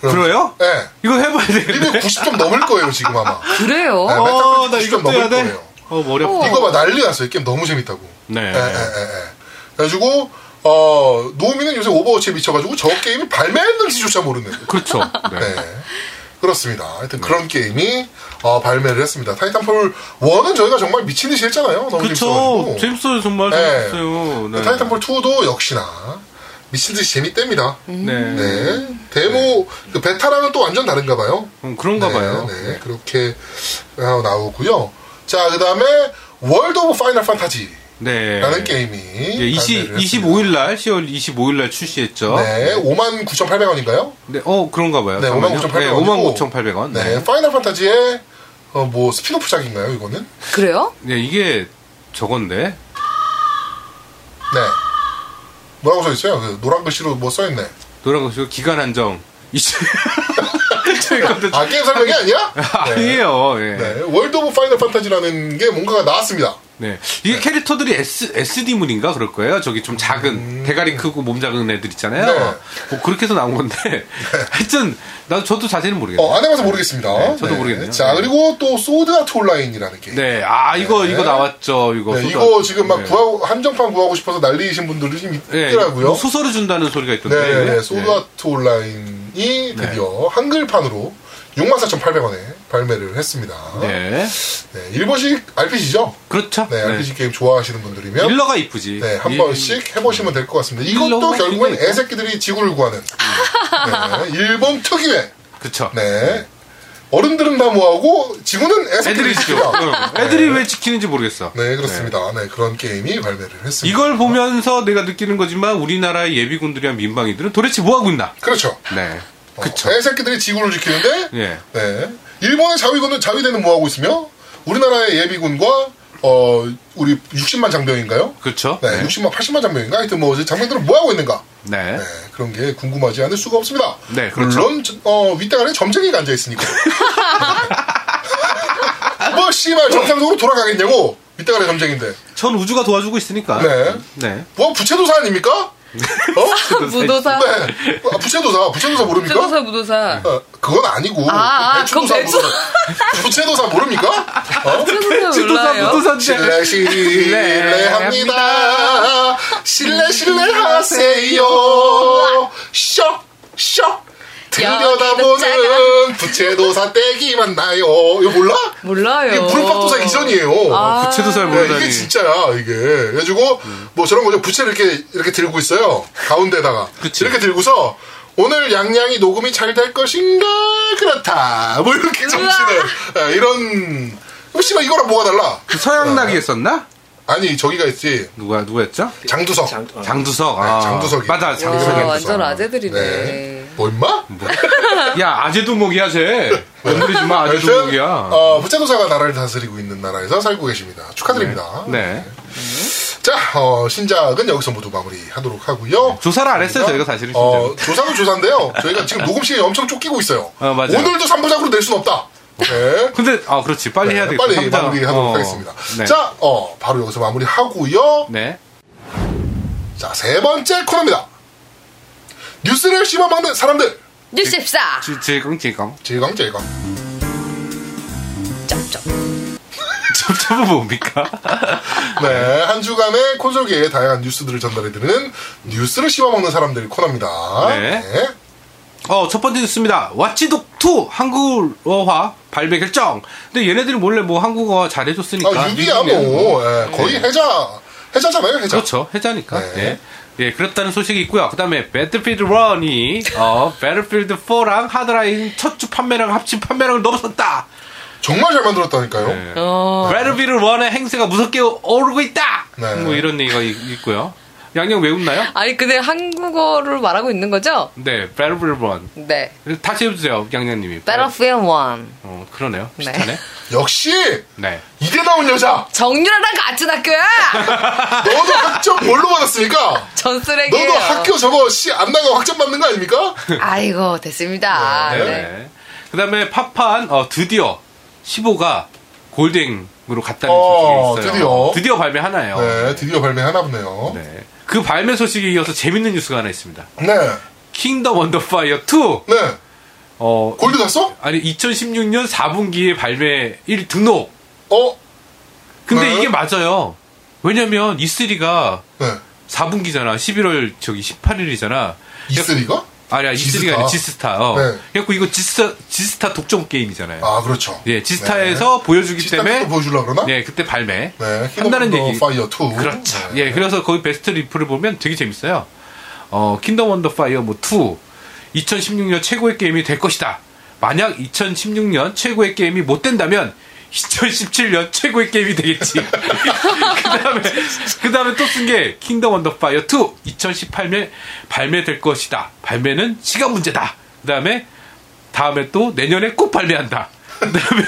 [SPEAKER 2] 그래요?
[SPEAKER 1] 예.
[SPEAKER 2] 이거 해봐야 되겠네.
[SPEAKER 1] 리뷰 90점 넘을 거예요 지금 아마.
[SPEAKER 4] 그래요?
[SPEAKER 1] 네.
[SPEAKER 2] 어,
[SPEAKER 1] 메타크리틱
[SPEAKER 2] 나 이거
[SPEAKER 1] 시점
[SPEAKER 2] 또 해야
[SPEAKER 1] 넘을
[SPEAKER 2] 돼?
[SPEAKER 1] 거예요.
[SPEAKER 2] 어, 머리 아프다.
[SPEAKER 1] 이거 봐 난리 났어요. 게임 너무 재밌다고.
[SPEAKER 2] 네.
[SPEAKER 1] 예, 예, 예, 예. 그래가지고 어 노미는 요새 오버워치에 미쳐가지고 저 게임이 발매했는지조차 모르는.
[SPEAKER 2] 그렇죠. 네.
[SPEAKER 1] 네. 그렇습니다. 하여튼 그런 게임이 어, 발매를 했습니다. 타이탄폴 1은 저희가 정말 미친 듯이 했잖아요. 너무
[SPEAKER 2] 그쵸.
[SPEAKER 1] 재밌어가지고. 뭐.
[SPEAKER 2] 재밌어요, 정말.
[SPEAKER 1] 네.
[SPEAKER 2] 재밌어요. 네.
[SPEAKER 1] 타이탄폴 2도 역시나 미친 듯이 재밌답니다.
[SPEAKER 2] 네.
[SPEAKER 1] 네. 데모 그 베타랑은 또 완전 다른가 봐요.
[SPEAKER 2] 음, 그런가
[SPEAKER 1] 네,
[SPEAKER 2] 봐요.
[SPEAKER 1] 네, 그렇게 하고 나오고요. 자, 그다음에 월드 오브 파이널 판타지라는
[SPEAKER 2] 네.
[SPEAKER 1] 게임이
[SPEAKER 2] 예, 20, 25일 날, 10월 25일 날 출시했죠.
[SPEAKER 1] 네, 59,800원인가요?
[SPEAKER 2] 네, 어, 그런가 봐요.
[SPEAKER 1] 네, 59,800원.
[SPEAKER 2] 네, 59,800원.
[SPEAKER 1] 네,
[SPEAKER 2] 네.
[SPEAKER 1] 파이널 판타지의 어, 뭐 스피노프작인가요, 이거는?
[SPEAKER 4] 그래요?
[SPEAKER 2] 네, 이게 저건데.
[SPEAKER 1] 네. 뭐라고 써 있어요? 그 노란 글씨로 뭐 써 있네.
[SPEAKER 2] 노란 것이고 기간 한정. 이제 저희 건데.
[SPEAKER 1] 아, 게임 설명이 아니야?
[SPEAKER 2] 아니에요. 예.
[SPEAKER 1] 네, 월드 오브 파이널 판타지라는 게 뭔가가 나왔습니다.
[SPEAKER 2] 네. 이게 캐릭터들이 S, SD문인가 그럴 거예요. 저기 좀 작은, 대가리 크고 몸 작은 애들 있잖아요.
[SPEAKER 1] 음. 네.
[SPEAKER 2] 뭐 그렇게 해서 나온 건데. 하여튼, 나 저도 자세히는 모르겠네요.
[SPEAKER 1] 어, 안 해봐서 모르겠습니다.
[SPEAKER 2] 저도 모르겠네요.
[SPEAKER 1] 자, 그리고 또 소드 아트 온라인이라는 게임.
[SPEAKER 2] 네. 아, 이거,
[SPEAKER 1] 네.
[SPEAKER 2] 이거 나왔죠. 이거.
[SPEAKER 1] 네,
[SPEAKER 2] 소설.
[SPEAKER 1] 이거 지금 막
[SPEAKER 2] 네.
[SPEAKER 1] 구하고 한정판 구하고 싶어서 난리이신 분들이 좀
[SPEAKER 2] 네,
[SPEAKER 1] 있더라고요.
[SPEAKER 2] 뭐 소설을 준다는 소리가 있던데.
[SPEAKER 1] 네,
[SPEAKER 2] 이게?
[SPEAKER 1] 네, 소드
[SPEAKER 2] 네.
[SPEAKER 1] 아트 온라인이 드디어 한글판으로 64,800원에 발매를 했습니다. 네.
[SPEAKER 2] 네.
[SPEAKER 1] 일본식 RPG죠?
[SPEAKER 2] 그렇죠.
[SPEAKER 1] 네, RPG 게임 좋아하시는 분들이면
[SPEAKER 2] 일러가 이쁘지.
[SPEAKER 1] 네, 한
[SPEAKER 2] 일-
[SPEAKER 1] 번씩 해보시면 될 것 같습니다. 이것도
[SPEAKER 2] 일러가
[SPEAKER 1] 결국엔
[SPEAKER 2] 있네, 이거.
[SPEAKER 1] 애새끼들이 지구를 구하는 네, 일본 특유의
[SPEAKER 2] 그쵸.
[SPEAKER 1] 네. 어른들은 다 뭐하고 지구는 애새끼들이
[SPEAKER 2] 애들이 지켜.
[SPEAKER 1] 지켜.
[SPEAKER 2] 응. 애들이 왜 지키는지 모르겠어.
[SPEAKER 1] 네, 그렇습니다. 네, 그런 게임이 발매를 했습니다.
[SPEAKER 2] 이걸 보면서 내가 느끼는 거지만 우리나라의 예비군들이랑 민방위들은 도대체 뭐 하고 있나?
[SPEAKER 1] 그렇죠.
[SPEAKER 2] 네.
[SPEAKER 1] 그쵸. 애새끼들이 지구를 지키는데
[SPEAKER 2] 예.
[SPEAKER 1] 네. 일본의 자위군은 자위대는 뭐하고 있으며 우리나라의 예비군과 어 우리 60만 장병인가요?
[SPEAKER 2] 그렇죠.
[SPEAKER 1] 네, 60만 80만 장병인가? 하여튼 뭐 이제 장병들은 뭐하고 있는가?
[SPEAKER 2] 네.
[SPEAKER 1] 네, 그런 게 궁금하지 않을 수가 없습니다.
[SPEAKER 2] 네, 그렇죠.
[SPEAKER 1] 물론 저- 어, 윗대가리에 점쟁이가 앉아 있으니까. 뭐 씨발 정상적으로 돌아가겠냐고 윗대가리 점쟁인데.
[SPEAKER 2] 전 우주가 도와주고 있으니까.
[SPEAKER 1] 네.
[SPEAKER 2] 네.
[SPEAKER 1] 뭐 부채도사 아닙니까? 어?
[SPEAKER 4] 무도사.
[SPEAKER 1] 네. 아, 부채도사, 부채도사 모릅니까?
[SPEAKER 4] 무도사 무도사.
[SPEAKER 1] 어, 그건 아니고
[SPEAKER 4] 아, 아,
[SPEAKER 1] 배추도사
[SPEAKER 4] 그건 배추-
[SPEAKER 1] 모르- 부채도사 모릅니까? 어?
[SPEAKER 4] 무도사
[SPEAKER 2] 지도사
[SPEAKER 4] 몰라요.
[SPEAKER 2] 무도사인데.
[SPEAKER 1] 실례 네. 실례합니다. 실례 실례하세요. 쇽쇽 들여다보는 부채도사 떼기만 나요. 이거 몰라?
[SPEAKER 4] 몰라요. 아,
[SPEAKER 1] 이게 불박도사 이전이에요.
[SPEAKER 2] 부채도 잘
[SPEAKER 1] 네,
[SPEAKER 2] 모르다니.
[SPEAKER 1] 이게 진짜야 이게 그래가지고 뭐 저런 거죠 부채를 이렇게 이렇게 들고 있어요 가운데다가
[SPEAKER 2] 그치.
[SPEAKER 1] 이렇게 들고서 오늘 양양이 녹음이 잘 될 것인가 그렇다 뭐 이렇게 정신을 네, 이런 뭐 씨발 이거랑 뭐가 달라
[SPEAKER 2] 그 서양락이 했었나?
[SPEAKER 1] 아니 저기가 있지
[SPEAKER 2] 누가 누가 했죠?
[SPEAKER 1] 장두석
[SPEAKER 2] 그 장두석. 아,
[SPEAKER 1] 네, 장두석이.
[SPEAKER 2] 맞아.
[SPEAKER 4] 와,
[SPEAKER 2] 장두석이. 했었어.
[SPEAKER 4] 완전 그렇죠. 아재들이네.
[SPEAKER 1] 네. 뭐 임마?
[SPEAKER 2] 야 아재두목이야 쟤. 건드리지 마
[SPEAKER 1] 하여튼
[SPEAKER 2] 아재두목이야.
[SPEAKER 1] 어, 부채도사가 나라를 다스리고 있는 나라에서 살고 계십니다 축하드립니다
[SPEAKER 2] 네.
[SPEAKER 1] 자 어, 신작은 여기서 모두 마무리하도록 하고요
[SPEAKER 2] 네, 조사를 안 했어요 저희가 사실은.
[SPEAKER 1] 어,
[SPEAKER 2] 진짜로.
[SPEAKER 1] 조사는 조사인데요. 저희가 지금 녹음 시간이 엄청 쫓기고 있어요.
[SPEAKER 2] 어, 맞아요.
[SPEAKER 1] 오늘도 3부작으로 낼 수는 없다. 네.
[SPEAKER 2] 근데 아 그렇지 빨리 해야
[SPEAKER 1] 네,
[SPEAKER 2] 되겠다.
[SPEAKER 1] 빨리
[SPEAKER 2] 삼장.
[SPEAKER 1] 마무리하도록
[SPEAKER 2] 어.
[SPEAKER 1] 하겠습니다.
[SPEAKER 2] 네.
[SPEAKER 1] 자, 어, 바로 여기서 마무리하고요.
[SPEAKER 2] 네.
[SPEAKER 1] 자, 세 번째 코너입니다. 뉴스를 씹어먹는 사람들.
[SPEAKER 4] 뉴스 14.
[SPEAKER 2] 지- 질겅질겅.
[SPEAKER 1] 질광, 질광.
[SPEAKER 4] 쩝쩝.
[SPEAKER 2] 첩첩은 뭡니까?
[SPEAKER 1] 네, 한 주간의 콘솔계의 다양한 뉴스들을 전달해드리는 뉴스를 씹어먹는 사람들 코너입니다.
[SPEAKER 2] 네. 어, 첫 번째 뉴스입니다. 왓치독 2 한국어화 발매 결정. 근데 얘네들이 몰래 뭐 한국어 잘해줬으니까.
[SPEAKER 1] 아, 유비야,
[SPEAKER 2] 미국이야,
[SPEAKER 1] 뭐. 예, 거의 해자, 해자잖아요, 해자.
[SPEAKER 2] 그러니까 그렇죠. 해자니까.
[SPEAKER 1] 네.
[SPEAKER 2] 네. 예, 그렇다는 소식이 있고요. 그다음에 배틀필드 1이 어, 배틀필드 4랑 하드라인 첫 주 판매량 합친 판매량을 넘어섰다.
[SPEAKER 1] 정말 잘 만들었다니까요.
[SPEAKER 2] 네.
[SPEAKER 4] 어.
[SPEAKER 2] 배틀필드 1의 행세가 무섭게 오르고 있다.
[SPEAKER 1] 네.
[SPEAKER 2] 뭐 이런 얘기가 있- 있고요. 양양 왜 웃나요?
[SPEAKER 4] 아니 근데 한국어를 말하고 있는 거죠?
[SPEAKER 2] 네, 배틀필드 1.
[SPEAKER 4] 네.
[SPEAKER 2] 다시 해주세요, 양양님이.
[SPEAKER 4] Battlefield 1.
[SPEAKER 2] 어, 그러네요.
[SPEAKER 4] 네.
[SPEAKER 2] 비슷하네.
[SPEAKER 1] 역시!
[SPEAKER 2] 네.
[SPEAKER 1] 이제 나온 여자!
[SPEAKER 4] 정유라랑 같은 학교야.
[SPEAKER 1] 너도 학점 뭘로 받았습니까?
[SPEAKER 4] 전 쓰레기예요.
[SPEAKER 1] 너도 학교 저거 씨 안 나가 학점 받는 거 아닙니까?
[SPEAKER 4] 아이고 됐습니다.
[SPEAKER 2] 네.
[SPEAKER 4] 네.
[SPEAKER 2] 그다음에 팝판 어, 드디어 15가 골딩으로 갔다는
[SPEAKER 1] 어,
[SPEAKER 2] 소식이 있어요.
[SPEAKER 1] 드디어.
[SPEAKER 2] 발매 하나예요.
[SPEAKER 1] 네, 드디어 발매하나 보네요. 네.
[SPEAKER 2] 네. 그 발매 소식에 이어서 재밌는 뉴스가 하나 있습니다.
[SPEAKER 1] 네.
[SPEAKER 2] 킹덤 원더파이어 2. 어
[SPEAKER 1] 골드 갔어?
[SPEAKER 2] 아니 2016년 4분기에 발매 1 등록.
[SPEAKER 1] 어?
[SPEAKER 2] 근데
[SPEAKER 1] 네.
[SPEAKER 2] 이게 맞아요. 왜냐면 E3가
[SPEAKER 1] 네.
[SPEAKER 2] 4분기잖아. 11월 저기 18일이잖아.
[SPEAKER 1] E3가?
[SPEAKER 2] 아니야, E3가 아니라 지스타. 어.
[SPEAKER 1] 네.
[SPEAKER 2] 그래갖고 이거 지스타, 지스타 독점 게임이잖아요.
[SPEAKER 1] 아, 그렇죠.
[SPEAKER 2] 예, 지스타에서 보여주기
[SPEAKER 1] 지스타
[SPEAKER 2] 때문에
[SPEAKER 1] 또 보여주려고 그러나?
[SPEAKER 2] 네, 그때 발매.
[SPEAKER 1] 어? 네,
[SPEAKER 2] 한다는
[SPEAKER 1] 킹덤
[SPEAKER 2] 얘기.
[SPEAKER 1] 파이어 2.
[SPEAKER 2] 그렇죠.
[SPEAKER 1] 네.
[SPEAKER 2] 예, 그래서 거기 베스트 리플을 보면 되게 재밌어요. 어, 킹덤 원더 파이어 뭐 2. 2016년 최고의 게임이 될 것이다. 만약 2016년 최고의 게임이 못 된다면 2017년 최고의 게임이 되겠지. 그다음에 그다음에 또 쓴 게 킹덤 원더 파이어 2 2018년 발매될 것이다. 발매는 시간 문제다. 그다음에 다음에 또 내년에 꼭 발매한다. 그다음에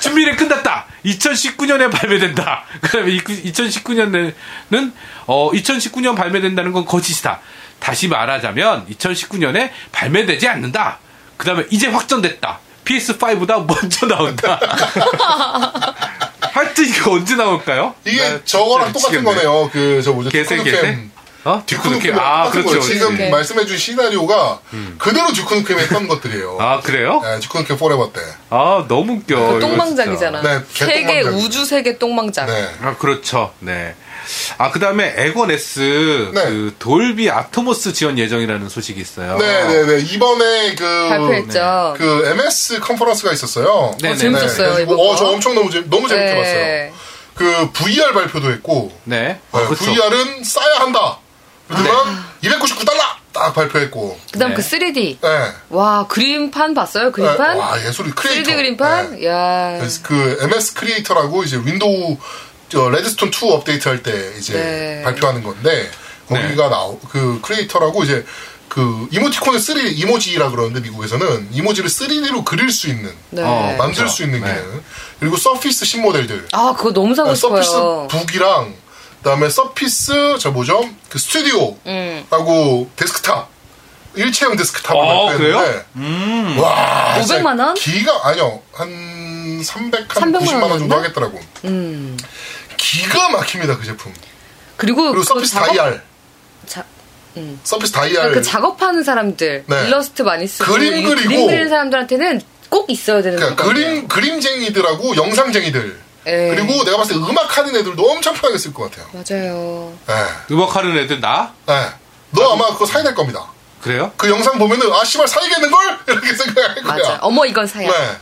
[SPEAKER 2] 준비는 끝났다. 2019년에 발매된다. 그다음에 2019년에는 어 2019년 발매된다는 건 거짓이다. 다시 말하자면 2019년에 발매되지 않는다. 그다음에 이제 확정됐다. PS5보다 먼저 나온다. 하여튼 이거 언제 나올까요?
[SPEAKER 1] 이게
[SPEAKER 2] 나
[SPEAKER 1] 저거랑
[SPEAKER 2] 진짜
[SPEAKER 1] 똑같은
[SPEAKER 2] 미치겠네.
[SPEAKER 1] 거네요. 그, 저 뭐죠?
[SPEAKER 2] 개세 개세.
[SPEAKER 1] 듀크누kem.
[SPEAKER 2] 어?
[SPEAKER 1] 듀크누kem.
[SPEAKER 2] 듀크누켐. 아,
[SPEAKER 1] 똑같은 거예요.
[SPEAKER 2] 그렇죠. 음.
[SPEAKER 1] 지금
[SPEAKER 4] 네.
[SPEAKER 1] 말씀해준 시나리오가 그대로 듀크누kem 했던 것들이에요.
[SPEAKER 2] 아, 그래요?
[SPEAKER 1] 네, 듀크누kem 포레버 때.
[SPEAKER 2] 아, 너무 웃겨. 이거 진짜.
[SPEAKER 4] 그 똥망작이잖아.
[SPEAKER 1] 어, 네,
[SPEAKER 4] 세계
[SPEAKER 1] 개똥망작.
[SPEAKER 4] 우주 세계 똥망작.
[SPEAKER 1] 네.
[SPEAKER 2] 아 그렇죠. 네. 아 그다음에 에건 S
[SPEAKER 1] 네.
[SPEAKER 2] 그 돌비 아토모스 지원 예정이라는 소식이 있어요.
[SPEAKER 1] 네네네 이번에 그
[SPEAKER 4] 발표했죠.
[SPEAKER 1] 그 MS 컨퍼런스가 있었어요.
[SPEAKER 2] 네, 어, 재밌었어요,
[SPEAKER 4] 이번 거.
[SPEAKER 1] 어저 엄청 너무 재 너무 재밌게
[SPEAKER 4] 네.
[SPEAKER 1] 봤어요. 그 VR 발표도 했고
[SPEAKER 2] 네. 아, 그렇죠.
[SPEAKER 1] VR은 싸야 한다. 그러면 299달러 딱 발표했고
[SPEAKER 4] 그다음
[SPEAKER 2] 네.
[SPEAKER 4] 그 3D.
[SPEAKER 1] 예.
[SPEAKER 4] 와 그림판 봤어요?
[SPEAKER 1] 예.
[SPEAKER 4] 그림판?
[SPEAKER 1] 와 예술이 크리에이터.
[SPEAKER 4] 3D 그림판?
[SPEAKER 1] 예.
[SPEAKER 4] 야.
[SPEAKER 1] 그래서 그 MS 크리에이터라고 이제 윈도우 저 레드스톤 2 업데이트 할 때 이제
[SPEAKER 4] 네.
[SPEAKER 1] 발표하는 건데 거기가 나오 그 크리에이터라고 이제 그 이모티콘을 3D 이모지라 그러는데 미국에서는 이모지를 3D로 그릴 수 있는
[SPEAKER 4] 네.
[SPEAKER 2] 어, 만-
[SPEAKER 1] 만들 수 있는
[SPEAKER 2] 네.
[SPEAKER 1] 기능 그리고 서피스 신모델들
[SPEAKER 4] 아 그거 너무 사고
[SPEAKER 1] 서피스
[SPEAKER 4] 싶어요.
[SPEAKER 1] 북이랑 그다음에 서피스 저 뭐죠 그
[SPEAKER 4] 음.
[SPEAKER 1] 스튜디오라고 데스크탑 일체형 데스크탑을
[SPEAKER 2] 아, 음.
[SPEAKER 1] 발표했는데 와
[SPEAKER 4] 500만 원?
[SPEAKER 1] 진짜 기가 아니요 한 300, 한 90만
[SPEAKER 4] 300만
[SPEAKER 1] 원 정도
[SPEAKER 4] 원이었나?
[SPEAKER 1] 하겠더라고
[SPEAKER 4] 음.
[SPEAKER 1] 기가 막힙니다 그 제품
[SPEAKER 4] 그리고
[SPEAKER 1] 그리고
[SPEAKER 4] 그
[SPEAKER 1] 서피스
[SPEAKER 4] 작업-
[SPEAKER 1] 다이알
[SPEAKER 4] 자-
[SPEAKER 1] 서피스 다이알
[SPEAKER 4] 그 작업하는 사람들
[SPEAKER 1] 네.
[SPEAKER 4] 일러스트 많이 쓰고
[SPEAKER 1] 그림
[SPEAKER 4] 이
[SPEAKER 1] 그리고-
[SPEAKER 4] 그림 그리는 사람들한테는 꼭 있어야 되는
[SPEAKER 1] 그러니까
[SPEAKER 4] 물건이에요.
[SPEAKER 1] 그림 그림쟁이들하고 영상쟁이들
[SPEAKER 4] 예.
[SPEAKER 1] 그리고 내가 봤을 때 음악 하는 애들도 엄청 편하게 쓸 것 같아요.
[SPEAKER 4] 맞아요.
[SPEAKER 1] 예.
[SPEAKER 2] 음악하는 애들 나?
[SPEAKER 1] 예. 너 아마 그거 사야 될 겁니다.
[SPEAKER 2] 그래요?
[SPEAKER 1] 그 영상 보면은 아 씨발 사야겠는 걸 이렇게 생각할 거야.
[SPEAKER 4] 맞아. 어머 이건 사야.
[SPEAKER 1] 네.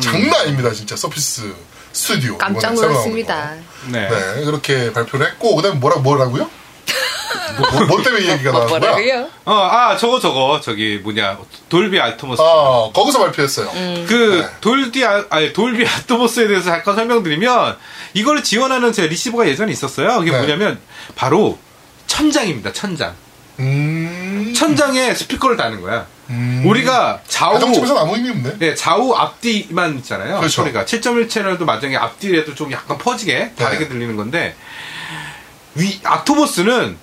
[SPEAKER 1] 장난 아닙니다 진짜 서피스 스튜디오.
[SPEAKER 4] 깜짝
[SPEAKER 1] 이번에 새로 나오는
[SPEAKER 4] 놀랐습니다.
[SPEAKER 2] 네.
[SPEAKER 1] 거. 네 그렇게 발표를 했고 그다음 뭐라 뭐라고요? 뭐, 뭐 때문에 이 얘기가
[SPEAKER 4] 뭐
[SPEAKER 1] 나온 거야?
[SPEAKER 4] 뭐라고요?
[SPEAKER 2] 어, 아, 저거, 저거. 저기, 뭐냐. 돌비 아토모스.
[SPEAKER 1] 아 거기서 발표했어요.
[SPEAKER 4] 음.
[SPEAKER 2] 그
[SPEAKER 1] 네.
[SPEAKER 2] 돌디 아, 아니 돌비 아토모스에 대해서 잠깐 설명드리면 이걸 지원하는 제 리시버가 예전에 있었어요. 이게
[SPEAKER 1] 네.
[SPEAKER 2] 뭐냐면 바로 천장입니다. 천장.
[SPEAKER 1] 음.
[SPEAKER 2] 천장에 스피커를 다는 거야.
[SPEAKER 1] 음.
[SPEAKER 2] 우리가 좌우
[SPEAKER 1] 가정집에서 아무 의미 없네.
[SPEAKER 2] 네, 좌우 앞뒤만 있잖아요.
[SPEAKER 1] 그렇죠.
[SPEAKER 2] 소리가 7.1 채널도 마찬가지 앞뒤라도 좀 약간 퍼지게 다르게
[SPEAKER 1] 네.
[SPEAKER 2] 들리는 건데 위 아토보스는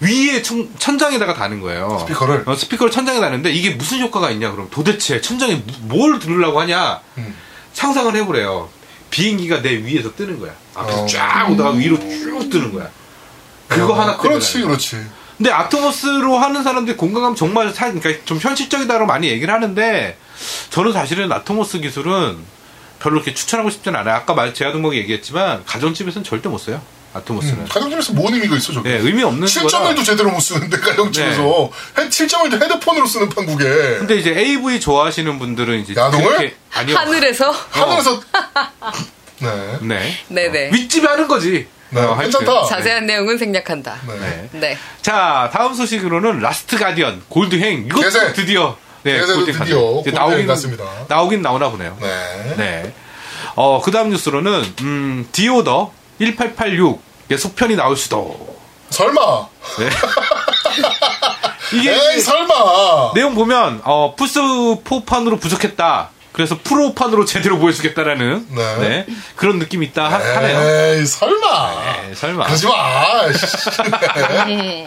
[SPEAKER 2] 위에 천, 천장에다가 다는 거예요.
[SPEAKER 1] 스피커를?
[SPEAKER 2] 어, 스피커를 천장에 다는데 이게 무슨 효과가 있냐 그럼 도대체 천장에 무- 뭘 들으려고 하냐
[SPEAKER 1] 음.
[SPEAKER 2] 상상을 해보래요. 비행기가 내 위에서 뜨는 거야. 앞에서
[SPEAKER 1] 어.
[SPEAKER 2] 쫙 오다가 위로 쭉 뜨는 거야. 그거
[SPEAKER 1] 어,
[SPEAKER 2] 하나 네.
[SPEAKER 1] 그렇지
[SPEAKER 2] 때문에.
[SPEAKER 1] 그렇지.
[SPEAKER 2] 근데 아토모스로 하는 사람들이 공감감 정말 사, 그러니까 좀 현실적이다라고 많이 얘기를 하는데 저는 사실은 아토모스 기술은 별로 이렇게 추천하고 싶진 않아요. 아까 말 제가 동목이 얘기했지만 가정집에서는 절대 못 써요. 아토모스는.
[SPEAKER 1] 음, 가정집에서 뭔 의미가 있어 저게?
[SPEAKER 2] 네, 의미 없는 거라.
[SPEAKER 1] 7점을도 제대로 못 쓰는데 가정집에서 헤- 7점을도 헤드폰으로 쓰는 판국에
[SPEAKER 2] 근데 이제 AV 좋아하시는 분들은 이제
[SPEAKER 1] 야동을?
[SPEAKER 2] 그렇게- 아니요.
[SPEAKER 4] 하늘에서
[SPEAKER 1] 하면서 네.
[SPEAKER 2] 네.
[SPEAKER 4] 네네.
[SPEAKER 2] 윗집에 하는 거지. 어,
[SPEAKER 1] 네,
[SPEAKER 2] 하여튼.
[SPEAKER 1] 괜찮다.
[SPEAKER 4] 자세한 내용은 생략한다.
[SPEAKER 1] 네.
[SPEAKER 2] 네.
[SPEAKER 4] 네.
[SPEAKER 2] 자, 다음 소식으로는 라스트 가디언 골드행 이것도
[SPEAKER 1] 개세.
[SPEAKER 2] 드디어 네,
[SPEAKER 1] 개세도
[SPEAKER 2] 골드행
[SPEAKER 1] 드디어
[SPEAKER 2] 가디언. 이제
[SPEAKER 1] 골드행이 났습니다.
[SPEAKER 2] 나오긴 나오나 보네요.
[SPEAKER 1] 네.
[SPEAKER 2] 네. 어, 그 다음 뉴스로는, 음, 디오더 1886의 속편이 나올 수도.
[SPEAKER 1] 설마
[SPEAKER 2] 네. 이게 네,
[SPEAKER 1] 에이 설마
[SPEAKER 2] 내용 보면, 어, 플스4판으로 부족했다. 그래서 프로판으로 제대로 보여주겠다라는
[SPEAKER 1] 네.
[SPEAKER 2] 네, 그런 느낌이 있다 하, 하네요.
[SPEAKER 1] 에이 설마
[SPEAKER 2] 네, 설마.
[SPEAKER 1] 그러지 마 씨.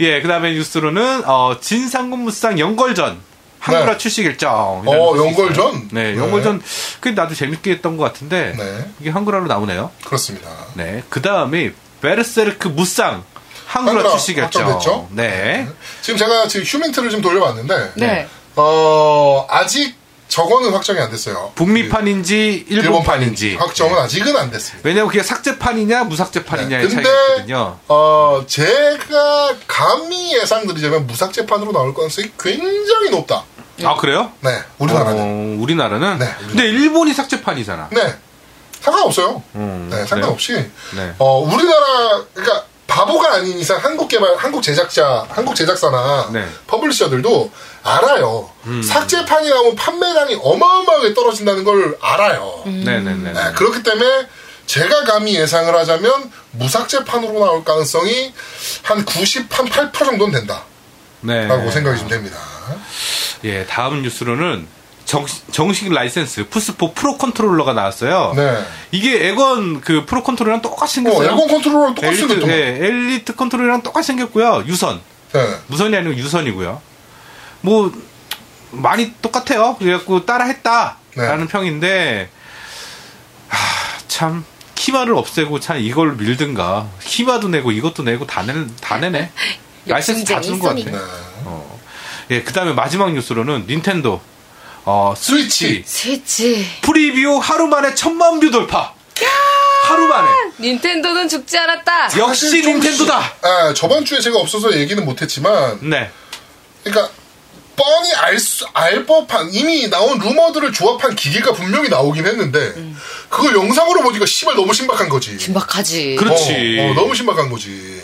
[SPEAKER 2] 예, 그 다음에 뉴스로는, 어, 진상군무상 연걸전. 한글화
[SPEAKER 1] 네.
[SPEAKER 2] 출시 결정.
[SPEAKER 1] 어 연골전
[SPEAKER 2] 네, 연걸전. 그 나도 재밌게 했던 것 같은데.
[SPEAKER 1] 네.
[SPEAKER 2] 이게 한글화로 나오네요.
[SPEAKER 1] 그렇습니다
[SPEAKER 2] 네. 그 다음에 베르세르크 무쌍 한글화
[SPEAKER 1] 한글화
[SPEAKER 2] 출시 결정.
[SPEAKER 1] 확정됐죠?
[SPEAKER 2] 네.
[SPEAKER 1] 지금 제가 지금 휴민트를 좀 돌려봤는데
[SPEAKER 4] 네.
[SPEAKER 1] 어 아직 저거는 확정이 안 됐어요
[SPEAKER 2] 북미판인지
[SPEAKER 1] 그
[SPEAKER 2] 일본판인지. 네.
[SPEAKER 1] 확정은 아직은 안 됐습니다
[SPEAKER 2] 왜냐면 그게 삭제판이냐 무삭제판이냐의
[SPEAKER 1] 네. 근데
[SPEAKER 2] 차이가 있거든요.
[SPEAKER 1] 어 제가 감히 예상드리자면 무삭 재판으로 나올 가능성이 굉장히 높다.
[SPEAKER 2] 아 그래요?
[SPEAKER 1] 네, 우리나라는.
[SPEAKER 2] 어, 우리나라는.
[SPEAKER 1] 네, 우리나라.
[SPEAKER 2] 근데 일본이 삭제판이잖아.
[SPEAKER 1] 네, 상관없어요.
[SPEAKER 2] 음,
[SPEAKER 1] 네, 상관없이.
[SPEAKER 2] 네.
[SPEAKER 1] 어 우리나라 그러니까 바보가 아닌 이상 한국 개발, 한국 제작자, 한국 제작사나
[SPEAKER 2] 네. 음.
[SPEAKER 1] 퍼블리셔들도 알아요. 삭제판이 나오면 판매량이 어마어마하게 떨어진다는 걸 알아요.
[SPEAKER 2] 음. 네네네.
[SPEAKER 1] 네, 그렇기 때문에 제가 감히 예상을 하자면 무삭제판으로 나올 가능성이 한 90, 한 8% 정도는 된다.
[SPEAKER 2] 네.
[SPEAKER 1] 라고 생각이 좀 됩니다.
[SPEAKER 2] 예, 다음 뉴스로는 정, 정식 라이센스 푸스4 프로 컨트롤러가 나왔어요.
[SPEAKER 1] 네.
[SPEAKER 2] 이게 에건 그 프로 컨트롤러랑 똑같이
[SPEAKER 1] 어,
[SPEAKER 2] 생겼어요.
[SPEAKER 1] 에어컨 컨트롤러랑 똑같이
[SPEAKER 2] 엘리트,
[SPEAKER 1] 생겼더만. 네.
[SPEAKER 2] 예, 엘리트 컨트롤러랑 똑같이 생겼고요. 유선. 무선이 아니고 유선이고요. 뭐 많이 똑같아요. 그래갖고 따라했다라는
[SPEAKER 1] 네.
[SPEAKER 2] 평인데 하, 참 키마를 없애고 참 이걸 밀든가 키마도 내고 이것도 내고 다, 내, 다 내네. 라이센스 다 주는 것
[SPEAKER 4] 욕심쟁이
[SPEAKER 2] 같아.
[SPEAKER 1] 네.
[SPEAKER 2] 어. 예, 그 다음에 마지막 뉴스로는 닌텐도 어, 스위치
[SPEAKER 4] 스위치.
[SPEAKER 2] 프리뷰 하루 만에 천만 뷰 돌파. 하루 만에
[SPEAKER 4] 닌텐도는 죽지 않았다.
[SPEAKER 2] 역시
[SPEAKER 1] 사실 좀
[SPEAKER 2] 닌텐도다.
[SPEAKER 1] 아, 저번 주에 제가 없어서 얘기는 못했지만,
[SPEAKER 2] 네,
[SPEAKER 1] 그러니까, 뻔히 알, 수, 알 법한, 이미 나온 루머들을 조합한 기계가 분명히 나오긴 했는데, 그걸 영상으로 보니까 씨발 너무 신박한 거지.
[SPEAKER 4] 신박하지.
[SPEAKER 2] 그렇- 그렇지.
[SPEAKER 1] 어, 어, 너무 신박한 거지.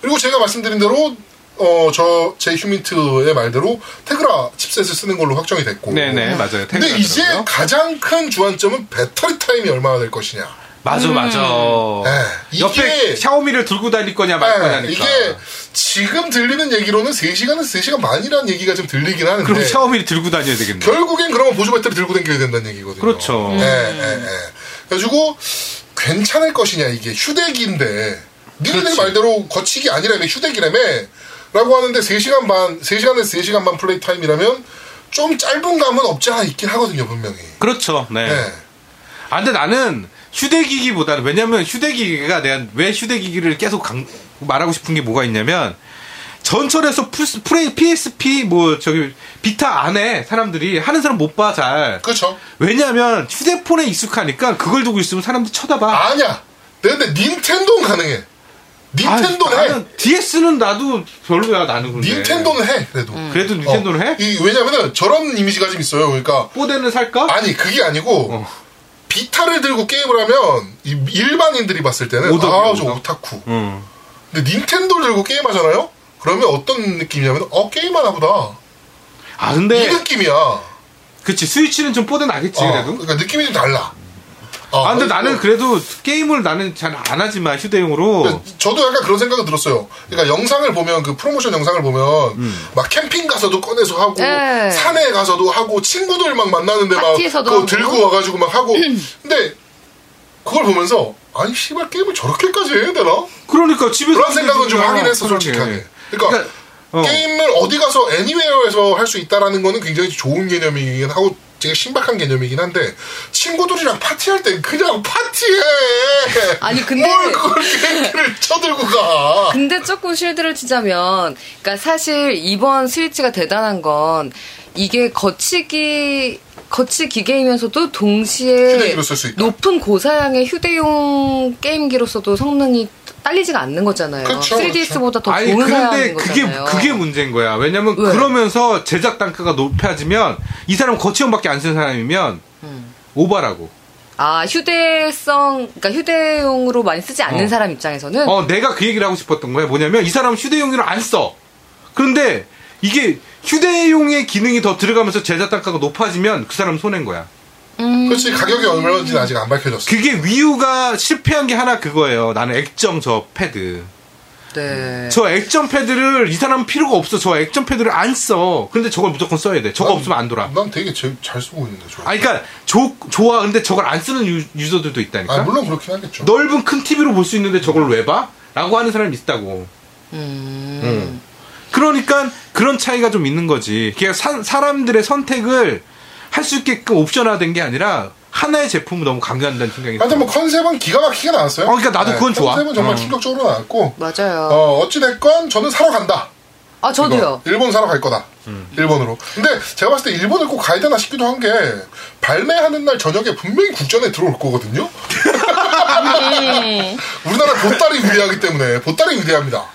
[SPEAKER 1] 그리고 제가 말씀드린 대로 어, 저 제 휴민트의 말대로 테그라 칩셋을 쓰는 걸로 확정이 됐고.
[SPEAKER 2] 네네 맞아요.
[SPEAKER 1] 근데 이제
[SPEAKER 2] 태그라더라고요.
[SPEAKER 1] 가장 큰 주안점은 배터리 타임이 얼마나 될 것이냐.
[SPEAKER 2] 맞아 맞아.
[SPEAKER 1] 네,
[SPEAKER 2] 옆에
[SPEAKER 1] 이게-
[SPEAKER 2] 샤오미를 들고 다닐 거냐 말 거냐니까.
[SPEAKER 1] 네, 이게 지금 들리는 얘기로는 3시간은 3시간 반이라는 얘기가 지금 들리긴 하는데
[SPEAKER 2] 그럼 샤오미를 들고 다녀야 되겠네.
[SPEAKER 1] 네. 결국엔 그러면 보조 배터리 들고 다녀야 된다는 얘기거든요.
[SPEAKER 2] 그렇죠.
[SPEAKER 1] 예, 예, 예. 그래가지고 괜찮을 것이냐 이게 휴대기인데 니네들 말대로 거치기 아니라며 휴대기라며 라고 하는데 3시간 반, 3시간에서 4시간 반 플레이 타임이라면 좀 짧은 감은 없지 않아 있긴 하거든요 분명히.
[SPEAKER 2] 그렇죠. 네.
[SPEAKER 1] 네.
[SPEAKER 2] 아, 근데 나는 휴대기기보다는 왜냐면 휴대기기가 내가 왜 휴대기기를 계속 강- 말하고 싶은 게 뭐가 있냐면 전철에서 플스- 프레- PSP 뭐 저기 비타 안에 사람들이 하는 사람 못 봐 잘.
[SPEAKER 1] 그렇죠.
[SPEAKER 2] 왜냐면 휴대폰에 익숙하니까 그걸 두고 있으면 사람들이 쳐다봐.
[SPEAKER 1] 아니야. 근데 닌텐도는 가능해. 닌텐도는 해.
[SPEAKER 2] 나는 DS는 나도 별로야 나는 근데.
[SPEAKER 1] 닌텐도는 해. 그래도.
[SPEAKER 2] 네.
[SPEAKER 1] 어.
[SPEAKER 2] 그래도 닌텐도를 해?
[SPEAKER 1] 이, 왜냐면은 저런 이미지가 좀 있어요. 그러니까
[SPEAKER 2] 뽀대는 살까?
[SPEAKER 1] 아니 그게 아니고
[SPEAKER 2] 어.
[SPEAKER 1] 비타를 들고 게임을 하면 이 일반인들이 봤을 때는
[SPEAKER 2] 오덕이야,
[SPEAKER 1] 아 저
[SPEAKER 2] 오덕.
[SPEAKER 1] 오타쿠
[SPEAKER 2] 음.
[SPEAKER 1] 근데 닌텐도를 들고 게임하잖아요 그러면 어떤 느낌이냐면 어 게임하나 보다
[SPEAKER 2] 아 근데
[SPEAKER 1] 이 느낌이야
[SPEAKER 2] 그치 스위치는 좀 뽀대 나겠지
[SPEAKER 1] 어,
[SPEAKER 2] 그래도.
[SPEAKER 1] 그러니까 느낌이 좀 달라 어,
[SPEAKER 2] 아, 근데
[SPEAKER 1] 그래서
[SPEAKER 2] 나는 그래도 게임을 나는 잘 안 하지만 휴대용으로.
[SPEAKER 1] 그러니까 저도 약간 그런 생각은 들었어요. 그러니까 영상을 보면 그 프로모션 영상을 보면 막 캠핑 가서도 꺼내서 하고
[SPEAKER 4] 네.
[SPEAKER 1] 산에 가서도 하고 친구들 막 만나는데 막
[SPEAKER 4] 파티에서도
[SPEAKER 1] 그거
[SPEAKER 4] 하고.
[SPEAKER 1] 들고 와가지고 막 하고 근데 그걸 보면서 아니 씨발 게임을 저렇게까지 해야 되나?
[SPEAKER 2] 그러니까 집에서
[SPEAKER 1] 그런 생각은 좀
[SPEAKER 2] 하게
[SPEAKER 1] 하긴
[SPEAKER 2] 되니까.
[SPEAKER 1] 했어 솔직하게. 그러니까
[SPEAKER 2] 그러니까, 어.
[SPEAKER 1] 게임을 어디 가서 애니웨어에서 할 수 있다라는 거는 굉장히 좋은 개념이긴 하고 되게 신박한 개념이긴 한데 친구들이랑 파티할 땐 그냥 파티해.
[SPEAKER 4] 아니, 근데-
[SPEAKER 1] 뭘 그걸 게임기를 쳐들고 가.
[SPEAKER 4] 근데 조금 실드를 치자면, 그러니까 사실 이번 스위치가 대단한 건 이게 거치기 거치기 게임에서도 동시에
[SPEAKER 1] 휴대기로 쓸수 있다.
[SPEAKER 4] 높은 고사양의 휴대용 게임기로서도 성능이 딸리지가 않는 거잖아요.
[SPEAKER 1] 그렇죠, 그쵸,
[SPEAKER 4] 3DS보다 더
[SPEAKER 2] 아니
[SPEAKER 4] 좋은
[SPEAKER 2] 근데
[SPEAKER 4] 사양인
[SPEAKER 2] 그게
[SPEAKER 4] 거잖아요.
[SPEAKER 2] 그게 문제인 거야. 왜냐면
[SPEAKER 4] 왜?
[SPEAKER 2] 그러면서 제작 단가가 높아지면 이 사람 거치형밖에 안 쓴 사람이면
[SPEAKER 4] 음.
[SPEAKER 2] 오바라고.
[SPEAKER 4] 아 휴대성, 그러니까 휴대용으로 많이 쓰지 않는
[SPEAKER 2] 어.
[SPEAKER 4] 사람 입장에서는
[SPEAKER 2] 어 내가 그 얘기를 하고 싶었던 거야. 뭐냐면 이 사람은 휴대용으로 안 써. 그런데 이게 휴대용의 기능이 더 들어가면서 제작 단가가 높아지면 그 사람 손해인 거야.
[SPEAKER 4] 음.
[SPEAKER 1] 그렇지 가격이 얼마인지 는 아직 안 밝혀졌어.
[SPEAKER 2] 그게 위유가 실패한 게 하나 그거예요. 나는 액정 저 패드.
[SPEAKER 4] 네.
[SPEAKER 2] 저 액정 패드를 이 사람은 필요가 없어. 저 액정 패드를 안 써. 근데 저걸 무조건 써야 돼. 저거 없으면 안 돌아.
[SPEAKER 1] 난 되게 제- 잘 쓰고 있는데 좋아.
[SPEAKER 2] 아, 그러니까 조, 좋아. 근데 저걸 안 쓰는 유, 저들도 있다니까.
[SPEAKER 1] 아, 물론 그렇긴 하겠죠.
[SPEAKER 2] 넓은 큰 TV로 볼 수 있는데 저걸 왜 봐? 라고 하는 사람이 있다고.
[SPEAKER 4] 음.
[SPEAKER 2] 그러니까 그런 차이가 좀 있는 거지. 그냥 사, 사람들의 선택을 할 수 있게끔 옵션화된 게 아니라 하나의 제품을 너무 강조한다는 생각이
[SPEAKER 1] 하여튼
[SPEAKER 2] 들어요.
[SPEAKER 1] 뭐 컨셉은 기가 막히게 나왔어요. 네,
[SPEAKER 2] 어, 그러니까 나도 그건 좋아.
[SPEAKER 1] 컨셉은 정말
[SPEAKER 2] 어.
[SPEAKER 1] 충격적으로 나왔고.
[SPEAKER 4] 맞아요.
[SPEAKER 1] 어, 어찌됐건 저는 사러 간다.
[SPEAKER 4] 아 저도요.
[SPEAKER 1] 이거. 일본 사러 갈 거다. 일본으로. 근데 제가 봤을 때 일본을 꼭 가야 되나 싶기도 한 게 발매하는 날 저녁에 분명히 국전에 들어올 거거든요.
[SPEAKER 4] 네.
[SPEAKER 1] 우리나라 보따리 위대하기 때문에 보따리 위대합니다.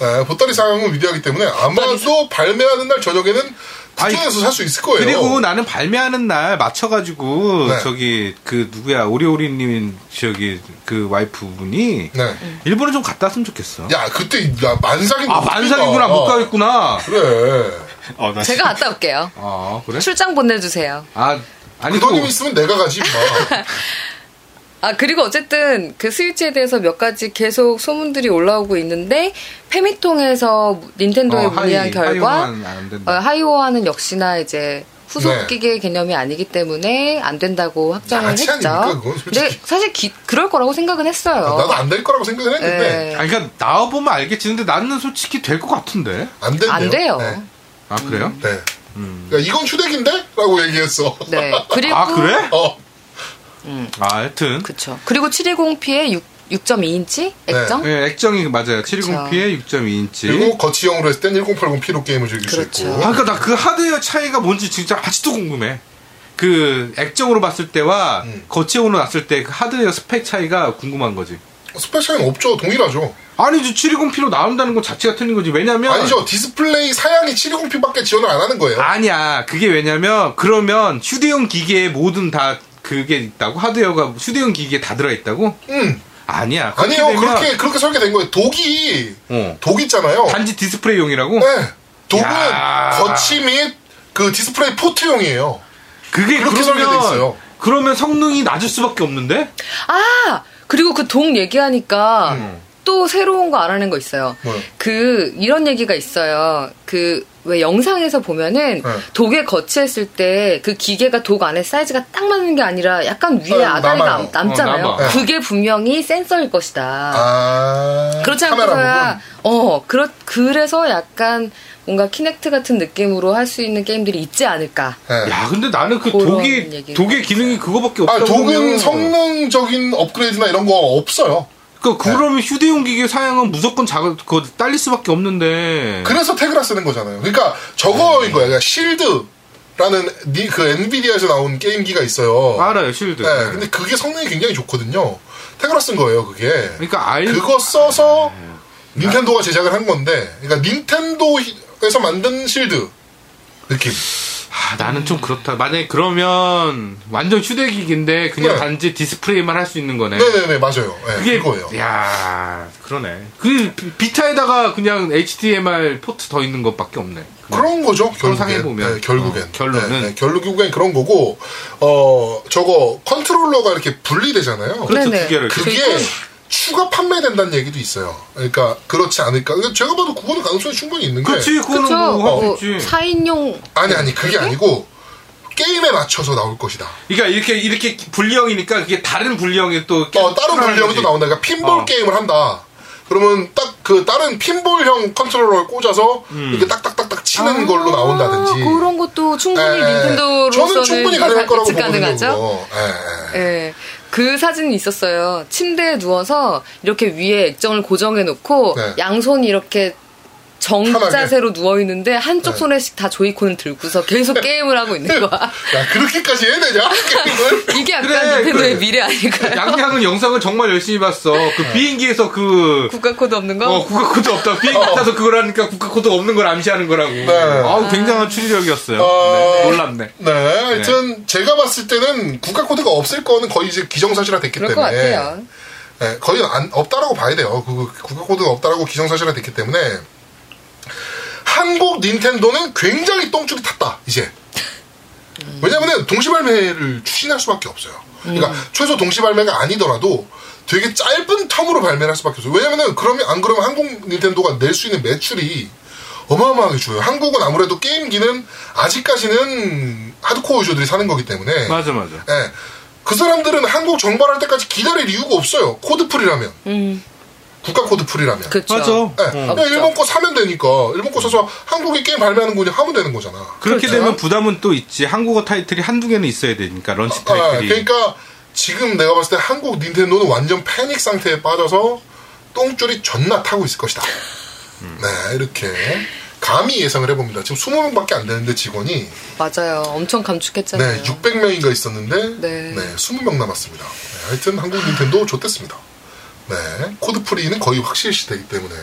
[SPEAKER 1] 네, 보따리 상황은 위대하기 때문에 아마도 발매하는 날 저녁에는 국전에서 살 수 있을 거예요.
[SPEAKER 2] 그리고 나는 발매하는 날 맞춰가지고
[SPEAKER 1] 네.
[SPEAKER 2] 저기 그 누구야 오리오리님 저기 그 와이프 분이
[SPEAKER 1] 네.
[SPEAKER 2] 일본에 좀 갔다 왔으면 좋겠어.
[SPEAKER 1] 야 그때 야, 만삭인
[SPEAKER 2] 아 만삭이구나
[SPEAKER 1] 어.
[SPEAKER 2] 못 가겠구나.
[SPEAKER 1] 그래.
[SPEAKER 3] 어, 나
[SPEAKER 4] 제가 갔다 올게요.
[SPEAKER 2] 아 그래?
[SPEAKER 4] 출장 보내주세요.
[SPEAKER 2] 아 아니
[SPEAKER 1] 그
[SPEAKER 2] 또
[SPEAKER 1] 돈이 있으면 내가 가지. 뭐. 임마.
[SPEAKER 4] 아 그리고 어쨌든 그 스위치에 대해서 몇 가지 계속 소문들이 올라오고 있는데 페미통에서 닌텐도에
[SPEAKER 2] 어,
[SPEAKER 4] 문의한
[SPEAKER 2] 하이-
[SPEAKER 4] 결과
[SPEAKER 2] 하이오는 안 된다.
[SPEAKER 4] 어, 하이오와는 역시나 이제
[SPEAKER 1] 네.
[SPEAKER 4] 후속 기계 개념이 아니기 때문에 안 된다고 확정을
[SPEAKER 1] 나치 아닙니까,
[SPEAKER 4] 했죠.
[SPEAKER 1] 그건 솔직히.
[SPEAKER 4] 근데 사실 기- 그럴 거라고 생각은 했어요.
[SPEAKER 1] 나도 안 될 거라고 생각을 했는데
[SPEAKER 4] 예.
[SPEAKER 2] 아니 그러니까 나와 보면 알겠지. 근데 나는 솔직히 될 것 같은데.
[SPEAKER 1] 안 된대요.
[SPEAKER 4] 안 돼요.
[SPEAKER 1] 네.
[SPEAKER 2] 아 그래요?
[SPEAKER 1] 네. 그러니까 이건 휴대기인데라고 얘기했어.
[SPEAKER 4] 네. 그리고
[SPEAKER 2] 아 그래?
[SPEAKER 1] 어.
[SPEAKER 2] 아 하여튼
[SPEAKER 4] 그쵸. 그리고 720p의 6, 6.2인치
[SPEAKER 1] 네.
[SPEAKER 4] 액정.
[SPEAKER 2] 예, 액정이 맞아요. 720p에 6.2인치.
[SPEAKER 1] 그리고 거치형으로 했을 땐 1080p로 게임을 즐길 수
[SPEAKER 4] 그렇죠.
[SPEAKER 1] 있고.
[SPEAKER 2] 아, 그러니까 나 그 하드웨어 차이가 뭔지 진짜 아직도 궁금해. 그 액정으로 봤을 때와
[SPEAKER 1] 음.
[SPEAKER 2] 거치형으로 봤을 때 그 하드웨어 스펙 차이가 궁금한 거지.
[SPEAKER 1] 스페셜은 없죠. 동일하죠.
[SPEAKER 2] 아니지 720p로 나온다는 것 자체가 틀린 거지. 왜냐면
[SPEAKER 1] 아니죠. 디스플레이 사양이 720p밖에 지원을 안 하는 거예요.
[SPEAKER 2] 아니야. 그게 왜냐면 그러면 휴대용 기계에 모든 다 그게 있다고 하드웨어가 휴대용 기기에 다 들어 있다고?
[SPEAKER 1] 음.
[SPEAKER 2] 아니야. 그렇게
[SPEAKER 1] 아니에요.
[SPEAKER 2] 되면
[SPEAKER 1] 그렇게 그렇게 설계된 거예요. 독이
[SPEAKER 2] 어.
[SPEAKER 1] 독 있잖아요.
[SPEAKER 2] 단지 디스플레이용이라고?
[SPEAKER 1] 네. 독은
[SPEAKER 2] 야.
[SPEAKER 1] 거치 및 그 디스플레이 포트용이에요.
[SPEAKER 2] 그게
[SPEAKER 1] 그렇게
[SPEAKER 2] 그러면
[SPEAKER 1] 설계돼 있어요.
[SPEAKER 2] 그러면 성능이 낮을 수밖에 없는데?
[SPEAKER 4] 아 그리고 그 동 얘기하니까
[SPEAKER 1] 음.
[SPEAKER 4] 또 새로운 거 알아낸 거 있어요.
[SPEAKER 1] 뭐요?
[SPEAKER 4] 그 이런 얘기가 있어요. 그 왜 영상에서 보면은
[SPEAKER 1] 네.
[SPEAKER 4] 독에 거치했을 때 그 기계가 독 안에 사이즈가 딱 맞는 게 아니라 약간 위에
[SPEAKER 1] 아유,
[SPEAKER 4] 아다리가
[SPEAKER 1] 남아요.
[SPEAKER 4] 남- 남잖아요.
[SPEAKER 2] 어, 남아.
[SPEAKER 4] 그게 분명히 센서일 것이다.
[SPEAKER 1] 아.
[SPEAKER 4] 그렇지
[SPEAKER 1] 카메라
[SPEAKER 4] 않고서야 어 그렇 그래서 약간 뭔가 키넥트 같은 느낌으로 할 수 있는 게임들이 있지 않을까.
[SPEAKER 1] 부분. 네.
[SPEAKER 2] 야, 근데 나는 그
[SPEAKER 4] 그런
[SPEAKER 2] 독이,
[SPEAKER 4] 얘기가
[SPEAKER 2] 독의 기능이 그거밖에 없다고.
[SPEAKER 1] 아, 독은
[SPEAKER 2] 그러면-
[SPEAKER 1] 성능적인 업그레이드나 이런 거 없어요.
[SPEAKER 2] 그,
[SPEAKER 1] 네.
[SPEAKER 2] 그러면 휴대용 기계 사양은 무조건 작아, 그, 딸릴 수밖에 없는데.
[SPEAKER 1] 네. 그래서 테그라 쓰는 거잖아요. 그러니까
[SPEAKER 2] 네.
[SPEAKER 1] 저거인 거야. 그러니까 실드라는 니- 그 엔비디아에서 나온 게임기가 있어요.
[SPEAKER 2] 알아요, 실드.
[SPEAKER 1] 네, 근데 그게 성능이 굉장히 좋거든요. 테그라 쓴 거예요, 그게.
[SPEAKER 2] 그러니까 네. 알,
[SPEAKER 1] 그거 써서 닌텐도가 제작을 한 건데, 그러니까 닌텐도에서 만든 실드 느낌.
[SPEAKER 2] 아, 나는 좀 그렇다. 만약에 그러면 완전 휴대기기인데 그냥
[SPEAKER 1] 네.
[SPEAKER 2] 단지 디스플레이만 할 수 있는 거네.
[SPEAKER 1] 네네네, 맞아요. 네,
[SPEAKER 2] 그게
[SPEAKER 1] 그거예요.
[SPEAKER 2] 야, 그러네. 그 비- 비타에다가 그냥 HDMI 포트 더 있는 것밖에 없네.
[SPEAKER 1] 그런 거죠. 결국엔.
[SPEAKER 2] 상상해보면.
[SPEAKER 1] 네, 결국엔.
[SPEAKER 2] 어, 결론은.
[SPEAKER 1] 네, 네, 결국엔 그런 거고, 어, 저거 컨트롤러가 이렇게 분리되잖아요.
[SPEAKER 2] 그렇죠,
[SPEAKER 4] 네네.
[SPEAKER 2] 두 개를.
[SPEAKER 4] 그-
[SPEAKER 1] 그게
[SPEAKER 4] 그리고-
[SPEAKER 1] 추가 판매된다는 얘기도 있어요. 그러니까 그렇지 않을까. 근데 제가 봐도 그거는 가능성이 충분히 있는 게.
[SPEAKER 2] 그렇지, 그거는
[SPEAKER 4] 그쵸?
[SPEAKER 2] 뭐,
[SPEAKER 4] 뭐
[SPEAKER 2] 없지.
[SPEAKER 4] 4인용
[SPEAKER 1] 아니 아니 그게 아니고 게임에 맞춰서 나올 것이다. 어,
[SPEAKER 2] 그러니까 이렇게, 이렇게 분리형이니까 그게 다른 분리형이 또. 이렇게
[SPEAKER 1] 어, 다른
[SPEAKER 2] 출하는
[SPEAKER 1] 분량도
[SPEAKER 2] 거지.
[SPEAKER 1] 나온다. 그러니까 핀볼
[SPEAKER 2] 어.
[SPEAKER 1] 게임을 한다. 그러면 딱 그 다른 핀볼형 컨트롤러를 꽂아서 이렇게 딱딱딱딱 치는 걸로 나온다든지.
[SPEAKER 4] 아, 그런 것도 충분히
[SPEAKER 1] 예, 예.
[SPEAKER 4] 닌텐도로서는
[SPEAKER 1] 저는 충분히 가능할 거라고
[SPEAKER 4] 예측
[SPEAKER 1] 보거든요.
[SPEAKER 4] 가능하죠.
[SPEAKER 1] 그거. 예, 예.
[SPEAKER 4] 예. 그 사진이 있었어요. 침대에 누워서 이렇게 위에 액정을 고정해 놓고
[SPEAKER 1] 네.
[SPEAKER 4] 양손이 이렇게
[SPEAKER 1] 편하게.
[SPEAKER 4] 정자세로 누워 있는데 한쪽
[SPEAKER 1] 네.
[SPEAKER 4] 손에씩 다 조이콘을 들고서 계속 게임을 하고 있는 거야.
[SPEAKER 1] 야 그렇게까지 해야 되냐 게임을?
[SPEAKER 4] 이게 약간
[SPEAKER 2] 그래,
[SPEAKER 4] 닌텐도의
[SPEAKER 2] 그래.
[SPEAKER 4] 미래 아닐까요?
[SPEAKER 2] 양양은 영상을 정말 열심히 봤어. 그 비행기에서 그.
[SPEAKER 4] 국가 코드 없는 거?
[SPEAKER 2] 어, 국가 코드 없다. 비행기 타서 그걸 하니까 국가 코드가 없는 걸 암시하는 거라고. 아우, 굉장한 추리력이었어요.
[SPEAKER 1] 네. 어.
[SPEAKER 2] 네, 놀랍네.
[SPEAKER 1] 네, 하여튼 제가 봤을 때는 국가 코드가 없을 거는 거의 이제 기정사실화 됐기
[SPEAKER 4] 그럴
[SPEAKER 1] 때문에
[SPEAKER 4] 것 같아요.
[SPEAKER 1] 예, 거의 안- 없다라고 봐야 돼요. 그 국가 코드가 없다라고 기정사실화 됐기 때문에 한국 닌텐도는 굉장히 똥줄이 탔다 이제. 왜냐면은 동시발매를 추진할 수밖에 없어요. 그러니까
[SPEAKER 2] 음.
[SPEAKER 1] 최소 동시발매가 아니더라도 되게 짧은 텀으로 발매를 할 수밖에 없어요. 왜냐면은 그러면 안 그러면 한국 닌텐도가 낼 수 있는 매출이 어마어마하게 줄어요. 한국은 아무래도 게임기는 아직까지는 하드코어 유저들이 사는 거기 때문에
[SPEAKER 2] 맞아, 맞아.
[SPEAKER 1] 예. 그 사람들은 한국 정발할 때까지 기다릴 이유가 없어요. 코드풀이라면. 국가 코드풀이라면.
[SPEAKER 4] 음. 그렇죠.
[SPEAKER 2] 맞아.
[SPEAKER 1] 예.
[SPEAKER 2] 어.
[SPEAKER 1] 그냥 일본 거 사면 되니까. 일본 거 사서 한국에 게임 발매하는 거 그냥 하면 되는 거잖아.
[SPEAKER 2] 그렇게
[SPEAKER 1] 그렇죠?
[SPEAKER 2] 되면 부담은 또 있지. 한국어 타이틀이 한두 개는 있어야 되니까, 런치
[SPEAKER 1] 아,
[SPEAKER 2] 타이틀이.
[SPEAKER 1] 그러니까 지금 내가 봤을 때 한국 닌텐도는 완전 패닉 상태에 빠져서 똥줄이 존나 타고 있을 것이다. 네, 이렇게 감히 예상을 해봅니다. 지금 20명밖에 안 되는데 직원이
[SPEAKER 4] 맞아요. 엄청
[SPEAKER 1] 네,
[SPEAKER 4] 감축했잖아요.
[SPEAKER 1] 600명인가 있었는데
[SPEAKER 4] 네.
[SPEAKER 1] 네, 20명 남았습니다. 네, 하여튼 한국 닌텐도 좋댔습니다. 네, 코드프리는 거의 확실시되기 때문에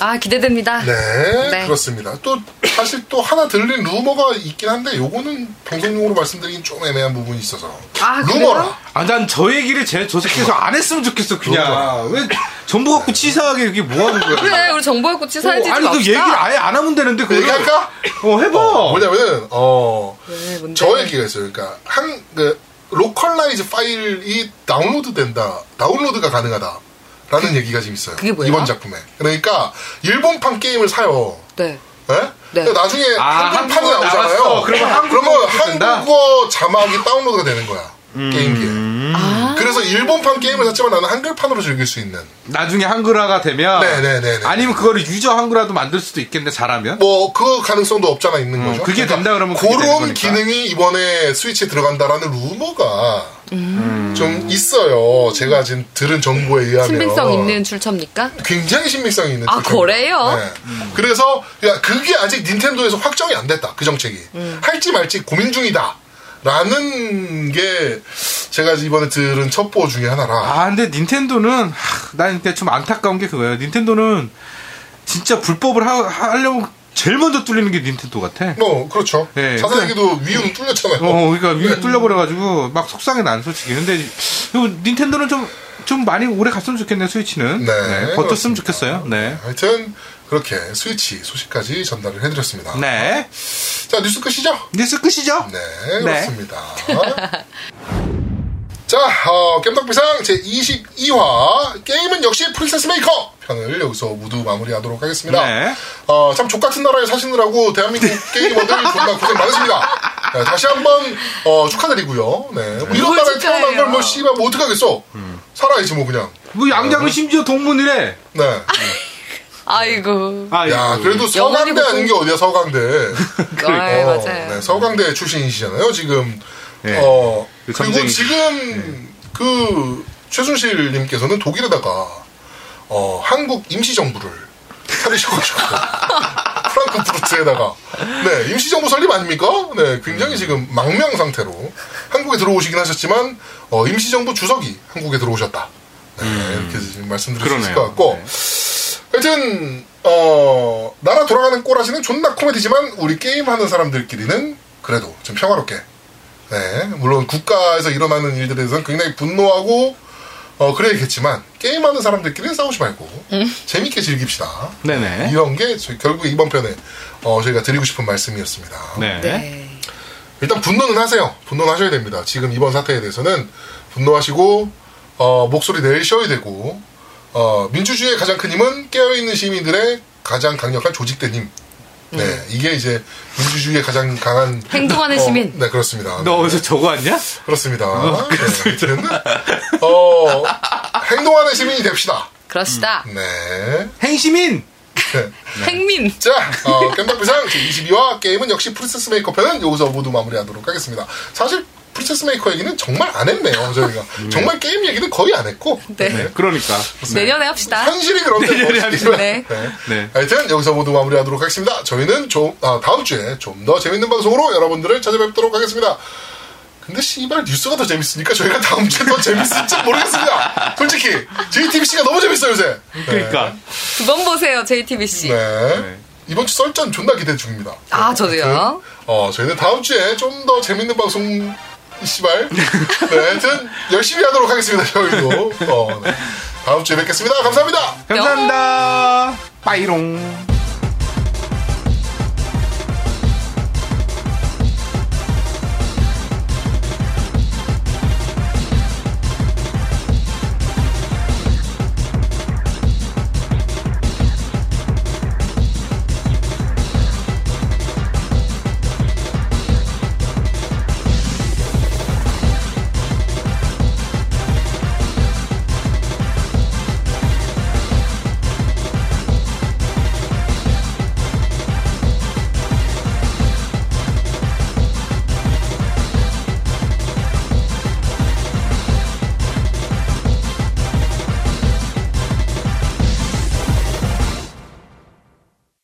[SPEAKER 4] 아 기대됩니다.
[SPEAKER 1] 네,
[SPEAKER 4] 네.
[SPEAKER 1] 그렇습니다. 또 사실 또 하나 들린 루머가 있긴 한데 요거는 방송용으로 말씀드리긴 좀 애매한 부분이 있어서
[SPEAKER 4] 아, 그래요?
[SPEAKER 1] 루머라
[SPEAKER 2] 아, 난 저 얘기를 제, 저 새끼에서 안 했으면 좋겠어,
[SPEAKER 1] 그러니까.
[SPEAKER 2] 그냥. 아, 왜, 전부 갖고 치사하게 이게 뭐 하는 거야.
[SPEAKER 4] 그래 네, 우리 정보였고 치사해지
[SPEAKER 2] 어,
[SPEAKER 4] 지
[SPEAKER 2] 아니, 그 얘기를 아예 안 하면 되는데, 그걸.
[SPEAKER 1] 얘기할까?
[SPEAKER 2] 어, 해봐.
[SPEAKER 1] 어, 뭐냐면은 어,
[SPEAKER 4] 네, 뭔데?
[SPEAKER 1] 저 얘기가 있어요. 그러니까 한 그, 로컬라이즈 파일이 다운로드 된다, 다운로드가 가능하다라는 얘기가 지금 있어요.
[SPEAKER 4] 그, 그게 뭐야?
[SPEAKER 1] 이번 작품에. 그러니까 일본판 게임을 사요.
[SPEAKER 4] 네.
[SPEAKER 1] 예?
[SPEAKER 4] 네.
[SPEAKER 1] 그러니까 나중에
[SPEAKER 2] 아,
[SPEAKER 1] 한글판이
[SPEAKER 2] 한국어
[SPEAKER 1] 나오잖아요. 네.
[SPEAKER 2] 나왔어. 그러면 한국어
[SPEAKER 1] 그러면
[SPEAKER 2] 된다? 음.
[SPEAKER 1] 한국어 자막이 다운로드가 되는 거야. 게임기에.
[SPEAKER 4] 아
[SPEAKER 1] 그래서 일본판 게임을 샀지만 나는 한글판으로 즐길 수 있는.
[SPEAKER 2] 나중에 한글화가 되면.
[SPEAKER 1] 네네네네.
[SPEAKER 2] 아니면 그거를 유저 한글화도 만들 수도 있겠네, 잘하면.
[SPEAKER 1] 뭐 그 가능성도 없잖아 있는 거죠.
[SPEAKER 2] 음,
[SPEAKER 1] 그러니까
[SPEAKER 2] 그게 된다 그러면 그게 되는
[SPEAKER 1] 그런
[SPEAKER 2] 거니까.
[SPEAKER 1] 기능이 이번에 스위치에 들어간다라는 루머가
[SPEAKER 2] 음.
[SPEAKER 1] 좀 있어요. 제가 지금 들은 정보에 의하면
[SPEAKER 4] 신빙성 있는 출처입니까?
[SPEAKER 1] 굉장히 신빙성이 있는
[SPEAKER 4] 아,
[SPEAKER 1] 출처입니다.
[SPEAKER 4] 그래요?
[SPEAKER 1] 네.
[SPEAKER 2] 음.
[SPEAKER 1] 그래서 야, 그게 아직 닌텐도에서 확정이 안 됐다 그 정책이
[SPEAKER 4] 음.
[SPEAKER 1] 할지 말지 고민 중이다. 라는 게 제가 이번에 들은 첩보 중에 하나라.
[SPEAKER 2] 아, 근데 닌텐도는, 하, 난 근데 좀 안타까운 게 그거예요. 닌텐도는 진짜 불법을 하, 하려면 제일 먼저 뚫리는 게 닌텐도 같아.
[SPEAKER 1] 뭐 그렇죠.
[SPEAKER 2] 네.
[SPEAKER 1] 자세히도 위유는 뚫렸잖아요.
[SPEAKER 2] 어, 그러니까
[SPEAKER 1] 네.
[SPEAKER 2] 위에 뚫려버려가지고 막 속상해 난 솔직히. 근데 요 닌텐도는 좀, 좀 많이 오래 갔으면 좋겠네
[SPEAKER 1] 네,
[SPEAKER 2] 스위치는. 버텼으면
[SPEAKER 1] 그렇습니다.
[SPEAKER 2] 좋겠어요. 네.
[SPEAKER 1] 하여튼 그렇게 스위치 소식까지 전달을 해드렸습니다.
[SPEAKER 2] 네.
[SPEAKER 1] 자 뉴스 끝이죠?
[SPEAKER 2] 뉴스 끝이죠?
[SPEAKER 1] 네,
[SPEAKER 2] 네.
[SPEAKER 1] 그렇습니다. 자, 어, 겜덕비상 제22화 게임은 역시 프린세스 메이커 편을 여기서 모두 마무리하도록 하겠습니다.
[SPEAKER 2] 네.
[SPEAKER 1] 어, 참 족같은 나라에 사시느라고 대한민국 게이머들 정말 고생 많으십니다. 네, 다시 한번 어, 축하드리고요. 네. 뭐 이런
[SPEAKER 4] 뭘
[SPEAKER 1] 나라에
[SPEAKER 4] 축하해요. 음.
[SPEAKER 1] 태어난 걸뭐 씨발 뭐 어떡하겠어. 살아야지 뭐 그냥.
[SPEAKER 2] 뭐 양장은 심지어 동문이래.
[SPEAKER 1] 네.
[SPEAKER 4] 아이고.
[SPEAKER 2] 아,
[SPEAKER 1] 야,
[SPEAKER 2] 이거.
[SPEAKER 1] 그래도 서강대
[SPEAKER 4] 영원히
[SPEAKER 1] 아닌 게 어디야 서강대. 어,
[SPEAKER 4] 아, 맞아요.
[SPEAKER 1] 네, 서강대 출신이시잖아요, 지금.
[SPEAKER 2] 예.
[SPEAKER 1] 어,
[SPEAKER 2] 그
[SPEAKER 1] 그리고
[SPEAKER 2] 전쟁이- 예.
[SPEAKER 1] 지금 그 최순실님께서는 독일에다가 어, 한국 임시정부를 차리셔가지고 프랑크푸르트에다가 네 임시정부 설립 아닙니까? 네 굉장히 지금 망명 상태로 한국에 들어오시긴 하셨지만 어, 임시정부 주석이 한국에 들어오셨다. 네, 이렇게 지금 말씀드릴 수 있을
[SPEAKER 2] 음. 그러네요.
[SPEAKER 1] 것 같고
[SPEAKER 2] 네.
[SPEAKER 1] 하여튼 어 나라 돌아가는 꼬라지는 존나 코미디지만 우리 게임하는 사람들끼리는 그래도 좀 평화롭게 네 물론 국가에서 일어나는 일들에 대해서는 굉장히 분노하고 어 그래야겠지만 게임하는 사람들끼리는 싸우지 말고 재밌게 즐깁시다
[SPEAKER 2] 네네.
[SPEAKER 1] 이런 게 저희 결국 이번 편에 어 저희가 드리고 싶은 말씀이었습니다
[SPEAKER 2] 네.
[SPEAKER 4] 네.
[SPEAKER 1] 일단 분노는 하세요 분노는 하셔야 됩니다 지금 이번 사태에 대해서는 분노하시고 어 목소리 내셔야 되고 어, 민주주의의 가장 큰 힘은 깨어있는 시민들의 가장 강력한 조직된 힘. 네, 이게 이제 민주주의의 가장 강한
[SPEAKER 4] 음. 행동하는
[SPEAKER 1] 어,
[SPEAKER 4] 시민.
[SPEAKER 1] 네, 그렇습니다.
[SPEAKER 2] 너 어디서 저거 왔냐?
[SPEAKER 1] 그렇습니다. 네, 됐나? 어, 행동하는 시민이 됩시다.
[SPEAKER 4] 그러시다.
[SPEAKER 1] 네.
[SPEAKER 2] 행시민!
[SPEAKER 4] 행민.
[SPEAKER 1] 자, 어, 깸덕비상 제22화 게임은 역시 프린세스 메이커 편은 여기서 모두 마무리하도록 하겠습니다. 사실 프린세스 메이커 얘기는 정말 안 했네요, 저희가. 정말 게임 얘기는 거의 안 했고.
[SPEAKER 4] 네.
[SPEAKER 2] 네, 그러니까.
[SPEAKER 4] 내년에 합시다.
[SPEAKER 1] 현실이 그런데
[SPEAKER 2] 내년에
[SPEAKER 1] 멋있지만.
[SPEAKER 4] 네.
[SPEAKER 1] 네.
[SPEAKER 2] 네.
[SPEAKER 1] 하여튼 여기서 모두 마무리하도록 하겠습니다. 저희는 좀, 아, 다음 주에 좀 더 재밌는 방송으로 여러분들을 찾아뵙도록 하겠습니다. 근데 씨발 뉴스가 더 재밌으니까 저희가 다음 주에 더 재밌을지 모르겠습니다. 솔직히 JTBC가 너무 재밌어요 요새. 네.
[SPEAKER 2] 그러니까.
[SPEAKER 4] 두 번 보세요, JTBC.
[SPEAKER 1] 네.
[SPEAKER 2] 네.
[SPEAKER 1] 이번 주 썰전 존나 기대 중입니다.
[SPEAKER 4] 아, 저도요.
[SPEAKER 1] 어 저희는 다음 주에 좀 더 재밌는 방송 이 씨발. 네, 하여튼 열심히 하도록 하겠습니다. 저희도. 어, 네. 다음 주에 뵙겠습니다. 감사합니다.
[SPEAKER 2] 감사합니다. 빠이롱.